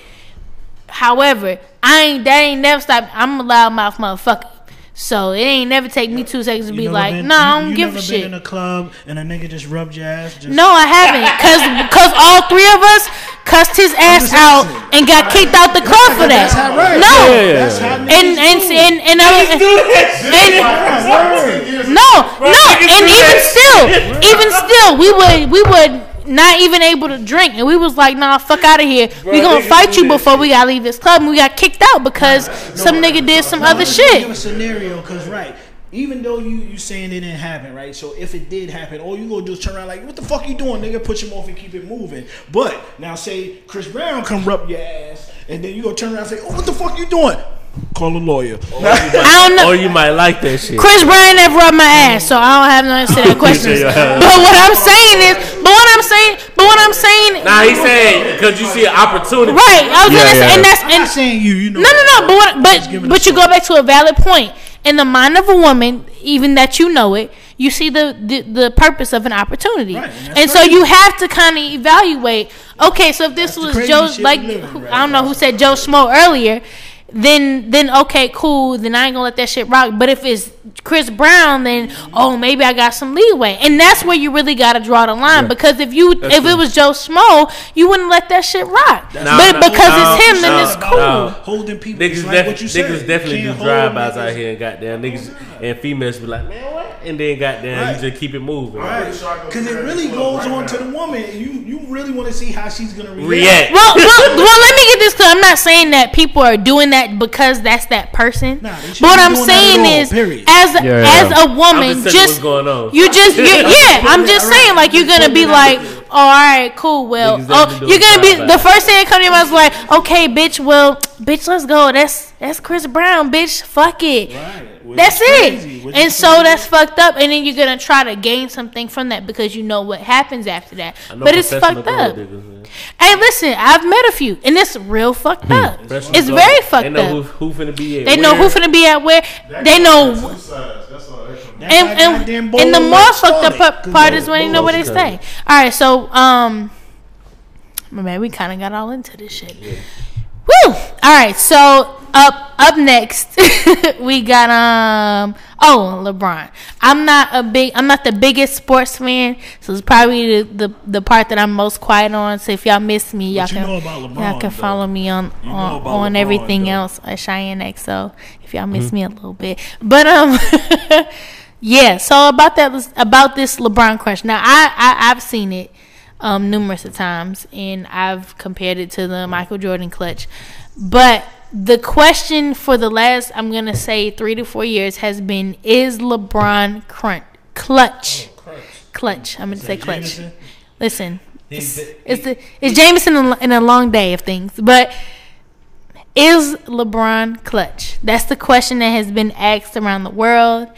However, I ain't that ain't never stop. I'm a loudmouth motherfucker, so it ain't never take me two seconds to be
You never
like,
been-
no, I
you-
don't
you
give
never
a
Been
shit.
in a club and a nigga just rubbed your ass. Just
No, I haven't. Cause because all three of us cussed his ass out and got kicked out the club for that. No.
Yeah.
That's how
And
niggas
and
do.
and and I was and, no no and even still even still we would we would not even able to drink and we was like nah fuck out of here we gonna
niggas
fight
do
you
that
before we gotta leave this club and we got kicked out because some nigga did some other
Give a
shit
scenario, cause right. Even though you you saying it didn't happen, right? So if it did happen, all you gonna do is turn around like, what the fuck you doing, nigga? Push him off and keep it moving. But now say Chris Brown come rub your ass, and then you gonna turn around and say, oh, what the fuck you doing? Call a lawyer.
Oh.
I don't know
Or you might like that shit.
Chris Brown never rubbed my ass, so I don't have no answer to that question. but what I'm saying is, but what I'm saying, but what I'm saying,
Nah, he said because you see an opportunity.
right? I was
Yeah,
gonna say,
yeah.
and that's
I'm
and
not saying you, you know.
no, no, no. But what,
giving
but
a
but you go back to a valid point. In the mind of a woman, even that you know it, you see the the, the purpose of an opportunity,
Right,
and,
that's
so you have to kind of evaluate. Okay, so if this was
crazy
Joe,
shit we
like
living
who-
right
I don't know who said Joe Schmo earlier. Then, then okay, cool. Then I ain't gonna let that shit rock. But if it's Chris Brown, then
Mm-hmm.
oh, maybe I got some leeway, and that's where you really gotta draw the line. Because if you, if it was Joe Schmo, you wouldn't let that shit rock.
Nah,
but
nah,
because
nah,
it's him,
nah,
then it's
nah.
cool.
Holding people
Niggas,
it's like
def-
what you said.
niggas definitely
Can't
do
hold
drive-bys
niggas.
out here and goddamn niggas and females be like, man, what? And then goddamn,
Right.
you just keep it moving.
Right, because it really
Oh,
goes on to the woman. and You you really want to see how she's gonna react.
React.
well, well, well, let me get this clear. I'm not saying that people are doing that because that's that person.
Nah, they
but
shouldn't
what
be
I'm
doing that at
saying
all,
is,
period.
as a,
Yeah,
as
yeah.
a woman,
I'm just saying what's
just
going on.
you just you yeah. I'm just
Alright,
saying like you're gonna be like, oh, all right, cool. Well,
Niggas
oh,
definitely
you're
doing
gonna be
drive-by.
the first thing that comes to your mind is like, okay, bitch. Well, bitch, let's go. That's that's Chris Brown, bitch. Fuck it.
Right, which
That's
is crazy,
it.
which
And
is
so that's fucked up. And then you're gonna try to gain something from that because you know what happens after that.
I know
But it's
professional
fucked
gold
up.
diggers, man.
Hey, listen, I've met a few, and it's real fucked up.
Professional
It's
gold.
very fucked
Hmm. They know
up.
who, who finna be at
They know
where.
who finna be at where. They know,
That's
and
like goddamn
and,
bowling
and the more
like
fucked up
Charlotte.
part-
Good
part
Lord.
is when they know where they stay. All right, so um, man, we kind of got all into this shit. Woo! All right, so up up next, we got um oh LeBron. I'm not a big I'm not the biggest sports fan, so it's probably the the, the part that I'm most quiet on. So if y'all miss me, y'all
But you
can
know about LeBron,
y'all can
though.
follow me on
You know
on,
about
on
LeBron,
everything
though.
else at Cheyenne XO. If y'all miss me a little bit, but um. Yeah, so about that about this LeBron crush. Now I, I I've seen it um numerous of times and I've compared it to the Michael Jordan clutch. But the question for the last I'm going to say 3 to 4 years has been is LeBron crunch clutch? Clutch. I'm going to say clutch.
Jameson?
Listen. It's, it's the it's Jameson in a- in a long day of things, but is LeBron clutch? That's the question that has been asked around the world.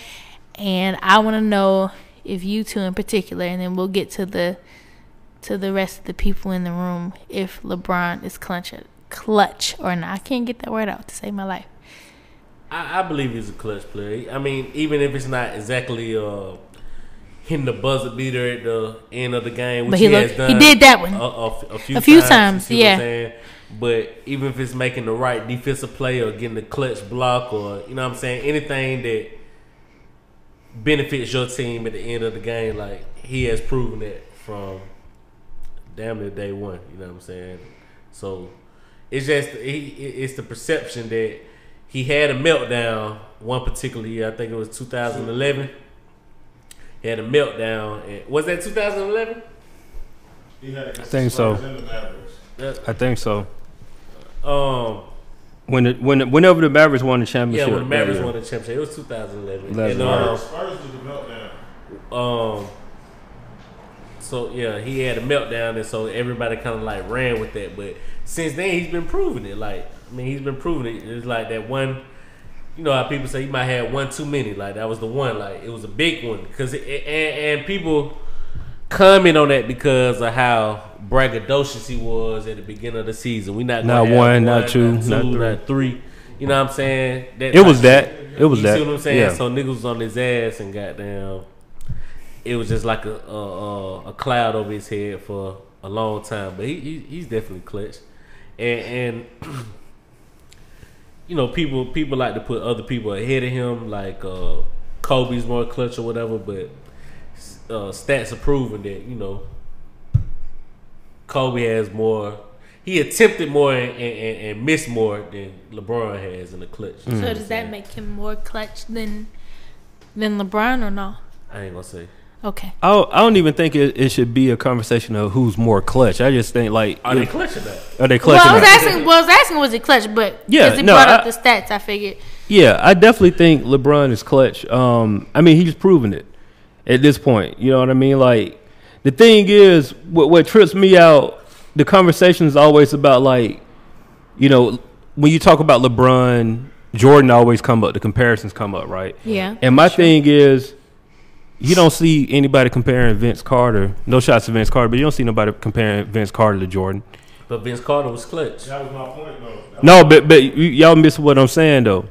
And I want to know if you two in particular, and then we'll get to the to the rest of the people in the room, if LeBron is clutch, clutch or not. I can't get that word out to save my life.
I, I believe he's a clutch player. I mean, even if it's not exactly uh, hitting the buzzer beater at the end of the game, which
But
he,
he
has
looked- he
done Uh,
did that one.
a, a- a few
A few
times.
times,
you see what I'm
yeah.
saying? But even if it's making the right defensive play or getting the clutch block or you know what I'm saying anything that benefits your team at the end of the game, like he has proven that from damn near day one. You know what I'm saying? So it's just he, it- it's the perception that he had a meltdown one particular year. I think it was 2011. He had a meltdown. and- was that 2011?
I
think so. I think so.
Um,
When it, when it- whenever the Mavericks won the
yeah,
championship,
when the Mavericks
that
won
year.
the championship, it was 2011. And,
Eleven.
um,
Spurs did the meltdown.
Um. So yeah, he had a meltdown, and so everybody kind of like ran with that. But since then, he's been proving it. Like I mean, he's been proving it. It's like that one. You know how people say you might have one too many. Like that was the one. Like it was a big one because and and people comment on that because of how braggadocious he was at the beginning of the season. We not
Not
gonna have
one, not two, not
not,
three.
three. You know what I'm saying? That
It was
type
that. It was
you
that.
see what I'm saying?
Yeah.
So niggas was on his ass and goddamn, it was just like a a, a, a cloud over his head for a long time. But he, he he's definitely clutch, and and you know people people like to put other people ahead of him, like uh, Kobe's more clutch or whatever. But uh, stats are proving that you know Kobe has more. He attempted more and, and, and missed more than LeBron has in the clutch.
Mm.
So does that make him more clutch than than LeBron or no?
I ain't gonna say.
Okay.
I don't, I don't even think it, it should be a conversation of who's more clutch. I just think like
Are they clutching that?
are they clutch?
Well, I was
or not?
asking. Well, I was asking was it clutch, but
Yeah,
because he
no,
brought up
I-
the stats, I figured.
Yeah, I definitely think LeBron is clutch. Um, I mean, he's proven it at this point. You know what I mean? Like, the thing is, what, what trips me out, the conversation is always about, like, you know, when you talk about LeBron, Jordan always come up, the comparisons come up, right?
Yeah.
And my thing is, you don't see anybody comparing Vince Carter, no shots to Vince Carter, but you don't see nobody comparing Vince Carter to Jordan.
But Vince Carter was clutch.
That was my point, though.
No, but but y- y'all miss what I'm saying though.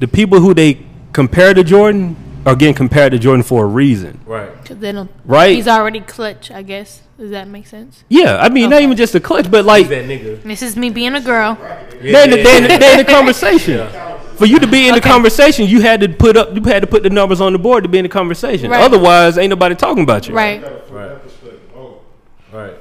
The people who they compare to Jordan are getting compared to Jordan for a reason,
Right.
Cause they don't.
right?
He's already clutch, I guess. Does that make sense?
yeah, I mean not even just the clutch, but like
He's that nigga.
This is me being a girl.
they in the, they in the, they in the conversation. For you to be in the
Okay.
conversation, you had to put up you had to put the numbers on the board to be in the conversation.
Right.
Otherwise, ain't nobody talking about you.
Right.
Right. Right.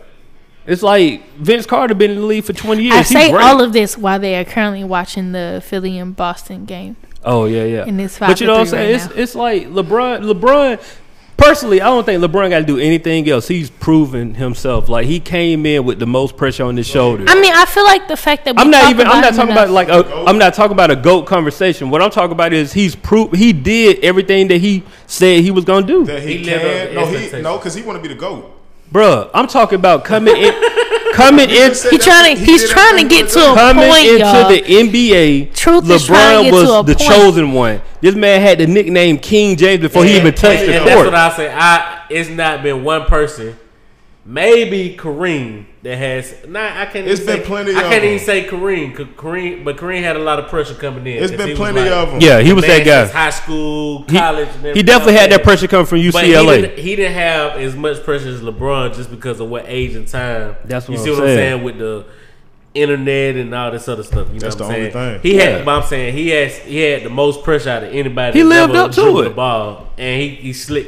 It's like Vince Carter been in the league for 20 years.
I
He's
say
great.
all of this while they are currently watching the Philly and Boston game.
Oh yeah, yeah.
And it's five
but you
to
know what I'm
three
saying?
right
it's it's like LeBron. LeBron. Personally, I don't think LeBron got to do anything else. He's proven himself. Like he came in with the most pressure on his shoulders.
I mean, I feel like the fact that we
I'm not
talk
even. I'm
about
not
him
talking
enough-
about like. A, I'm not talking about a goat conversation. What I'm talking about is he's proof. He did everything that he said he was gonna do,
That
He
he,
lived up to
can. No, he
expectations.
no, because he want to be the goat.
bruh. I'm talking about coming in, coming in,
said
He trying to.
He
He's
did
trying to
everything
get
for
to a
coming
point,
into
y'all.
the NBA.
Truth is trying to get
LeBron
to a
was the
point.
chosen one. This man had the nickname King James before he even touched
and,
the
and
court.
That's what I say. I it's not been one person, maybe Kareem that has. Nah, I can't.
It's
even
been
say,
plenty
I
of
can't
them.
even say Kareem. 'cause Kareem, but Kareem had a lot of pressure coming in.
It's
It's
been plenty of them.
yeah, he was that guy.
High school,
He-
college. and
He,
everything
definitely
else.
had that pressure coming from
But he didn't,
UCLA.
he didn't have as much pressure as LeBron just because of what age and time.
That's what
you
I'm
see what
saying.
I'm saying with the internet and all this other stuff. You know
That's
what
the
I'm
only
saying?
thing.
He
Yeah.
had, but I'm saying he has he had the most pressure out of anybody.
He
that's
lived
ever
up to
dribbled The
it.
ball and he he slick.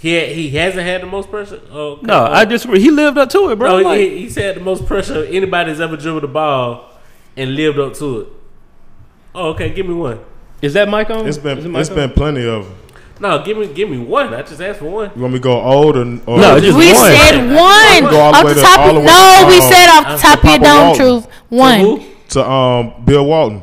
He had, he hasn't had the most pressure. Oh,
No, I disagree. He lived up to it, bro.
No,
Like,
he, he's had the most pressure of anybody's ever dribbled the ball and lived up to it. Oh, okay, give me one.
is that Mike on? Is
It's
it
been
mic
it's
on?
been plenty of them.
No, give me give me one. I just asked for one.
You want me to go old or, or
No, just-
We
one.
said one
Go all the
off
way
the
to-
top.
all the
Of,
way to,
no, we
um,
said off the top of your
Papa
dome.
Walton.
Truth one.
Who?
to um Bill Walton.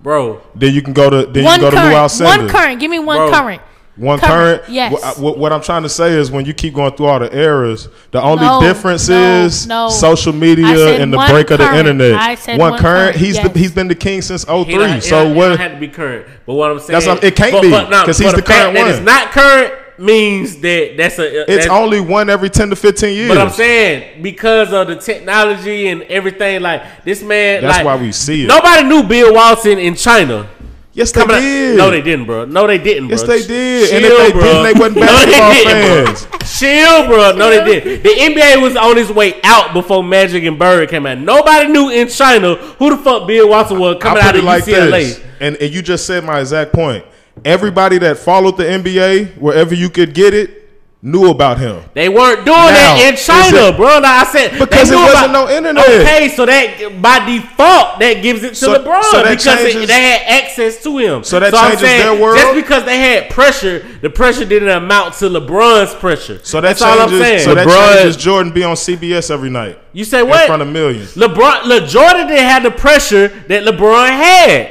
Bro,
Then you can go to then
One
you can go to Lou
current.
Alcindor.
One current. Give me one
Bro.
current.
One
Current,
current.
yes.
What, I- what- what I'm trying to say is when you keep going through all the errors, the only
No,
difference
no,
is
no.
social
I said
media and the
one
break of the
current.
internet.
I said one current,
He's
yes.
the, he's been the king since
He don't- he
03.
don't-
So
he
what?
don't have to be current. But what I'm saying,
That's what- it can't
but-
be,
but no,
'cause
but
he's
the
the current
fact that
one.
it's not current means that that's a.
It's
that's-
only one every 10 to 15 years.
But I'm saying because of the technology and everything, like this man,
That's
like,
why we see it.
Nobody knew Bill Walton in China.
Yes, they
Coming out-
did.
No, they didn't, bro. No, they didn't, bro.
Yes, they did.
Chill,
And if they
bro.
didn't, they wasn't
No,
basketball
didn't, bro. Chill, bro. No, they didn't. The NBA was on his way out before Magic and Bird came out. Nobody knew in China who the fuck Bill Watson was coming out of UCLA.
and, and you just said my exact point. Everybody that followed the NBA, wherever you could get it, knew about him.
They weren't doing
Now,
that in China,
is it-
bro. Now, I said
Because
they
it
knew
wasn't no internet.
Okay, so that by default that gives it to
So-
LeBron
so that
because
changes-
it, they had access to him.
So that
I'm
changes their world?
Just because they had pressure, the pressure didn't amount to LeBron's pressure.
So that
that's all I'm
changes-
saying.
So
LeBron-
that changes Jordan be on CBS every night
you say
in
what?
front of millions.
LeBron, Le Jordan didn't have the pressure that LeBron had.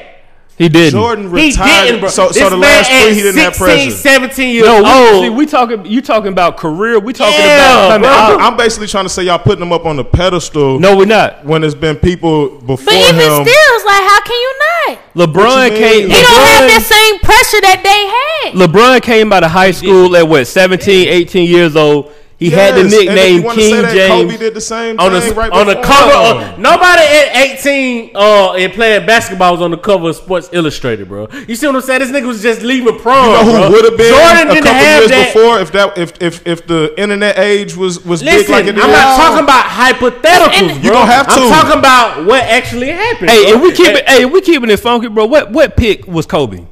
He didn't.
Jordan
He
retired.
didn't, bro.
So,
this
so the
man
last
at
three, he didn't have
16,
pressure.
17 years
No, we,
oh.
old.
see, we talking. You talking about career? We talking
Yeah,
about coming
bro.
out.
I'm, I'm basically trying to say y'all putting him up on the pedestal.
No, we're not.
when there's been people before
But even
him.
still, it's like, how can you not?
What
LeBron
you
came.
mean?
He don't have that
LeBron,
same pressure that they had.
LeBron came out of high school at what 17, 18 years old. He had the
Yes, and if you
nickname
wanna say
King
that,
James.
Kobe did the same
on
thing
the
right
on the
before
cover
him.
of nobody at 18 uh and playing basketball was on the cover of Sports Illustrated, bro. You see what I'm saying? This nigga was just leaving prom.
You know
bro.
who would have been
Jordan
a
didn't
couple
have
years
that.
before if that if if if the internet age was was big
Listen,
like it is.
I'm not talking about hypotheticals,
And-
bro.
You don't have to.
I'm talking about what actually happened.
Hey,
bro.
if we keep it, hey, if we keeping it funky, bro. What what pick was Kobe?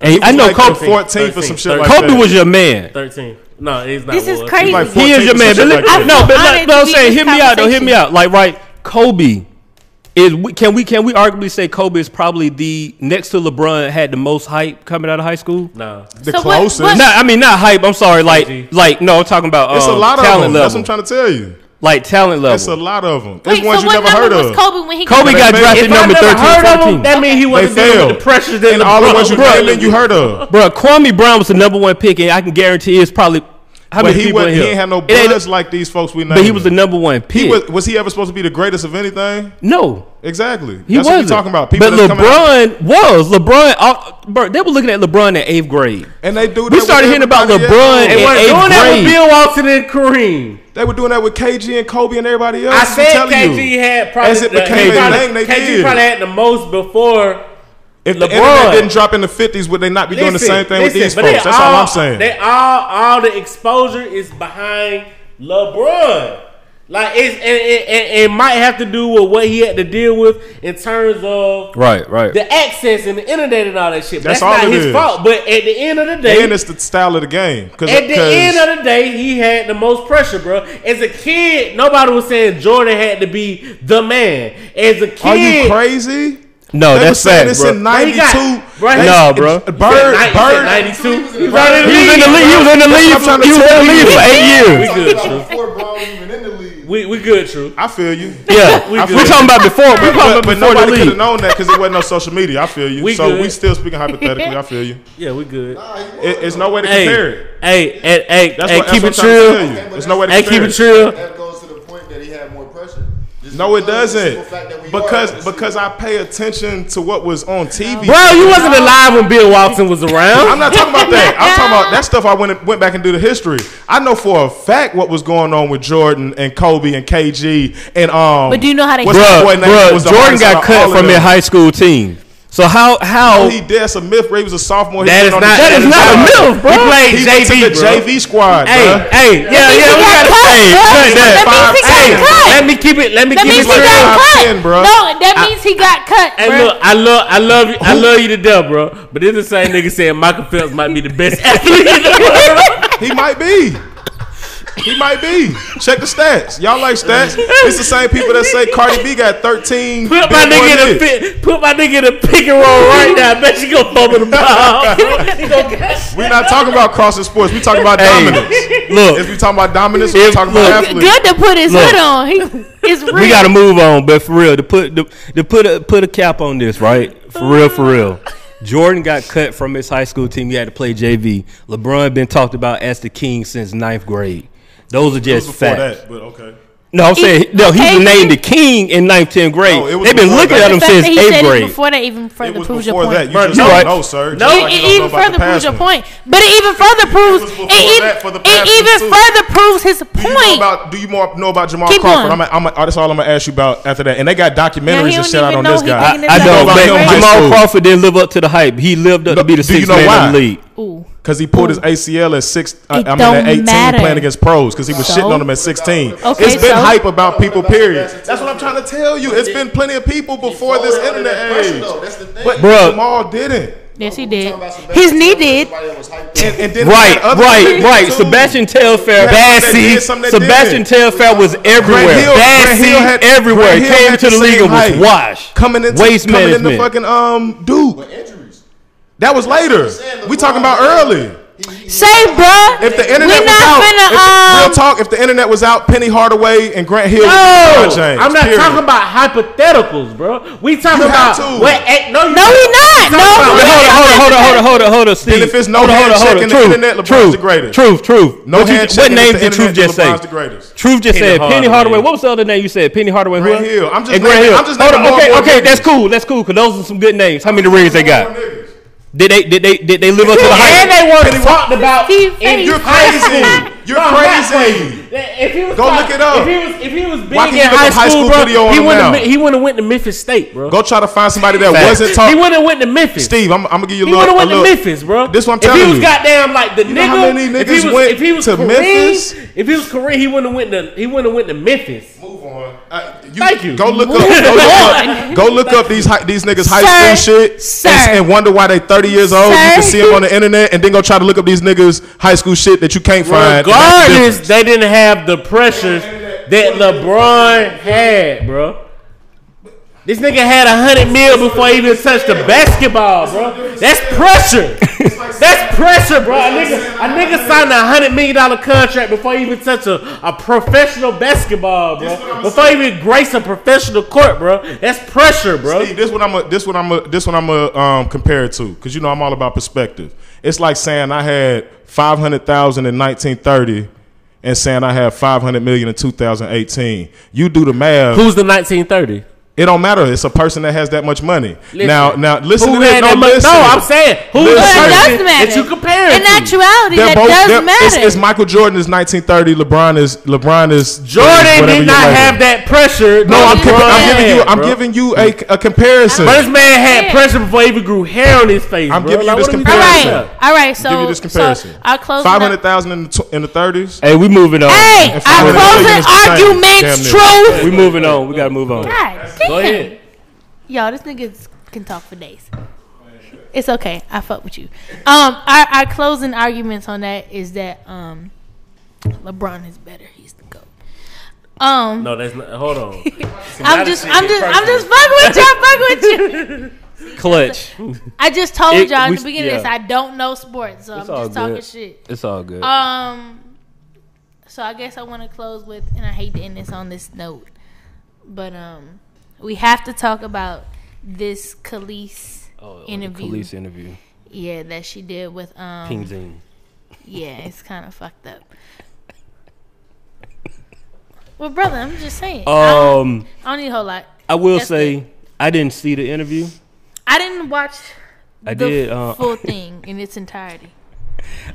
Hey, I know
like
Kobe.
the 14th or some shit like
Kobe
that.
was your man.
13. No, it's not.
This is
was.
crazy.
like
He
He is your
14th or
man. But
some
look,
shit like
I,
that.
no, but
Honored
like, but
to
I'm
be this
saying, hear me out though. Hear me
conversation.
out. Like, right, Kobe is. we- Can we can we arguably say Kobe is probably the next to LeBron had the most hype coming out of high school?
No.
the
So what-
closest.
what-
Nah, I mean not hype. I'm sorry.
Crazy.
Like like no, I'm talking about um,
it's a lot of them.
talent
That's
level.
what I'm trying to tell you.
like talent level.
It's a lot of them.
Wait,
it's ones
so
you
what
never heard
number was
of.
Kobe when he
Kobe
But
got
they
drafted
made-
If I
number
never
13,
heard of
14.
him, that means he
They
wasn't dealing with
failed.
the pressure that
And all the
LeBron-
ones you
bro,
naming, you heard of.
Bro, Kwame Brown was the number one pick, and I can guarantee it's probably how
But
many
he
people
wasn't.
in
He
here.
ain't had no
It ain't-
buzz like these folks we named.
But he was the number one pick.
He was, was he ever supposed to be the greatest of anything?
no,
Exactly.
he
That's what
wasn't
we're talking about. People
but
that's coming out-
LeBron was LeBron. all- bro, they were looking at LeBron in eighth grade.
and they do. that
We
with
started hearing about
everybody
LeBron
else.
They
in
weren't
eighth
doing that with
grade.
Bill Watson and Kareem.
They were doing that with KG and Kobe and everybody else.
I
I'm
said
telling
KG
you.
had probably
As it
the-
became
he
a
probably-
thing, they
KG
did.
probably had the most before.
If the
LeBron.
internet didn't drop in the fifties, would they not be doing the same thing with
listen,
these
but they
folks? That's all I'm saying.
They all all the exposure is behind LeBron. Like it's and it, it, it might have to do with what he had to deal with in terms of
Right, right.
the access and the internet and all that shit.
That's
That's,
all
not
it
his
is.
fault. But at the end of the day,
and it's the style of the game. Cause,
at the
'cause
end of the day, he had the most pressure, bro. As a kid, nobody was saying Jordan had to be the man. As a kid,
are you crazy?
no,
they were
Oh, that's
saying
sad,
this
bro.
in
Bro, he
'92.
got- bro, he-
No, bro.
Bird,
He said ni- he said
Bird.
92. He was
He was in the league. He was in the
That's
league.
what I'm trying to
He was
tell
in the
you.
league for eight
We
years.
good,
About
true.
Before Brown even in the league.
We, we good, true.
I feel you.
Yeah,
We
we're
good.
talking about before. We're talking
But,
about before
but
the
nobody could have
league.
known that because it wasn't on social media. I feel you.
We
so
good.
we still speaking hypothetically. I feel you.
Yeah, we good.
It, it's no way to
Hey,
compare it.
hey, hey, hey,
That's
hey,
what,
keep it
that's what I'm trying to
chill.
tell you. There's no way to
Hey,
compare
keep it
it.
chill.
That goes to the point that he had more pressure. Just
No, it
because of the simple
doesn't.
fact that we are.
Because because I pay attention to what was on TV.
Bro, you wasn't alive when Bill Watson was around.
I'm not talking about that. I'm talking about that stuff. I went went back and do the history. I know for a fact what was going on with Jordan and Kobe and KG and um.
But do you know how they-
what's the
Bro,
boy name that
bro,
was the
Jordan
hardest out
got
of all
cut
of
from
them?
their high school team. So how how
Oh, he did. That's a myth. Where he was a sophomore.
That is not
That is not a myth, bro.
He played
He
JV,
JV, to the
bro.
JV squad.
Hey,
bruh.
hey, yeah, yeah,
he got
we gotta
cut,
hey,
bro.
cut that.
That means
Five,
he got
hey,
cut.
Let me keep it. Let me
That
keep
means he
it.
like
straight.
five,
got cut.
ten, bro.
No, that means he got cut,
Hey,
bro.
look, I love, I love you, I love you to death, bro. But this is the same nigga saying Michael Phelps might be the best athlete in the world.
He might be. He might be. Check the stats. Y'all like stats? It's the same people that say Cardi B got 13.
Put my
big
nigga
one
in a
hit.
fit, put my nigga in a pick and roll right now. I bet you gonna fumble the ball. He gonna catch
We're not talking about crossing sports. We're talking about dominance. If
look
we talking about dominance, we're talking about
look,
athletes.
Good to put his
Look.
hood on. He it's real.
we gotta move on, but for real, to put to, to put a put a cap on this, right? For real, for real. Jordan got cut from his high school team. He had to play JV. LeBron been talked about as the king since ninth grade. Those are
It was
just
before
facts.
that, but okay.
No, I'm saying no. He's
E- okay.
named the king in ninth, tenth grade.
No, it was
They've been
before
looking at
that.
The
him
fact
since
that he
eighth
said it
grade.
before that even
It
further
was
proves your
before
point.
that. You
Bro,
just
you right.
don't know, sir. Just
It,
like you
it
don't know
even
about the
further proves
past
your
one.
point, but it even further proves
was
it
before that for
even,
the
it
past
even
one, too.
further proves his
Do you know
point.
about? Do you more know about Jamal
Keep going.
Crawford? I'm, a, I'm a, that's all I'm gonna ask you about after that. And they got
Now,
documentaries
he
and
don't
shit out
even know
on this
he
guy.
taking
I
it
know,
down.
about him in
but
high
Jamal
school.
Crawford didn't live up to the hype. He lived up
No,
to be the
do you
sixth
know
man
why?
in the league.
Ooh.
Because he pulled his ACL at six. I,
It
I mean,
don't
at 18,
matter.
playing against pros because he was
So?
shitting on them at 16.
Okay,
it's
so?
been hype about people.
What about
Period.
Sebastian
That's what I'm trying to tell you. It's been plenty of people before
Before
this
that, under that
internet
pressure,
age.
though, that's the thing.
But
Bruh.
Jamal didn't.
Yes, he
We
did.
talking about Sebastian
His knee
Telfair,
did.
somebody that was hyped
And,
up.
and then
Right,
they got other
right,
niggas
right.
too.
Sebastian Telfair,
Yeah, something that
Bassy,
did, something that
Sebastian
didn't.
Telfair was everywhere.
Hill- Grant
Bassy
Hill had-
everywhere.
Grant Hill
Came
had
to the
same
league and was
hype.
washed.
coming into
waste
coming into
management.
fucking um Duke.
But injuries.
That was later.
saying,
We
LeBron-
talking about early.
Say, bruh,
If the internet
we
was
not
out, if,
finna,
real
um,
talk. If the internet was out, Penny Hardaway and Grant Hill. would be
No,
LeBron James,
I'm not
period.
talking about hypotheticals, bro. We talking
You
about
have to.
what? eh, no,
No, we
you
not.
We talking
No,
about-
we
But hold on, hold on, hold on, hold on, hold on, hold on, Steve.
if it's no
hold on, hold on,
handshake
hold on.
in the internet, LeBron's
truth,
the greatest.
Truth, truth.
No
what, you,
handshake
what
in the
name did
internet
Truth
to
just say?
LeBron's the greatest.
Truth just
Penny
said Penny
Hardaway.
Hardaway. What was the other name you said? Penny Hardaway. who
Grant
else?
Hill. I'm just
and Grant
naming-
Hill.
I'm just
hold on.
naming
Okay,
more
okay,
niggas.
that's cool. That's cool. Cause those are some good names. How many rings they got? Did they did they did they live up to the
And
hype?
they
Penny
weren't talked
Hardaway.
about.
Steve
in
Faith.
You're
high
crazy.
school.
You're
No, I'm not
crazy.
crazy. If he was
Go
talk-
look it up.
If he was, if he was big
Why can't
in
you look
high
up high
school,
school
bro,
video on
he
him
wouldn't.
now?
have been- He wouldn't have went to Memphis State, bro.
Go try to find somebody that
Facts.
wasn't
He
talking.
wouldn't have went to Memphis.
Steve, I'm, I'm gonna give you a
He
little.
would have went
a
to
little-
Memphis, bro.
This what I'm
If
telling
he was
you.
goddamn like the
You
nigga,
know how many
if
niggas
he was,
went
if he was
to
Kareem,
Memphis?
if he was Kareem, he wouldn't have went to he wouldn't have went to Memphis.
Move on. Uh,
Thank you.
Go look up.
Move
Go look
on.
up, go look up these hi- these niggas high
Sir,
school shit
sir.
And, and wonder why they thirty years old. You
Sir.
can see them on the internet, and then go try to look up these niggas high school shit that you can't find. and that's the
Regardless,
difference.
they didn't have the pressures that LeBron had, bro. This nigga had a hundred mil before he even touched the basketball, bro. That's pressure. That's pressure, bro. A nigga, a nigga signed a hundred million dollar contract before he even touched a, a professional basketball, bro. Before he even grace a professional court, bro. That's pressure, bro.
Steve, this what I'm a, this what I'm a, this what I'm a, um compare it to because you know I'm all about perspective. It's like saying I had five hundred thousand in 1930, and saying I had five hundred million in 2018. You do the math.
Who's the 1930?
It don't matter. It's a person that has that much money.
Listen.
now, now listen
Who
to this.
had
No,
that much? No,
listen.
I'm saying who's the
Listen.
but
Listen.
it
person
does matter.
that you compare it
In
to?
actuality,
They're
that
both-
does
they're-
matter.
It's, it's Michael Jordan is 1930. LeBron is LeBron is
Jordan
whatever
did
you
not
like.
have that pressure.
No,
Yeah,
I'm, giving- I'm
bro.
giving you. I'm
bro.
giving you a, a comparison.
But this man had
Yeah.
pressure before he even grew hair on his face.
I'm
bro.
giving
Like,
you
what
this
are
all
comparison.
talking
right,
about?
all right. So,
Give you this comparison.
so our closing.
Five hundred thousand in the tw- in the 30s.
Hey, we moving on.
Hey,
If
our
I would've taken
closing
this to
arguments,
China,
truth.
We moving on. We gotta move on.
God
Go
damn.
ahead.
Y'all, this nigga is- can talk for days. It's okay. I fuck with you. Um, our, our closing arguments on that is that um, LeBron is better. He's the goat. Um,
No, that's not. Hold on.
I'm just, I'm just, I'm just fucking with y'all. Fucking with you.
Clutch.
I just told
It-
y'all
we-
at the beginning of this.
yeah.
I don't know sports, so
It's
I'm
all
just talking
good.
shit.
It's all good.
Um, so I guess I want to close with, and I hate to end this on this note, but um, we have to talk about this Khalees
Oh,
interview.
Police interview.
Yeah, that she did with um.
Ping zing.
Yeah, it's kind of fucked up. Well, brother, I'm just saying. I, don't,
Um,
I don't need a whole lot.
I will
That's
say
it.
I didn't see the interview.
I didn't watch.
I
the
did, uh,
full thing in its entirety.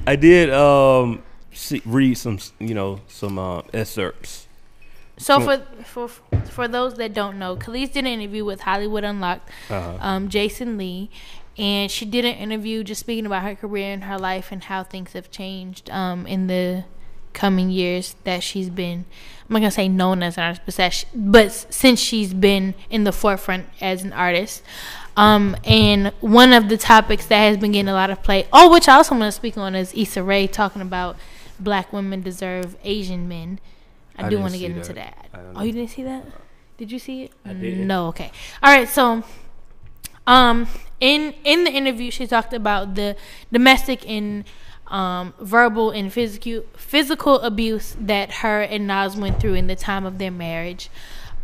I did um see, read some you know some uh, excerpts.
So for for for those that don't know, Khalees did an interview with Hollywood Unlocked,
Uh-huh.
um, Jason Lee, and she did an interview just speaking about her career and her life and how things have changed um, in the coming years that she's been. I'm not gonna say known as an artist, but, that she- but s- since she's been in the forefront as an artist, um, and one of the topics that has been getting a lot of play, oh, which I also want to speak on is Issa Rae talking about black women deserve Asian men. I, do
didn't
want to
see
get into
that.
that.
I don't
Oh, you didn't see that? Did you see it? I
didn't.
No. Okay. All right. So, um, in in the interview, she talked about the domestic and um, verbal and physical physical abuse that her and Nas went through in the time of their marriage.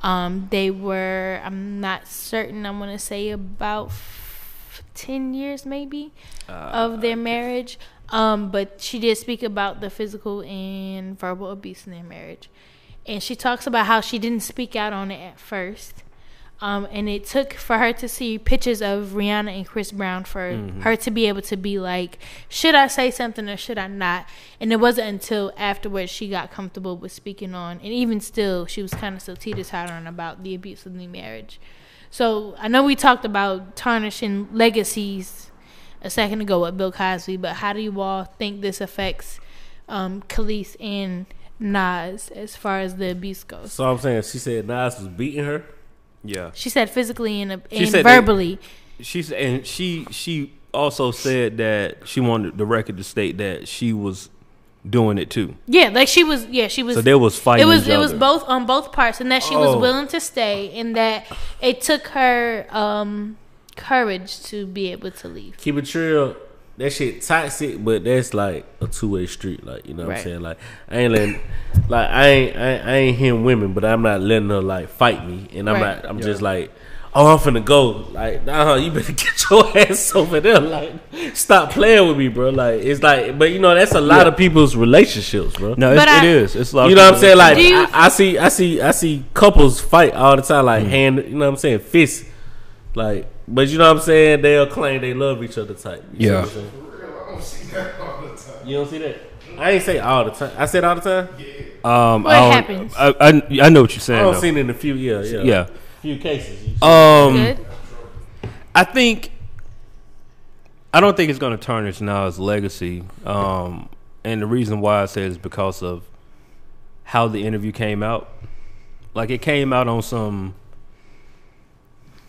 Um, they were. I'm not certain. I want to say about f- ten years, maybe, of their marriage. Um, but she did speak about the physical and verbal abuse in their marriage and she talks about how she didn't speak out on it at first. Um, and it took for her to see pictures of Rihanna and Chris Brown for her to be able to be like, should I say something or should I not? And it wasn't until afterwards she got comfortable with speaking on. And even still, she was kind of still teeter tottering about the abuse of the marriage. So I know we talked about tarnishing legacies a second ago with Bill Cosby, but how do you all think this affects um, Khalees and Nas as far as the abuse goes?
So I'm saying she said Nas was beating her.
Yeah.
She said physically and, uh,
She
and
said that-
verbally.
She's and she she also said that she wanted the record to state that she was doing it too.
yeah, like she was. Yeah, she was.
So there was fighting.
It was
each
it was
other.
both on both parts, and that she was
Oh.
willing to stay, and that it took her um courage to be able to leave.
Keep it real. That shit toxic, but that's like a two way street. Like you know what
Right.
I'm saying. Like I ain't letting, like I ain't, I, ain't- I ain't hitting women, but I'm not letting her like fight me, and I'm
Right.
not. I'm just like, oh, I'm finna go. Like nah, you better get your ass over there. Like stop playing with me, bro. Like it's like, but you know that's a lot of people's relationships, bro.
No,
But
it's,
I-
it is. It's like
You know what I'm saying? Like
Do you-
I, I see, I see, I see couples fight all the time,
Mm.
like hand. You know what I'm saying? Fists. Like, but you know what I'm saying? They'll claim they love each other type. You see
Yeah.
what I'm saying? You don't see that? I ain't say all the time. I said all the time.
um,
Well, it
I,
happens.
don't- I, I I know what you're
I
saying.
don't
though.
seen it in a few. Yeah, yeah.
yeah.
Few cases. You see.
Um,
Good.
I think I don't think it's going to tarnish Nas' legacy. Um, and the reason why I say it is because of how the interview came out. Like it came out on some.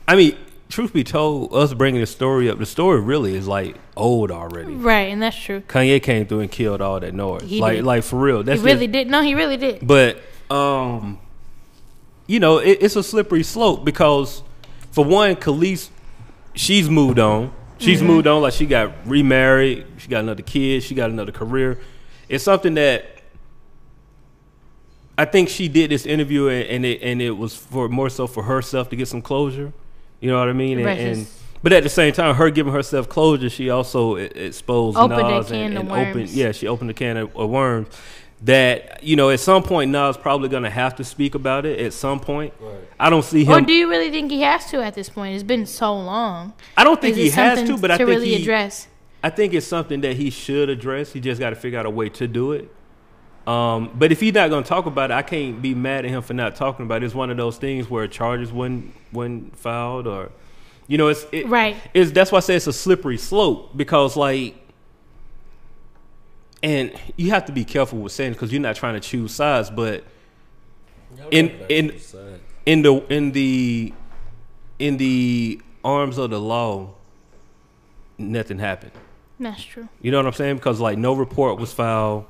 I mean, truth be told, us bringing the story up, the story really is like old already.
Right, and that's true.
Kanye came through and killed all that noise.
Hmm. He
like,
did.
like for real.
He
That's the-
really did. No, he really did.
but um, you know, it, it's a slippery slope because, for one, Khalees, she's moved on. She's
Mm-hmm.
moved on. Like she got remarried. She got another kid. She got another career. It's something that I think she did this interview, and, and it and it was for more so for herself to get some closure. You know what I mean? And,
Right,
and
she's-
but at the same time, her giving herself closure, she also e- exposed
Opened a
Nas
can
and,
of
and opened
worms.
yeah, she opened a can of, of worms. That you know, at some point, Nas probably gonna have to speak about it. At some point, I don't see
Or
him.
do you really think he has to at this point? It's been so long.
I don't think
Is it
he has
something
to, but I think
really
he,
address.
I think it's something that he should address. He just got to figure out a way to do it. Um, but if he's not going to talk about it, I can't be mad at him for not talking about it. It's one of those things where charges wasn't wasn't filed, or you know, it's it,
Right.
It's that's why I say it's a slippery slope because like, and you have to be careful with saying because you're not trying to choose sides, but in in in the in the in the arms of the law, nothing happened.
That's true.
You know what I'm saying? Because like no report was filed,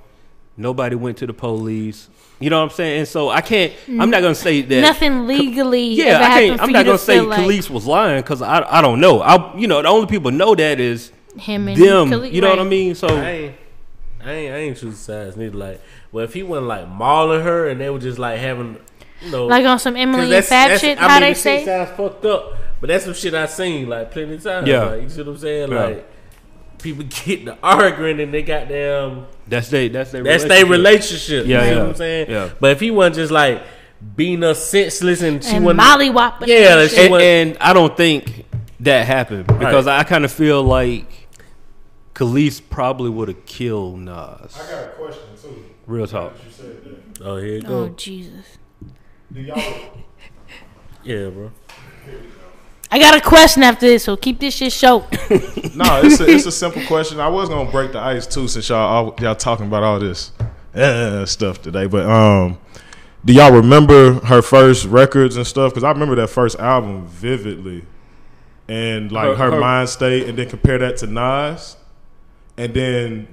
nobody went to the police. You know what I'm saying? And so I can't. I'm not gonna say that.
Nothing legally.
Yeah,
ever
I
happened
can't.
for
I'm
you
not
to
gonna say
feel like
Khalees was lying because I I don't know. I you know the only people know that is
him and
them.
Mm-hmm. Khalees-
you know what I
right.
mean? So
I ain't, I ain't, I ain't choosing sides neither. Like, well, if he wasn't like mauling her, and they were just like having, you know,
Like on some
'Cause
Emily and Fab shit, how they
the shit
say.
sounds fucked up, but that's some shit I seen like plenty of times.
Yeah.
like, you see what I'm saying?
Yeah.
Like people get to arguing and they got them.
that's they that's they
That's their relationship.
Yeah,
you see
yeah,
what I'm saying?
yeah.
But if he wasn't just like beating us senseless and she
and
wasn't,
Molly whopping.
Yeah, like, she
And,
wasn't-
and I don't think that happened because I kind of feel like Khalees probably would have killed Nas.
I got a question too.
Real talk.
You said that.
oh here you go,
oh Jesus!
Do y'all
yeah, bro.
I got a question after this, so keep this shit short.
No, it's a, it's a simple question. I was gonna break the ice too, since y'all all, y'all talking about all this uh, stuff today. But um, do y'all remember her first records and stuff? Because I remember that first album vividly, and like
Her-
her,
her-
mind state, and then compare that to Nas, and then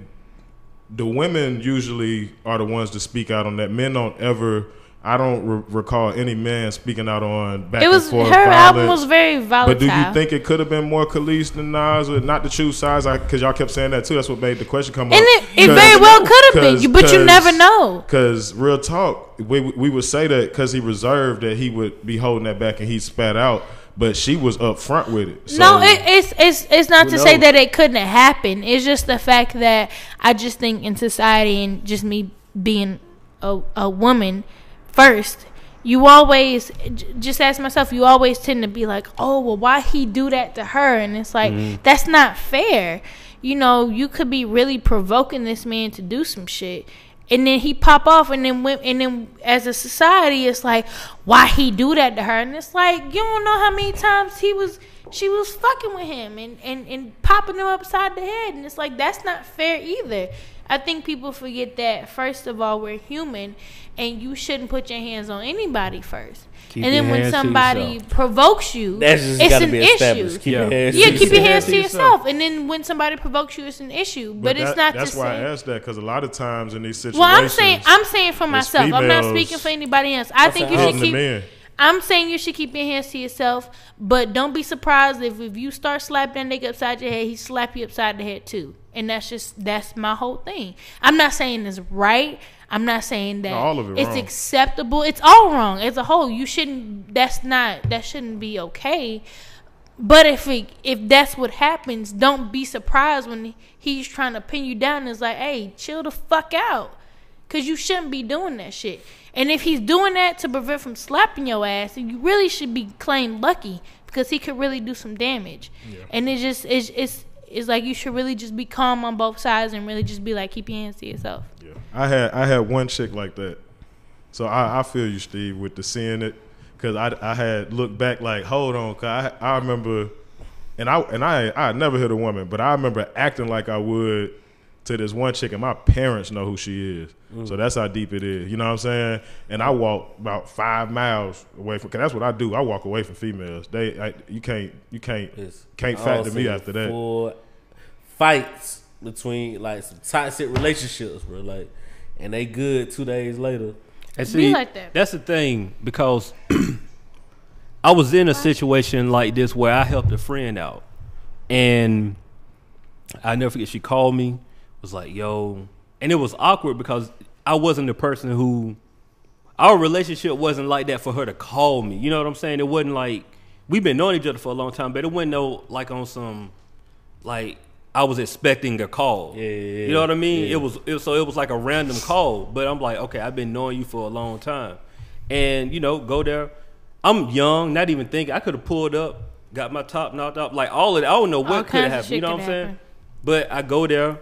the women usually are the ones to speak out on that. Men don't ever. I don't re- recall any man speaking out on back
it was
and
her
forth
album
violence.
was very volatile.
But do you think it could have been more Khalees than Nas, or not to choose sides? Because y'all kept saying that too. That's what made the question come up.
And it- it very well could have been, you- but you never know.
Because real talk, we we would say that because he reserved that he would be holding that back and he spat out, but she was up front with it. So,
no, it, it's it's it's not to
Who
say
knows?
that it couldn't happen. It's just the fact that I just think in society and just me being a a woman, first. You always j- just ask myself. You always tend to be like, "Oh, well, why he do that to her?" And it's like
Mm-hmm.
that's not fair. You know, you could be really provoking this man to do some shit, and then he pop off, and then went, and then as a society, it's like, "Why he do that to her?" And it's like you don't know how many times he was she was fucking with him and, and, and popping him upside the head. And it's like, that's not fair either. I think people forget that, first of all, we're human and you shouldn't put your hands on anybody first.
Keep
and
your
then when
hands to
somebody
yourself.
provokes you,
That's just
it's
gotta
an
be
issue.
established. Keep your
Yeah.
hands
yeah,
to
keep your
yourself.
hands to yourself. And then when somebody provokes you, it's an issue. But, it's
that-
not
That's
to
why
say-
I asked that because a lot of times in these situations,
well, I'm saying I'm saying for myself. I'm not
females-
speaking for anybody else. I think you
how
should
it's the
keep.
men.
I'm saying you should keep your hands to yourself, but don't be surprised if if you start slapping that nigga upside your head, he slap you upside the head too. And that's just that's my whole thing. I'm not saying it's right. I'm not saying that
No, all of it
it's
wrong.
acceptable. It's all wrong as a whole. You shouldn't. That's not. That shouldn't be okay. But if it, if that's what happens, don't be surprised when he's trying to pin you down. And it's like, hey, chill the fuck out, cause you shouldn't be doing that shit. And if he's doing that to prevent from slapping your ass, then you really should be claimed lucky because he could really do some damage. And it's just it's it's it's like you should really just be calm on both sides and really just be like, keep your hands to yourself.
Yeah. I had I had one chick like that, so I, I feel you, Steve, with the seeing it, because I, I had looked back like, hold on, 'cause I I remember, and I and I I had never hit a woman, but I remember acting like I would to this one chick, and my parents know who she is,
Mm.
so that's how deep it is. You know what I'm saying? And I walk about five miles away from, cause that's what I do. I walk away from females. They I, you can't you can't
It's-
can't
I don't
factor
see
me after that.
Full fights between like some toxic relationships, bro. Like, and they good two days later.
And
Be like that.
That's the thing because I was in a situation like this where I helped a friend out, and I never forget. She called me, was like, "Yo," and it was awkward because I wasn't the person who our relationship wasn't like that for her to call me. You know what I'm saying? It wasn't like we've been knowing each other for a long time, but it wasn't no like on some like I was expecting a call.
Yeah, yeah,
you know what I mean?
yeah.
It was it, so it was like a random call, but I'm like, okay, I've been knowing you for a long time, and you know, go there. I'm young, not even thinking. I could have pulled up, got my top knocked off, like all of that. I don't know
All
what could
kinds of
have happened.
shit
You know
could
what I'm saying?
happen.
But I go there,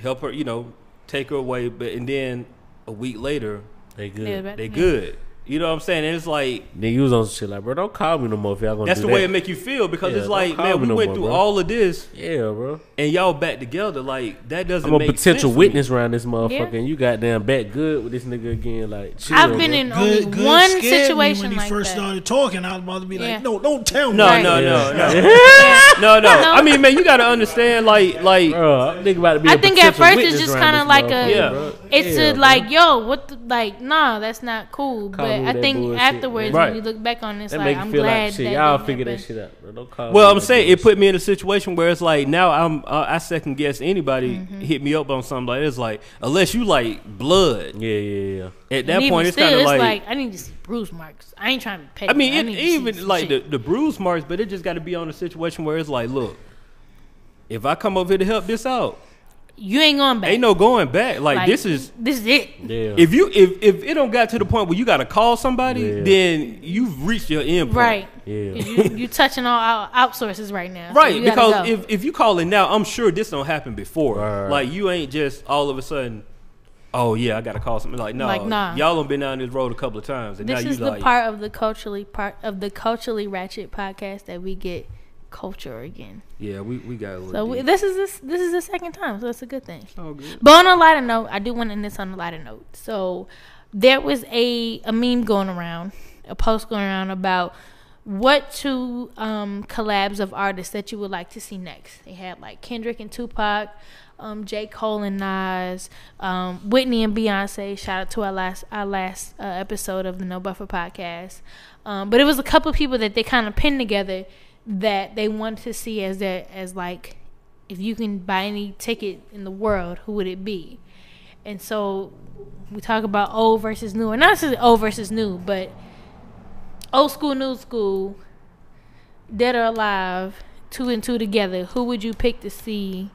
help her, you know, take her away. But and then a week later,
They good.
Yeah, but-
they good. You know what I'm saying? And it's like
Nigga, you was on some shit like, bro, don't call me no more if y'all gonna
that's
do
the way
that.
it make you feel because
Yeah,
it's
don't
like,
call
man,
me
we
no
went
more,
through
bro.
all of this
Yeah, bro.
and y'all back together. Like that doesn't.
I'm a
make
potential
sense to
witness around this motherfucker,
Yeah.
and you goddamn back good with this nigga again. Like, chill,
I've been
bro.
in only
Good, good
one
scared
situation
me when he
like
first
that.
started talking. I was about to be
Yeah.
like, no, don't tell
Me. No,
Right.
no, no, no,
Yeah.
no, no. I mean, man, you gotta understand, like, like
Bro, I'm thinking about to be
I
a
think at
potential
first it's
witness
just
around
kind of
this
like
motherfucker,
a,
Yeah.
bro.
it's
Yeah,
a
bro.
like, yo, what, the, like, nah, that's not cool.
Call me
but I
that
think
bullshit,
afterwards,
man.
when you look back on this,
That
like,
make you
I'm
feel
glad
like shit.
that
Y'all
didn't
figure that
happen.
shit out, bro. Don't call.
Well,
me
I'm
that
saying
bullshit.
it put me in a situation where it's like now I'm uh, I second guess anybody
Mm-hmm.
hit me up on something like this, like unless you like blood.
Yeah, yeah, yeah.
At
And
that
even
point, it's
still,
kind of like,
I need to see bruise marks. I ain't trying to be petty.
I mean, it,
need to see
even
some
like
shit.
the, the bruise marks, but it just got to be on a situation where it's like, look, if I come over here to help this out,
you ain't going back.
ain't no going back. Like,
Like,
this is
this is it.
Yeah.
if you if if it don't got to the point where you got to call somebody,
Yeah.
then you've reached your end point.
Right.
Yeah.
'Cause You, you touching all our outsources right now. so
Right,
you gotta
because
go.
if, if you call it now, I'm sure this don't happen before.
Right.
Like you ain't just all of a sudden, oh yeah, I gotta call something. Like no,
Like, nah.
y'all done been down this road a couple of times, and
this
now
is
you
the
like,
part of the culturally part of the culturally ratchet podcast that we get culture again.
yeah, we we got a little.
So we,
deep.
this is this this is the second time, so it's a good thing. But on a lighter note, I do want to end this on a lighter note. So there was a a meme going around, a post going around about what two um, collabs of artists that you would like to see next. They had like Kendrick and Tupac, um, J Cole and Nas, um, Whitney and Beyonce. Shout out to our last our last uh, episode of the No Buffer podcast. Um, but it was a couple people that they kind of pinned together that they wanted to see as their as like if you can buy any ticket in the world, who would it be? And so we talk about old versus new, and not necessarily old versus new, but old school, new school, dead or alive, two and two together. Who would you pick to see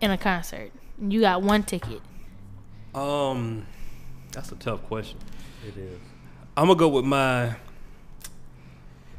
in a concert? You got one ticket.
um, That's a tough question.
It is.
I'm gonna go with my.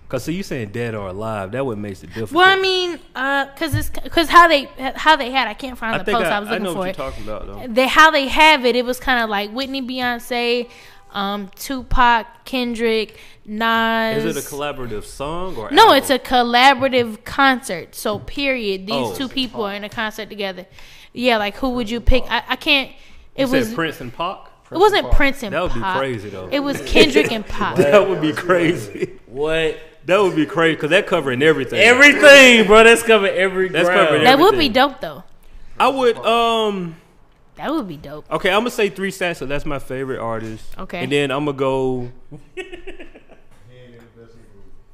Cause see, you saying dead or alive? That what makes it different.
Well, I mean, uh, cause it's cause how they how they had I can't find the post I, was looking
know
for
what
it.
you're talking about though.
They how they have it. It was kind of like Whitney, Beyonce, um, Tupac, Kendrick, Nas.
Is it a collaborative song or
No, it's
album?
a collaborative concert. So period, these
Oh.
two people are in a concert together. Yeah, like who would you pick? I, I can't. It
You
was.
said Prince and Pac.
it wasn't Prince and
That would be
Pop.
crazy, though.
It was Kendrick and Pop.
That would be crazy.
What?
That would be crazy because they're covering everything.
Everything, bro. That's covering every
That's
ground.
covering
that would be
everything.
dope though.
I would um.
That would be dope.
Okay, I'm gonna say three stacks. So that's my favorite artist.
Okay.
and then I'm gonna go.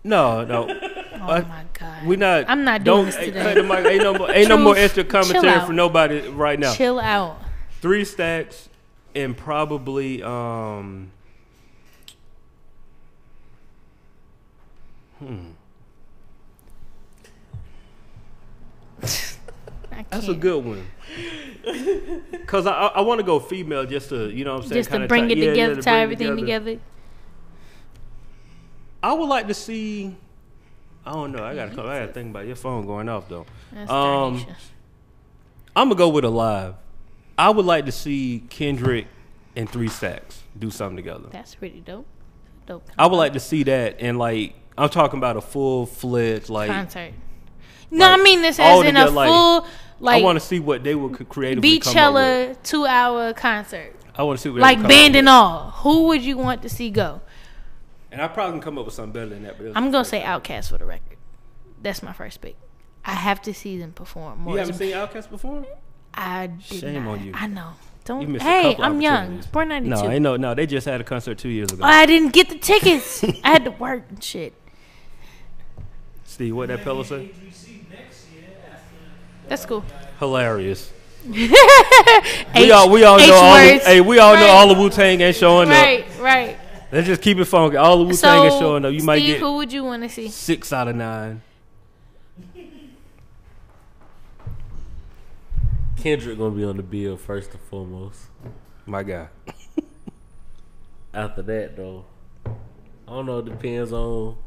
No, no,
Oh
I-
my god.
we not.
I'm not
don't,
doing this
hey,
today.
cut the mic. Ain't no more, ain't no more
Truth.
extra
Chill
commentary
out.
for nobody right now.
Chill out.
Three stacks and probably um.
I
That's a
can't.
good one. Cause I I, I want to go female just to you know what I'm saying
Just to
kinda
bring
tie-
it
yeah, yeah,
together,
to
tie
bring it
everything together.
I would like to see. I don't know. I gotta come. I gotta think about it. your phone going off though.
That's
Um,
Darnisha.
I'm gonna go with alive. I would like to see Kendrick and Three Stacks do something together.
That's pretty dope. Dope
I would like to see that and like I'm talking about a full fledged like.
concert. No,
like,
I mean this
all
as in a
together, like,
full
I want
like
to see what they would co- creatively come up with.
Beachella two hour concert.
I want to see what they would
Like
come
band
up
and
with.
all. Who would you want to see go?
And I probably can come up with something better than that. But it was
I'm
my
gonna
first
say
time.
Outkast for the record. That's my first pick. I have to see them perform more.
You haven't
It's-
seen Outkast before?
I did
Shame
not.
on you.
I know. Don't.
You missed a
hey,
couple
I'm young.
opportunities.
Born ninety two.
No, ain't no, no. They just had a concert two years ago.
I didn't get the tickets. I had to work and shit.
Steve, what that fellow say?
That's cool.
Hilarious.
H-
we all we all
H
know all. The,
words.
hey, we all know
Right.
all the Wu Tang ain't showing
Right, right.
up. Let's just keep it funky. All the Wu Tang
So,
ain't showing up. You
Steve,
might get
who would you want to see?
six out of nine.
Kendrick gonna be on the bill first and foremost.
My guy.
After that, though, I don't know. It depends on.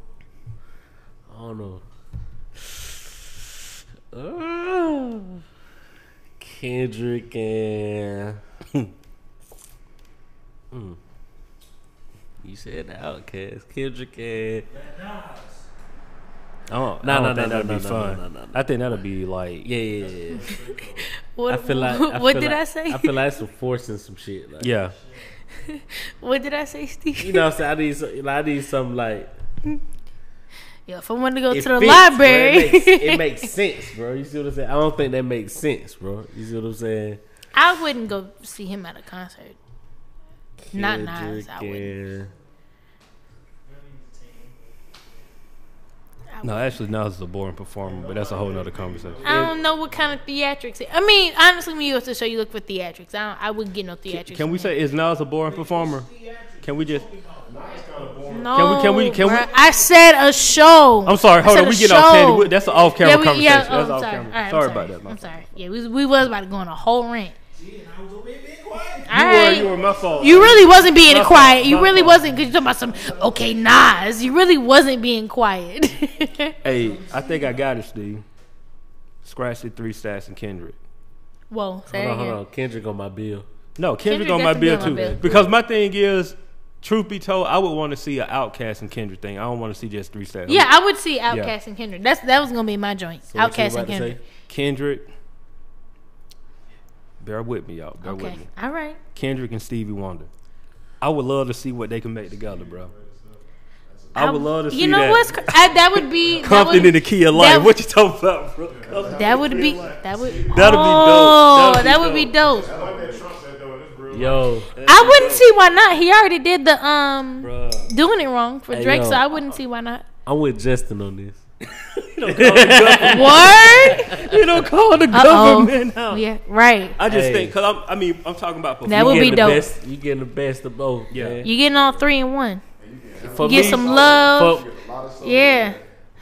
I don't know. Uh, Kendrick and. Mm. You said the Outcast, Kendrick and.
Oh,
No,
I
no,
don't
no,
think
no,
that'd
no,
be
no,
fun.
no, no, no, no.
I think that'll be like
Yeah, yeah, yeah. yeah.
What,
I feel like. I
what
feel
did
like-
I say?
I feel like some forcing some shit. Like,
yeah.
what did I say, Steve?
You know what I'm saying? I need, some, I need some like.
yeah, if I wanted to go to
It
the
fits,
library,
Bro. It, makes, it makes sense, bro. You see what I'm saying? I don't think that makes sense, bro. You see what I'm saying?
I wouldn't go see him at a concert. Not Nas, I wouldn't.
and-
No, actually, Nas is a boring performer, but that's a whole nother conversation.
I don't know what kind of theatrics. I mean, honestly, when you go to the show, you look for theatrics. I don't, I wouldn't get no theatrics.
Can we
from him.
say is Nas a boring performer? Can we just?
no?
can we- can we- can we-
bruh. I said a show.
I'm sorry. Hold
I
on.
said
We
a
get off
show.
candy. That's an off-camera
yeah, we, yeah.
conversation. that's
Oh, I'm
off
sorry.
camera.
All right, I'm
sorry, about that.
I'm sorry. Yeah, we, we was about to go on a whole rant. All
my-
right.
You were, you were my fault.
You really wasn't being
My fault,
quiet. You
my
really
fault.
wasn't because you're talking about some okay Nas. You really wasn't being quiet.
Hey, I think I got it, Steve. Scratch the three stats and Kendrick.
Whoa, say that
Hold on, hold
again.
on. Kendrick on my bill.
No, Kendrick,
Kendrick
on my
got to be
bill
on my
too.
bill.
Because my thing is, truth be told, I would want to see an Outcast and Kendrick thing. I don't want to see just three stats.
Yeah, I would see Outkast and Kendrick. That's that was gonna be my joint.
So what you
Outkast and
about to say?
Kendrick.
Kendrick. Bear with me, y'all. Bear
Okay,
with me.
all right.
Kendrick and Stevie Wonder. I would love to see what they can make together, bro.
I
I would love to see
You know
that.
what's cr- I, that would be that
Compton
would,
in the key of life.
that-
what you talking about, bro? Compton.
that would be that would that'd
That'd be
oh,
dope. That'd be
that would be dope.
Yo,
I wouldn't see why not. He already did the um doing it wrong for
Hey,
Drake,
yo.
so I wouldn't see why not.
I'm with Justin on this.
Word?
You don't call the
Uh-oh.
government out.
yeah, right.
I just
Hey.
think, cause I'm, I mean, I'm talking about
That would
performance.
You
be
getting the
dope.
Best, you getting the best of both.
Yeah.
man.
You getting all three in one.
For
Get
me,
some love.
for-
yeah.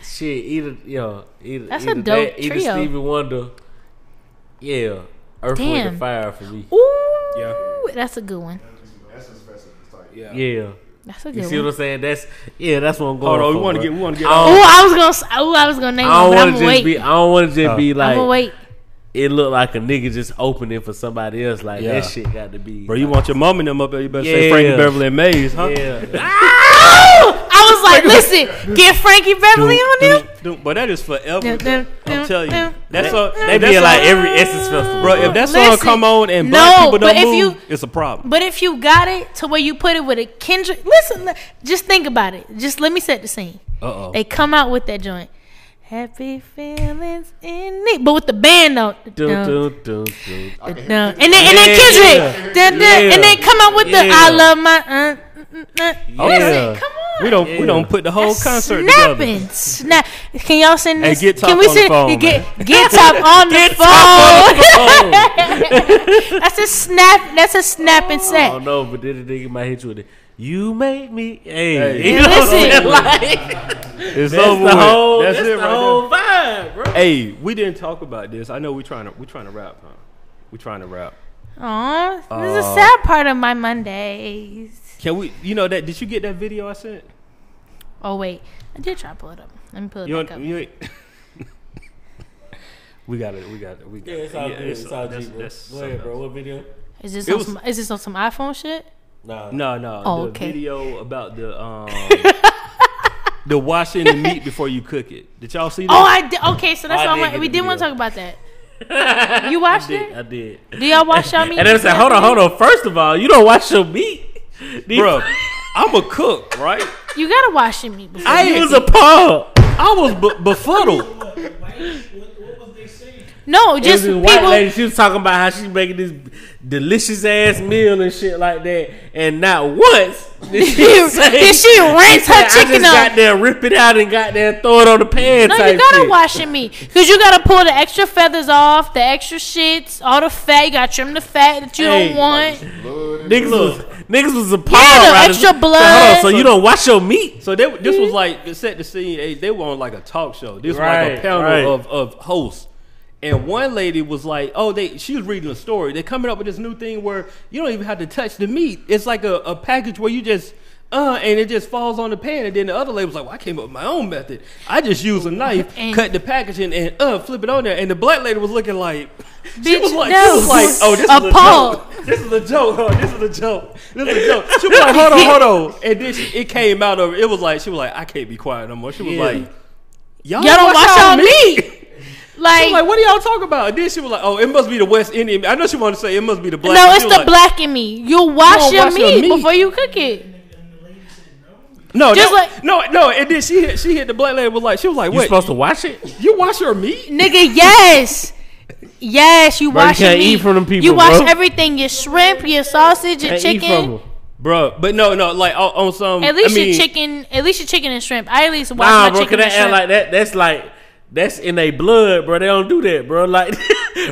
shit, either yo, either
That's a
either
dope
that, either
trio.
Stevie Wonder. Yeah, Earth, Wind,
Damn.
and Fire for me.
Ooh. That's a good one.
Yeah.
That's a
You
good
see
one.
what I'm saying? That's yeah. That's what I'm going.
Hold on,
for,
we want to
bro.
get, we want to
I
get.
don't-
Ooh, I was gonna. s- Ooh, I was gonna name
I
one, but I'm
don't want to
gonna
just
wait.
be. I don't want to
Oh.
just be
I'm gonna
like
wait.
it looked like a nigga just opening for somebody else. Like
Yeah.
that shit got to be.
Bro, you
like,
want your mom and them up there? You better
Yeah.
say Frankie Beverly and Mays, huh?
Yeah.
I was like, listen, get Frankie Beverly on them.
Dun, dun, But that is forever.
Dun,
though.
dun,
I'm
dun,
telling you,
dun,
that's
dun,
a
dun.
They
that's
be at,
a-
like every Essence festival,
bro. If that song
Listen,
come on and black
no,
people don't
but if
move,
you-
it's a problem.
But if you got it to where you put it with a Kendrick, listen, le- just think about it. Just let me set the scene.
Uh oh.
They come out with that joint. Happy feelings in it, but with the band though. Dun,
Dun, dun, dun, dun.
dun, dun. And then and then
Yeah.
Kendrick, dun, dun,
Yeah.
and then come out with the
Yeah.
I love my aunt. mm, mm, mm."
Oh, yeah.
Listen, come on.
We don't we
Yeah.
don't put the whole concert
snapping.
together.
Snap. Can y'all send
Hey,
this?
get
Can
Top
we
on the
send
phone,
get get top on the phone? that's a snap. That's a snapping
I
set.
Oh,
don't know, but then the nigga might hit you with it. You make me, hey,
Hey.
you know what I'm
Listen.
saying? Like,
Oh, It's
that's
over
the
with.
whole,
that's
that's,
it
the
right there.
whole vibe, bro.
Hey, we didn't talk about this. I know we trying to we trying to rap, huh? We trying to rap.
Aw, this is
Uh,
a sad part of my Mondays.
Can we? You know that? Did you get that video I sent?
Oh wait, I did try to pull it up. Let me pull it
You,
back
don't-
up.
you ain't- we got it. We got it. We got it. that's- that's something else.
What video?
is this
it
on
was-
some, is this on some iPhone shit?
Nah.
No, no.
Oh,
the
okay.
video about the um the washing the meat before you cook it. Did y'all see that?
Oh, I did. Okay, so that's
I
all.
did
my-
get
We
the
did want to
video.
talk about that. You watched
did. I
it?
did.
Do y'all watch y'all meet?
And they said, hold on, hold on. First of all, you don't watch your meat. These-
bro. I'm a cook, right?
You gotta watch your meet before.
I
You
ain't-
was a pub.
I was be- befuddled.
no,
It was
just
this
people.
white lady. She was talking about how she's making this delicious ass meal and shit like that, and not once did she say.
Did she rinse her
said, I
chicken
just
up?
got there, rip it out, and got there, throw it on the pan.
No,
type
you gotta
shit.
wash your meat because you gotta pull the extra feathers off, the extra shits, all the fat. You gotta trim the fat that you
Hey.
don't want.
Niggas was niggas was a pile.
Yeah, the
right?
extra
So, hold on,
blood.
So, you don't wash your meat.
So they, this was like to set the scene. They, they were on like a talk show. This was like
Right,
a panel
right.
of, of hosts. And one lady was like, "Oh, they." She was reading a story. They're coming up with this new thing where you don't even have to touch the meat. It's like a, a package where you just. Uh, and it just falls on the pan, and then the other lady was like, "Well, I came up with my own method. I just use a knife,
And-
cut the packaging, and uh, flip it on there." And the black lady was looking like, she
Bitch,
was like,
no.
she was like, "Oh, this is a
Appalled.
joke. This is a joke. huh? This is a joke. This is a joke." She was like, "Hold on, hold on." And then she, it came out of it was like she was like, "I can't be quiet no more." She was
Yeah.
like, "Y'all,
Y'all don't wash y'all meat.
I was
Like,
like, what are y'all talking about? And then she was like, oh, it must be the West Indian. I know she wanted to say it must be the black.
no,
She
it's the
was like,
black in me. You wash,
don't
your,
wash
meat
your meat.
before you cook it.
No,
Just
no,
like-
no, no. And then she hit, she hit the black lady was like, she was like,
You
wait,
supposed to wash it?
you wash your meat?
Nigga, yes. Yes, you
you
wash your
can't
meat.
eat from them people,
you wash
bro.
everything. Your shrimp, your sausage, your
And eat from
chicken.
'em.
Bruh, but no, no, like on, on some.
At least
I mean,
your chicken. At least your chicken and shrimp. I at least wash
Nah,
my
bro. Can
chicken
I
and
act
shrimp.
like that? That's like that's in their blood, bro. They don't do that, bro. Like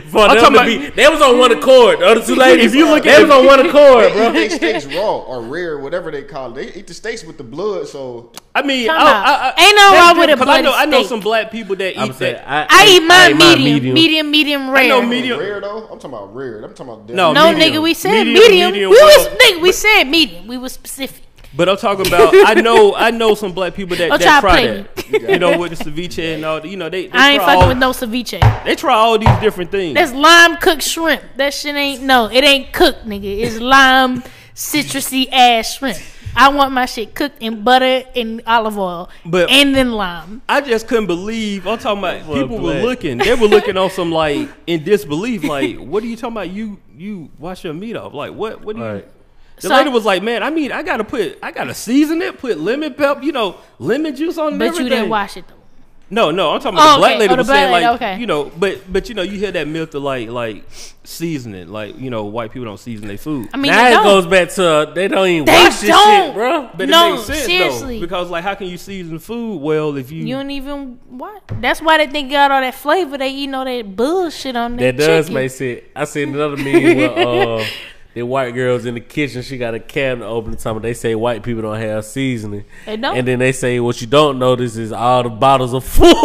for
I'm
them
talking
to
about-
be, they was on one accord. The other two ladies,
If you look
they
at-
was on one accord,
They
bro.
eat they steaks raw or rare, whatever they call it. They eat the steaks with the blood, so
I mean, I,
Time out.
I, I,
Ain't no
that's
wrong with
different,
a
'cause I know,
bloody
I know
steak.
some black people that
I'm
eat
saying,
that.
I,
I eat mine
my
medium, medium, medium, rare.
know me- Medium.
rare though. I'm talking about rare. I'm talking about dead.
No,
no,
medium.
nigga, we said
Medium,
medium.
medium
we was
well.
nigga, we said medium. We was specific.
But I'm talking about. I know. I know some black people that,
Don't
that
try
try
to
that. You know, with the ceviche and all. You know, they. they
I ain't
try
fucking
all,
with no ceviche.
They try all these different things.
That's lime cooked shrimp. That shit ain't no. It ain't cooked, nigga. It's lime citrusy ass shrimp. I want my shit cooked in butter and olive oil,
But-
and then lime.
I just couldn't believe. I'm talking about
Well,
people were
black.
looking. They were looking on some like in disbelief. Like, what are you talking about? You you wash your meat off? Like, what? What do you?
Right.
The
So-
lady was like, "Man, I mean, I gotta put, I gotta season it, put lemon pepper, you know, lemon juice on it. and
But you didn't
everything."
wash it though.
No, no, I'm talking
Oh,
about the black
okay.
lady
Oh, the
was
black
saying
lady,
like,
okay.
you know, but but you know, you hear that myth of like like seasoning, like you know, white people don't season their food.
I mean,
now
they
it
don't.
goes back to uh, they don't even
They
wash this
don't.
shit, bro.
But it
No,
makes sense
seriously.
though, because like, how can you season food well if you?
you don't even what? That's why they think got all that flavor. They eating all that bullshit on
That
that.
does
chicken.
make sense. I seen another meme where uh, the white girl's in the kitchen. She got a cabinet open. Time they say white people don't have seasoning.
They don't.
And then they say what you don't notice is all the bottles are full. the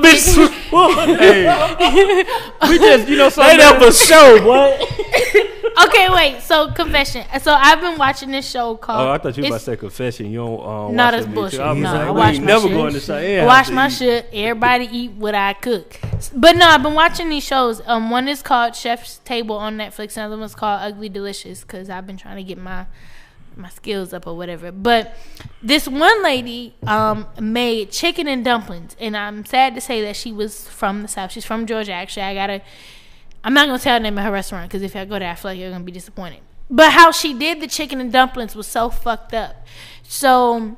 bitch was full.
Hey, we just you know
They
something.
there for show, boy.
okay, wait. So confession. So I've been watching this show called.
Oh, I thought you were about to
it's-
say confession. You don't. Um,
No,
watch
that's
that
bullshit.
bitch. I was
No,
like,
I
we
watch
ain't
my
never
shit.
going to say. Yeah,
Wash
I
my
see.
shit. Everybody eat what I cook. But no, I've been watching these shows. Um, one is called Chef's Table on Netflix. Another one's called Ugly Delicious because I've been trying to get my my skills up or whatever. But this one lady um made chicken and dumplings, and I'm sad to say that she was from the south. She's from Georgia. Actually, I gotta. I'm not gonna tell the name of her restaurant because if y'all go there, I feel like you're gonna be disappointed. But how she did the chicken and dumplings was so fucked up. So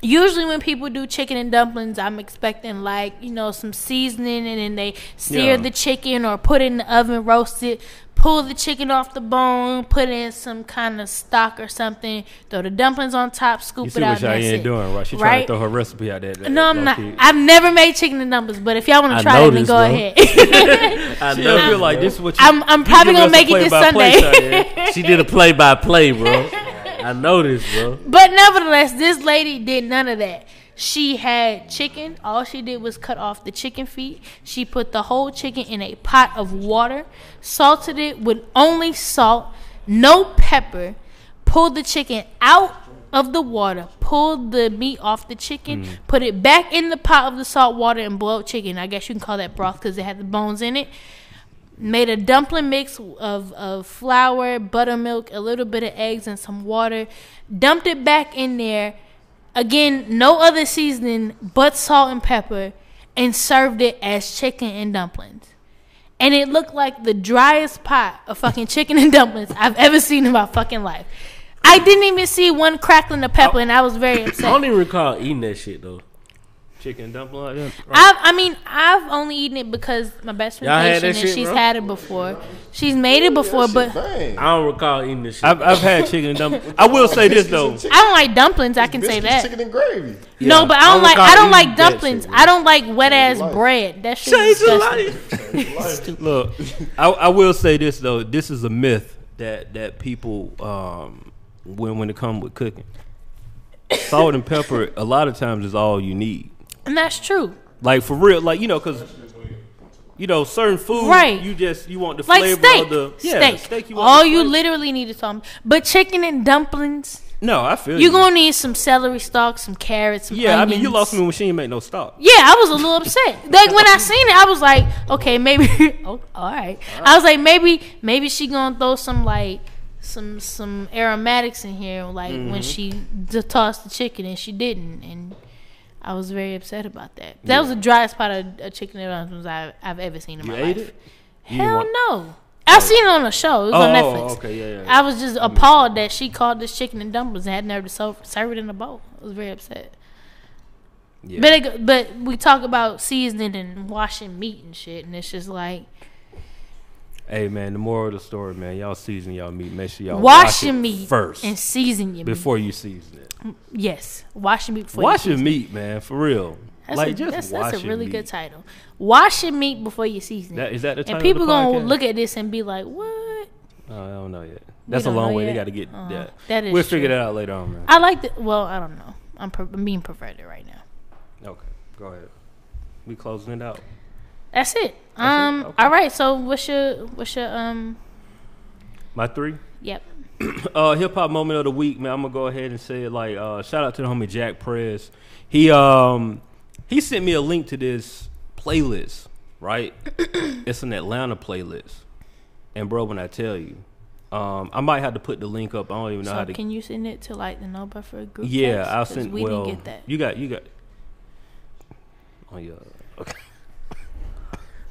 usually when people do chicken and dumplings, I'm expecting like you know some seasoning, and then they sear
Yeah.
the chicken or put it in the oven, roast it, pull the chicken off the bone, put in some kind of stock or something, throw the dumplings on top, scoop
You
it
see
out.
what y'all
and that's
ain't
it.
doing, right? She trying to throw her recipe out there.
No, I'm not.
low-key.
I've never made chicken and dumplings, but if y'all want
I
to try it, then
noticed,
go
bro.
ahead.
I
She
know,
don't
bro.
feel like this is what you.
I'm, I'm probably
give
gonna
us a
make it this
play-by-play,
Sunday.
She did a play by play, bro. I know this, bro.
But nevertheless, this lady did none of that. She had chicken. All she did was cut off the chicken feet. She put the whole chicken in a pot of water, salted it with only salt, no pepper, pulled the chicken out of the water, pulled the meat off the chicken,
Mm.
put it back in the pot of the salt water and boiled chicken. I guess you can call that broth because it had the bones in it made a dumpling mix of, of flour, buttermilk, a little bit of eggs, and some water. Dumped it back in there. Again, no other seasoning but salt and pepper, and served it as chicken and dumplings. And it looked like the driest pot of fucking chicken and dumplings I've ever seen in my fucking life. I didn't even see one crackling of pepper, and I was very
I
upset.
don't even recall eating that shit though.
Chicken dumpling. like that.
I've, I mean, I've only eaten it because my best friend
Y'all
Haitian,
had that
and
shit,
she's
bro?
had it before. She's made it before, but
Bang.
I don't recall eating this shit.
I've, I've had chicken dumpling. I will say this though.
Biscuits and
I don't like dumplings. I can
chicken-
say
biscuits,
that.
Chicken and gravy.
no, but I don't like. I don't like
eating that
dumplings.
shit,
I don't like wet ass
life.
bread. That shit.
Change
is
your
disgusting.
Look, I, I will say this though. This is a myth that that people um, when when it comes with cooking, salt and pepper a lot of times is all you need.
And that's true.
Like for real, like you know, because you know certain food,
Right.
You just you want the
Like
flavor
steak,
of the yeah,
steak.
steak you want
All
the
you
flavor.
literally need is something. But chicken and dumplings,
No, I feel
you're gonna need some celery stalks, some carrots, some
Yeah, I mean, you
onions.
lost me when she ain't make no stock.
Yeah, I was a little upset. Like when I seen it, I was like, okay, maybe. oh, all right. I was like, maybe, maybe she gonna throw some like some some aromatics in here, like
Mm-hmm.
when she d- tossed the chicken and she didn't, and I was very upset about that. That was the driest part of a chicken and dumplings I've, I've ever seen in
You
my
ate
life.
it? You didn't
Hell
want-
no. I've seen it on a show. It was
Oh,
on
oh,
Netflix.
okay, yeah, yeah,
I was just appalled that she called this chicken and dumplings and had nerve to serve, serve it in a bowl. I was very upset.
Yeah.
But it, go- but we talk about seasoning and washing meat and shit, and it's just like
Hey man, the moral of the story, man, y'all season y'all meat. Make sure y'all
wash,
wash
your
it
meat
first
and season your
before you season it.
meat. Yes, wash your meat before
Wash
you
your meat, man, for real.
That's
like
a,
just
that's,
wash
that's a
your
really
meat.
good title. Wash your meat before you season it.
That- is that the
and
title of
people
the
gonna
podcast?
look at this and be like, "What?"
Oh, I don't know yet. That's a
don't
long
know
way. They
yet.
got to get
Uh,
that.
that is
we'll figure
true.
that out later on, man.
I like the. Well, I don't know. I'm, per- I'm being perverted right now.
Okay, go ahead. We closing it out.
That's it.
it?
um.
Okay.
All right. So what's your what's your um.
My three.
Yep.
uh, hip hop moment of the week, man. I'm gonna go ahead and say it, like uh, shout out to the homie Jack Prez. He um he sent me a link to this playlist, right? it's an Atlanta playlist. And bro, when I tell you, um, I might have to put the link up. I don't even know how
So
to.
can you send it to like the No Buffer group?
yeah,
text?
I'll
'Cause
send.
We
well,
didn't get that.
you got you got. Oh yeah. Okay.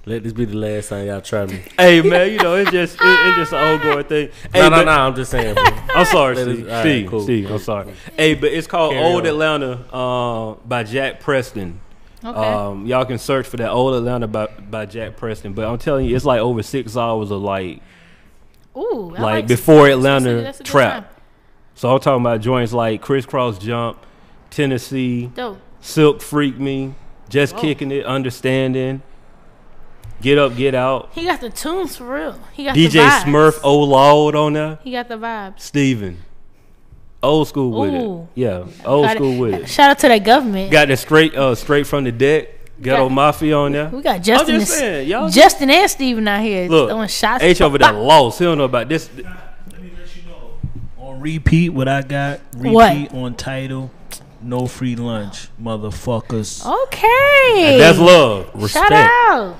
Let this be the last time y'all try me.
hey man, you know it's just it, it's just an old girl thing. Hey,
no, no,
but-
no. I'm just saying. Bro.
I'm sorry,
That is-
Steve.
all right,
Steve,
cool,
Steve,
cool,
I'm sorry. Hey, but it's called
Carry
Old
on.
Atlanta uh, by Jack Preston.
Okay.
Um, y'all can search for that Old Atlanta by, by Jack Preston. But I'm telling you, it's like over six hours of like
Ooh, I
like,
like
before
That's a-
Atlanta
that's a good
trap.
time.
So I'm talking about joints like Crisscross Jump, Tennessee,
Dope.
Silk Freak Me, Just Kicking It, Understanding, Get Up, Get Out,
He got the tunes for real. He got the
DJ
vibes.
Smurf, O Lord on there.
He got the vibes.
Steven. Old school with
Ooh.
it. Yeah. Old
Got
school with it.
Shout out to the government.
Got the straight uh straight from the deck. Ghetto Mafia on there.
We got Justin.
I'm just
and-
saying, y'all-
Justin and Steven out here throwing
Look,
shots.
H over there lost. He don't know about this.
Let me let you know. On repeat, what I got. Repeat
What?
on title. No free lunch, motherfuckers.
Okay.
That's love.
Shout
Respect.
out.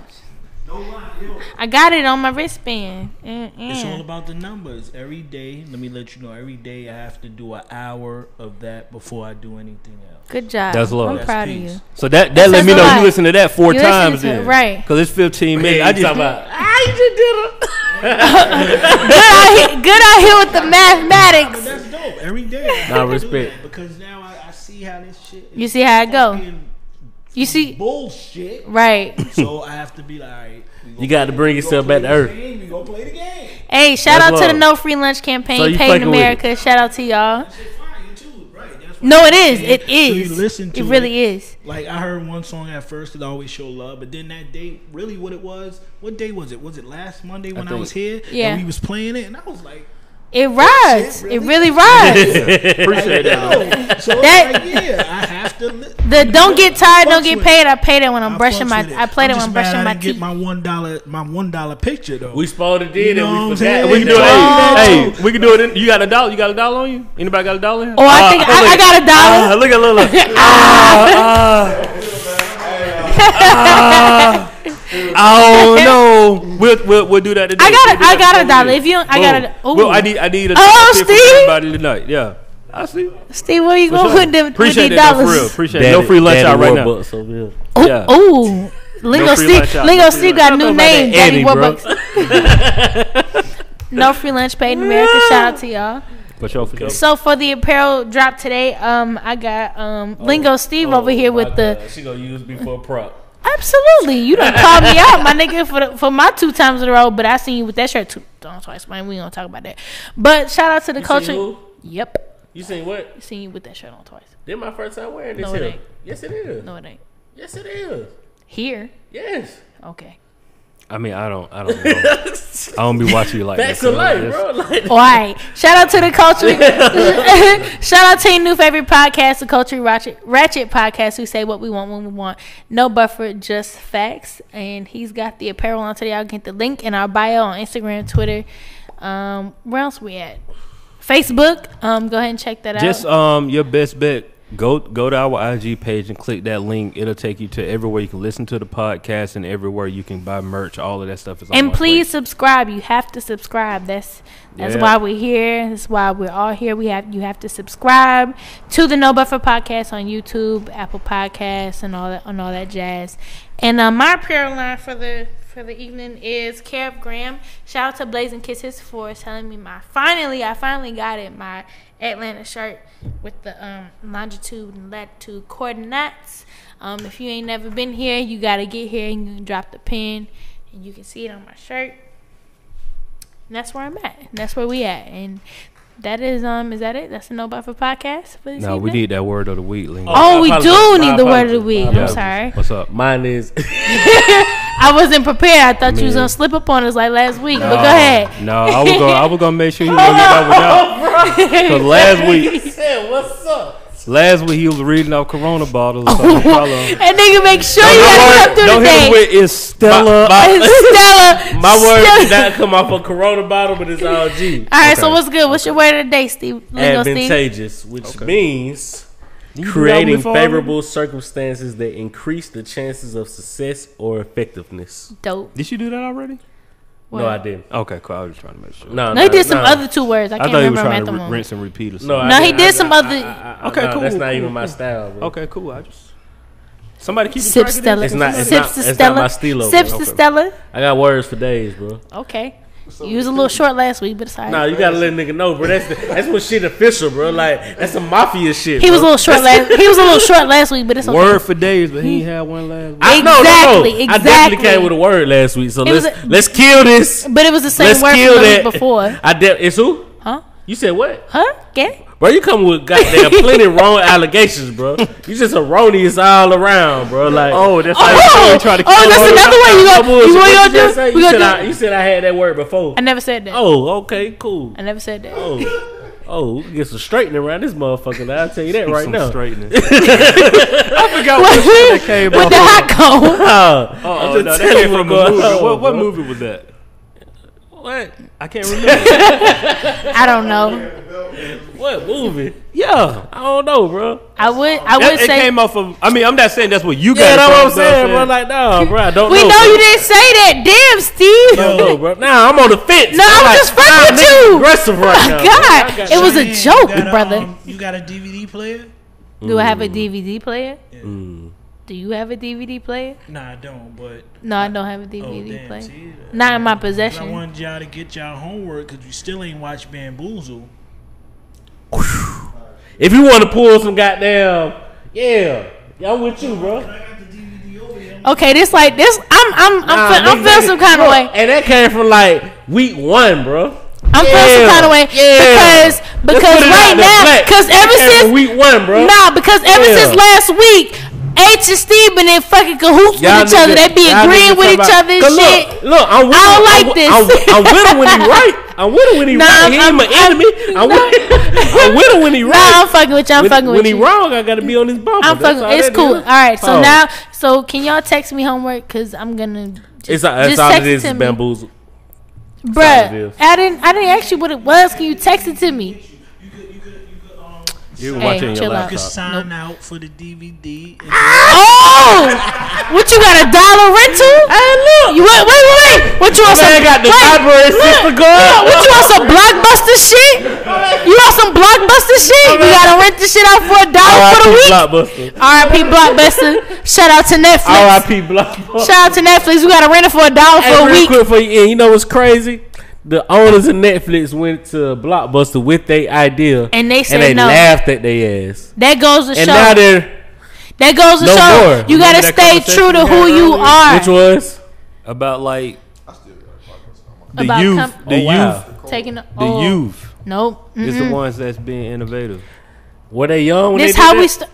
I got it on my wristband. Mm-mm.
It's all about the numbers. Every day, let me let you know. Every day, I have to do an hour of that before I do anything else.
Good job.
That's love.
I'm
That's
proud
peace.
of you.
So that that let
says
me
a
know
lot.
you listen to that four
You listen
times
to it,
then,
right.
Because it's fifteen minutes. I
I
just
talking about
I just did it. good, out here, good out here with the mathematics.
That's dope. Every day, I have
Nah,
to do
respect.
that because now I, I see how this shit.
You
Is
see how it go.
fucking
You see,
bullshit.
right?
so I have to be like, all right, we gonna
you got to bring yourself back to
play
earth.
the game, we gonna play the game.
Hey, shout
That's
out to the
love.
No Free Lunch campaign,
So you
Paving
fucking with it.
America. Shout out to y'all.
Shit, fine, you too, right? That's what
No, it
I'm
is.
saying.
It is.
So you listen to
it really is.
Like I heard one song at first that always show love, but then that day, really, what it was? What day was it? Was it last Monday when I,
think-
was here?
Yeah.
and we was playing it, and I was like,
It rides.
really?
It really rides.
appreciate that.
yo. so
That-
like, yeah, I have to. Li-
The don't get
I
tired, don't
fucks
get
with
paid. I pay that when I'm
I
brushing my.
fucks with
I play that
I'm
when
just
I'm
mad
brushing my
I didn't get
teeth.
my one dollar, my one dollar picture though.
We spoiled it then,
You know
and
what
we forgot.
I'm saying?
We
We
can do
can
it.
do
Yeah.
it. Hey, we can do it. In, you got a dollar? You got a dollar on you? Anybody got a dollar? Here?
Oh, I think- I-
look
I
at-
got a dollar. Ah,
Ah, look at Lila. Uh, uh, oh no, we'll, we'll we'll do that today.
I got a, I got a dollar. If
If
you don't, I got a. Ooh.
Well, I need I need a dollar
Oh,
tip from
Steve.
everybody tonight. Yeah, I see.
Steve, where you
For
going
sure.
with them with
Appreciate
these
that, though, for real.
dollars?
Appreciate it. No free lunch out right now.
Warbucks over here.
Ooh,
Yeah.
ooh. Lingo
No free
Steve,
lunch out.
Lingo
No free
Steve
lunch.
got a
Don't
new
talk about
name.
that
Daddy
Eddie,
Warbucks. no free lunch paid in America. Shout out to y'all.
But y'all forget.
So for the apparel drop today, um, I got um
Oh,
Lingo Steve over here with the
She gonna use me for a prop.
absolutely. You don't call me out, my nigga, for the, for my two times in a row. But I seen you with that shirt two don't twice. Man, we ain't gonna talk about that. But shout out to the
You
culture.
seen who?
Yep,
You seen what?
seen you with that shirt on twice.
This my first time wearing this
No, it
here.
ain't.
Yes, it is.
No, it ain't
Yes, it is.
here.
Yes.
Okay.
I mean, I don't, I don't know. I don't be watching you like
Back
this.
to
so
life,
it's-
bro. Like,
All right. Shout out to the culture. Shout out to your new favorite podcast, the Culture Ratchet, Ratchet Podcast. We say what we want when we want. No buffer, just facts. And he's got the apparel on today. I'll get the link in our bio on Instagram, Twitter. Um, where else we at? Facebook. Um, go ahead and check that
Just
out.
um, your best bet. Go go to our IG page and click that link. It'll take you to everywhere you can listen to the podcast and everywhere you can buy merch. All of that stuff is. on
And
one
please
place.
subscribe. You have to subscribe. That's that's
Yeah.
why we're here. That's why we're all here. We have you have to subscribe to the No Buffer Podcast on YouTube, Apple Podcasts, and all that on all that jazz. And uh, my prayer line for the for the evening is Carib Graham. Shout out to Blazing Kisses for telling me my finally I finally got it my Atlanta shirt with the um, longitude and latitude coordinates. Um, if you ain't never been here, you gotta get here and you can drop the pin and you can see it on my shirt. And that's where I'm at. And that's where we at. And that is um is that it? That's the No Buffer podcast for this
No, we
evening?
need that word of the week. Lingo.
Oh, we
I
do
apologize.
need
My
the word of the
apologies.
week.
My
I'm
apologies.
sorry.
What's up?
Mine is
I wasn't prepared. I thought you was
Man.
gonna slip up on us like last week. But
No,
go ahead.
Uh, No, I was gonna I was gonna make sure he was gonna get that one out. Cause last week,
said, "What's up?"
last week he was reading off Corona bottles. So no problem.
And nigga make sure you gotta come
Don't,
through
don't hit
today.
him with is Stella.
And Stella.
My word
Stella.
did not come off a Corona bottle, but it's all G.
All right, so
Okay.
what's good? What's your word of the day, Steve? Lingo, Steve.
Advantageous, which means
You do that one
creating
before I remember?
favorable circumstances that increase the chances of success or effectiveness.
Dope.
Did you do that already?
What?
No, I didn't.
Okay, cool. I was just trying to make sure.
No,
No,
no,
he did some
no.
other two words. I
I
can't
thought he
remember
was
them at
trying to
the
re-
moment.
rinse and repeat or something.
No, I
No, he
didn't.
did
I-
some
I-
other-
I- I-
Okay,
no,
cool,
That's not
cool,
even my
cool.
style. Bro.
Okay, cool. I just somebody keep
Sip Stella.
It's not- it's
Sips
not-
to
it's not
Stella.
my stilo,
Sips
bro.
to Stella.
I got words for days, bro.
Okay. You was a little short last week, but it's all
No,
right.
you gotta let a nigga know, bro. That's the, that's what shit official, bro. Like that's some mafia shit.
He
bro.
was a little short last. He was a little short last week, but it's okay.
Word for days, but he ain't had one last. Week.
I, no, no, no.
Exactly,
I definitely
exactly.
came with a word last week, so
It was
let's
a-
let's kill this.
But it was the same
Let's
word
kill
from the
that.
week before,
I de- it's who?
huh?
You said what?
Huh? Yeah.
Bro, you come with goddamn plenty of wrong allegations, bro. You just erroneous all around, bro. Like,
Oh, that's like
Oh,
trying to
oh,
kill
that's
all the-
another way you
I
gonna, you what you
bullshit. What
gonna
you just
do?
say?
We
You said
gonna
I
do?
you said I had that word before.
I never said that.
Oh, okay, cool.
I never said that.
Oh, Oh, we can get some straightening around this motherfucker. I'll tell you that right
Some
now.
straightening.
I forgot what shit that came
With
off.
the hot comb.
Oh,
Oh,
I'm
no,
just
that came
telling you
from
what
a movie.
going on,
What, what
bro.
movie was that?
What? I can't remember.
I don't know.
what movie? Yeah, I don't know, bro.
I would. I
That-
would
it
say.
came off of. I mean, I'm not saying that's what you got.
Yeah,
it
that's what I'm
from, but
saying, bro. Like, nah, bro, I don't
We
know.
know
bro.
you didn't say that. Damn, Steve.
I don't know, bro. Nah, I'm on the fence.
No, I'm just fucking with you. Oh
Aggressive right now. bro.
God, it was a
Shane,
joke,
you got a,
brother.
um, you got a DVD player?
Do I have a DVD player? Do you have a DVD player?
Nah, I don't. But
No, I don't have a
oh
DVD
damn,
player.
see,
Not in my
I
possession.
wanted y'all to get y'all homework because you still ain't watched Bamboozle.
If you want to pull some goddamn, yeah, I'm with you, bro.
I got the DVD over here.
Okay, this like this. I'm I'm I'm,
Nah,
feel, I'm
nigga,
feeling some kind of
bro,
way.
And that came from like week one, bro.
I'm feeling some
Yeah,
kind of way
yeah.
because
Let's
because
put it
right
out there,
now
black.
because
That
ever
came from
since
week one, bro.
nah because ever
Yeah.
since last week. H and Steve been in fucking cahoots
Y'all
with each other.
niggas-
They be
y'all
agreeing
niggas
with each
talking about-
other and
'Cause
shit.
Look, look, I'm with
I
him.
don't like
I'm,
this.
I'm, I'm with him when he right. I'm with him when he
Nah,
right. He ain't
I'm-
my
I'm-
enemy. I'm, with, I'm with him when he right.
Nah, I'm fucking with you. I'm
when,
fucking
when
with
he
you.
wrong, I gotta be on his bumper.
I'm
That's
fucking.
all
It's
that
cool.
is.
All right. So
Oh.
now, so can y'all text me homework? Cause I'm gonna. Just,
it's that's
just
all
text
it is.
to
is
me.
Bamboozle. all it
Bruh,
is.
I didn't. I didn't ask you what it was. Can you text it to me?
You could, you could, you could, um,
You
Hey, watching your chill out.
you could
Laptop.
sign out for the DVD. And
Oh, what you got a dollar rental? Hey, look. You wait, wait, wait, wait. What you want?
Man
Some
got the
wait,
library
look,
system going.
look, What you want? Some blockbuster shit? You want some blockbuster shit? We gotta rent the shit out for a dollar for the week.
Blockbuster.
R.I.P. Blockbuster. Shout out to Netflix.
R.I.P. Blockbuster.
Shout out to Netflix. We gotta rent it for a dollar
Hey,
for a
real
week.
quick for you, and you know what's crazy? The owners of Netflix went to Blockbuster with their idea,
And they said
and they
no.
laughed at their ass.
That goes to
And
show.
now they're
That goes to
No
show
more.
you
Remember
gotta
that
stay true to
conversation
who
we had
you
earlier?
are.
which was
About like the
About
youth,
com-
the
Oh, wow.
youth,
Taking the,
the
oh,
youth
Nope.
is
Mm-mm.
the ones that's being innovative.
were they young? When
This
they
how
did
we
that?
start.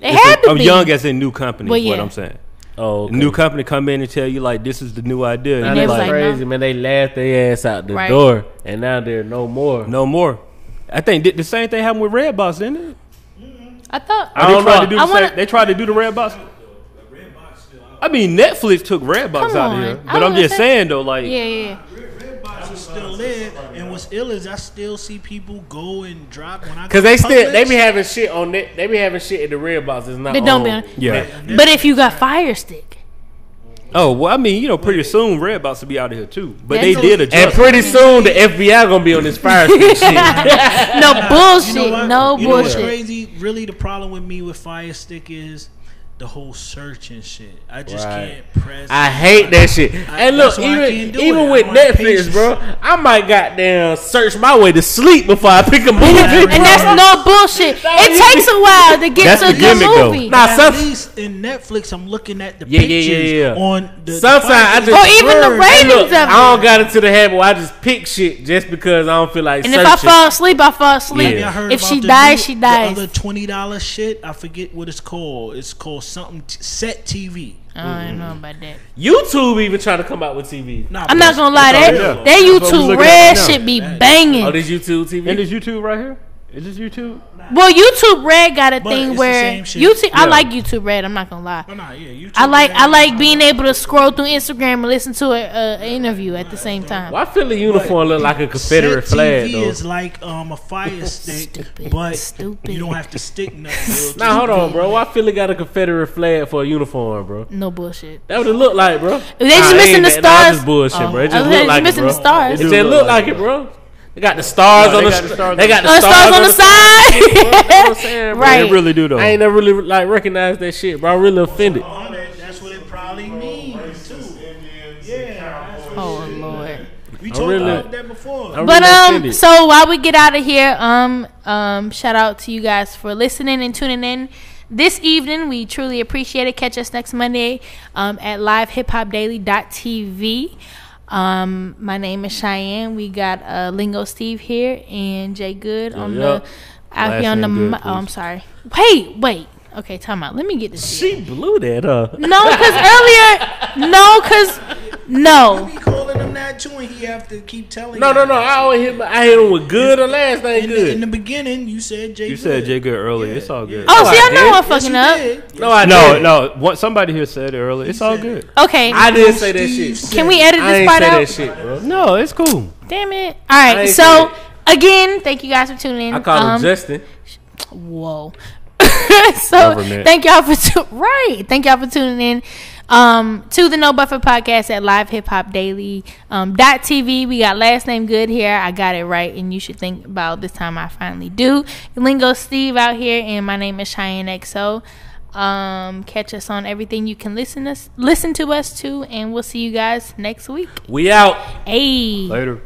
It had to
I'm
be.
young as a new company.
Well,
is What
yeah.
I'm saying,
Oh, okay.
new company come in and tell you like this is the new idea, and,
Now
And they
you're
that's
was
like,
like,
crazy, man. They laughed their ass out the
Right.
door, and now they're no more.
no more. I think did the same thing happened with Redbox, didn't it?
I thought.
I don't
they tried
know.
to do
I
the
wanna-
same, they tried to do the Redbox. I mean, Netflix took Redbox
Come
out
on.
of here,
I
but I'm
wanna
just
say-
saying though, like,
yeah, yeah,
Redbox is still there, and what's ill is I still see people go and drop when I
Cause
go
they
to
still they
Publix,
be having shit on net they be having shit in the red box. It's not
They don't be
on-
on-
yeah.
yeah. But if you got Fire Stick,
Oh well, I mean, you know, pretty soon Redbox will be out of here too. But
That's
they
what-
did
And
adjust.
pretty soon the FBI gonna be on this fire stick shit.
no bullshit, no
you Know what's
bullshit.
crazy? Really, the problem with me with Fire Stick is the whole search and shit. I just
Right.
can't press.
I hate that shit.
I-
and look,
that's why I can't
even
do
even
it.
with
I'm not
Netflix,
patient.
bro, I might goddamn search my way to sleep before I pick a movie.
and that's no bullshit. It takes a while to get
That's
to
the gimmick,
the
though.
movie.
Nah,
at
some-
least in Netflix, I'm looking at the
Yeah, yeah,
pictures
yeah, yeah.
on the. the
Sometimes I
Fire
just
Stick.
Or even the
Word.
Hey, look,
ratings of
I
it.
don't got into the habit where I just pick shit just because I don't feel like
And if
searching.
I fall asleep, I fall asleep.
Yeah.
Maybe I heard
If
about
she
the
dies,
new-
she
The other
dies.
twenty dollar shit, I forget what it's called. It's called something t- set TV.
I don't know about that.
YouTube even trying to come out with TV.
Nah,
I'm not gonna lie,
That's
that
all-
that
what we
YouTube
looking at
Red
right now.
should be
Oh,
banging.
this YouTube TV.
And is YouTube right here? Is this YouTube?
Well, YouTube Red got a
But it's
thing
the
where
same shit.
YouTube. I
Yeah.
like YouTube Red. I'm not gonna lie.
But nah, yeah, you
I
took
like
that.
I like being able to scroll through Instagram and listen to an interview at the same time.
Why feel the uniform look like a Confederate
Set
flag
TV
though?
is like um, a fire stick,
Stupid,
but
stupid.
you don't have to stick nothing.
Nah, hold on, bro. Why Philly got a Confederate flag for a uniform, bro?
No bullshit.
That would it look like, bro.
They just
Nah,
missing
ain't
the stars.
that- nah, that's just bullshit,
Oh.
bro. It
I
just
was
look
like,
like it,
missing
bro.
the stars.
It
do
just
look
look
like
like it, bro. They got the stars
No,
on
they
the.
got the
str-
stars
They got the
Oh,
stars,
stars on the
You know what I'm
side.
saying, bro?
Right.
They really do though.
I ain't never really like recognized that shit, bro. I'm really offended.
That's what it probably means too. Yeah, that's what
Oh lord.
we talked
really-
about that before.
I'm
But
really
um,
offended.
so while we get out of here, um, um, shout out to you guys for listening and tuning in this evening. We truly appreciate it. Catch us next Monday um, at livehiphopdaily.tv. Um, my name is Cheyenne. We got uh, Lingo Steve here and Jay Good on
yup.
the out here
Last
on the.
name
mi-
Good,
oh, I'm
please.
sorry. Wait, wait. Okay, time out. Let me get this.
She blew that up.
No, because earlier, no, because no.
Calling them that got two, and he have to keep telling.
No,
you
no, no. I always hit. I hit him with good or last name
In the, in
good.
the beginning, you said Jay.
You said
Good.
Jay Good earlier. It's all good.
Oh,
No,
see,
I
I know I'm
didn't.
fucking
Yes,
up.
you did.
No, I
No,
didn't.
no. What, somebody here said it earlier. It's all
said
good.
Okay.
I didn't say that
Steve
shit.
said-
Can we edit
I
this
ain't say
part
that
out?
shit, bro.
No, it's cool.
Damn it. All
I
right.
ain't
So again, thank you guys for tuning in.
I called
Um,
him Justin.
Whoa. so
Government.
thank y'all for tu- right. Thank y'all for tuning in um, to the No Buffer podcast at Live Hip Hop Daily um, dot TV. We got last name good here. I got it right, and you should think about this time. I finally do. Lingo Steve out here, and my name is Cheyenne XO. Um, catch us on everything you can listen us listen to us to, and we'll see you guys next week.
We out.
Hey.
Later.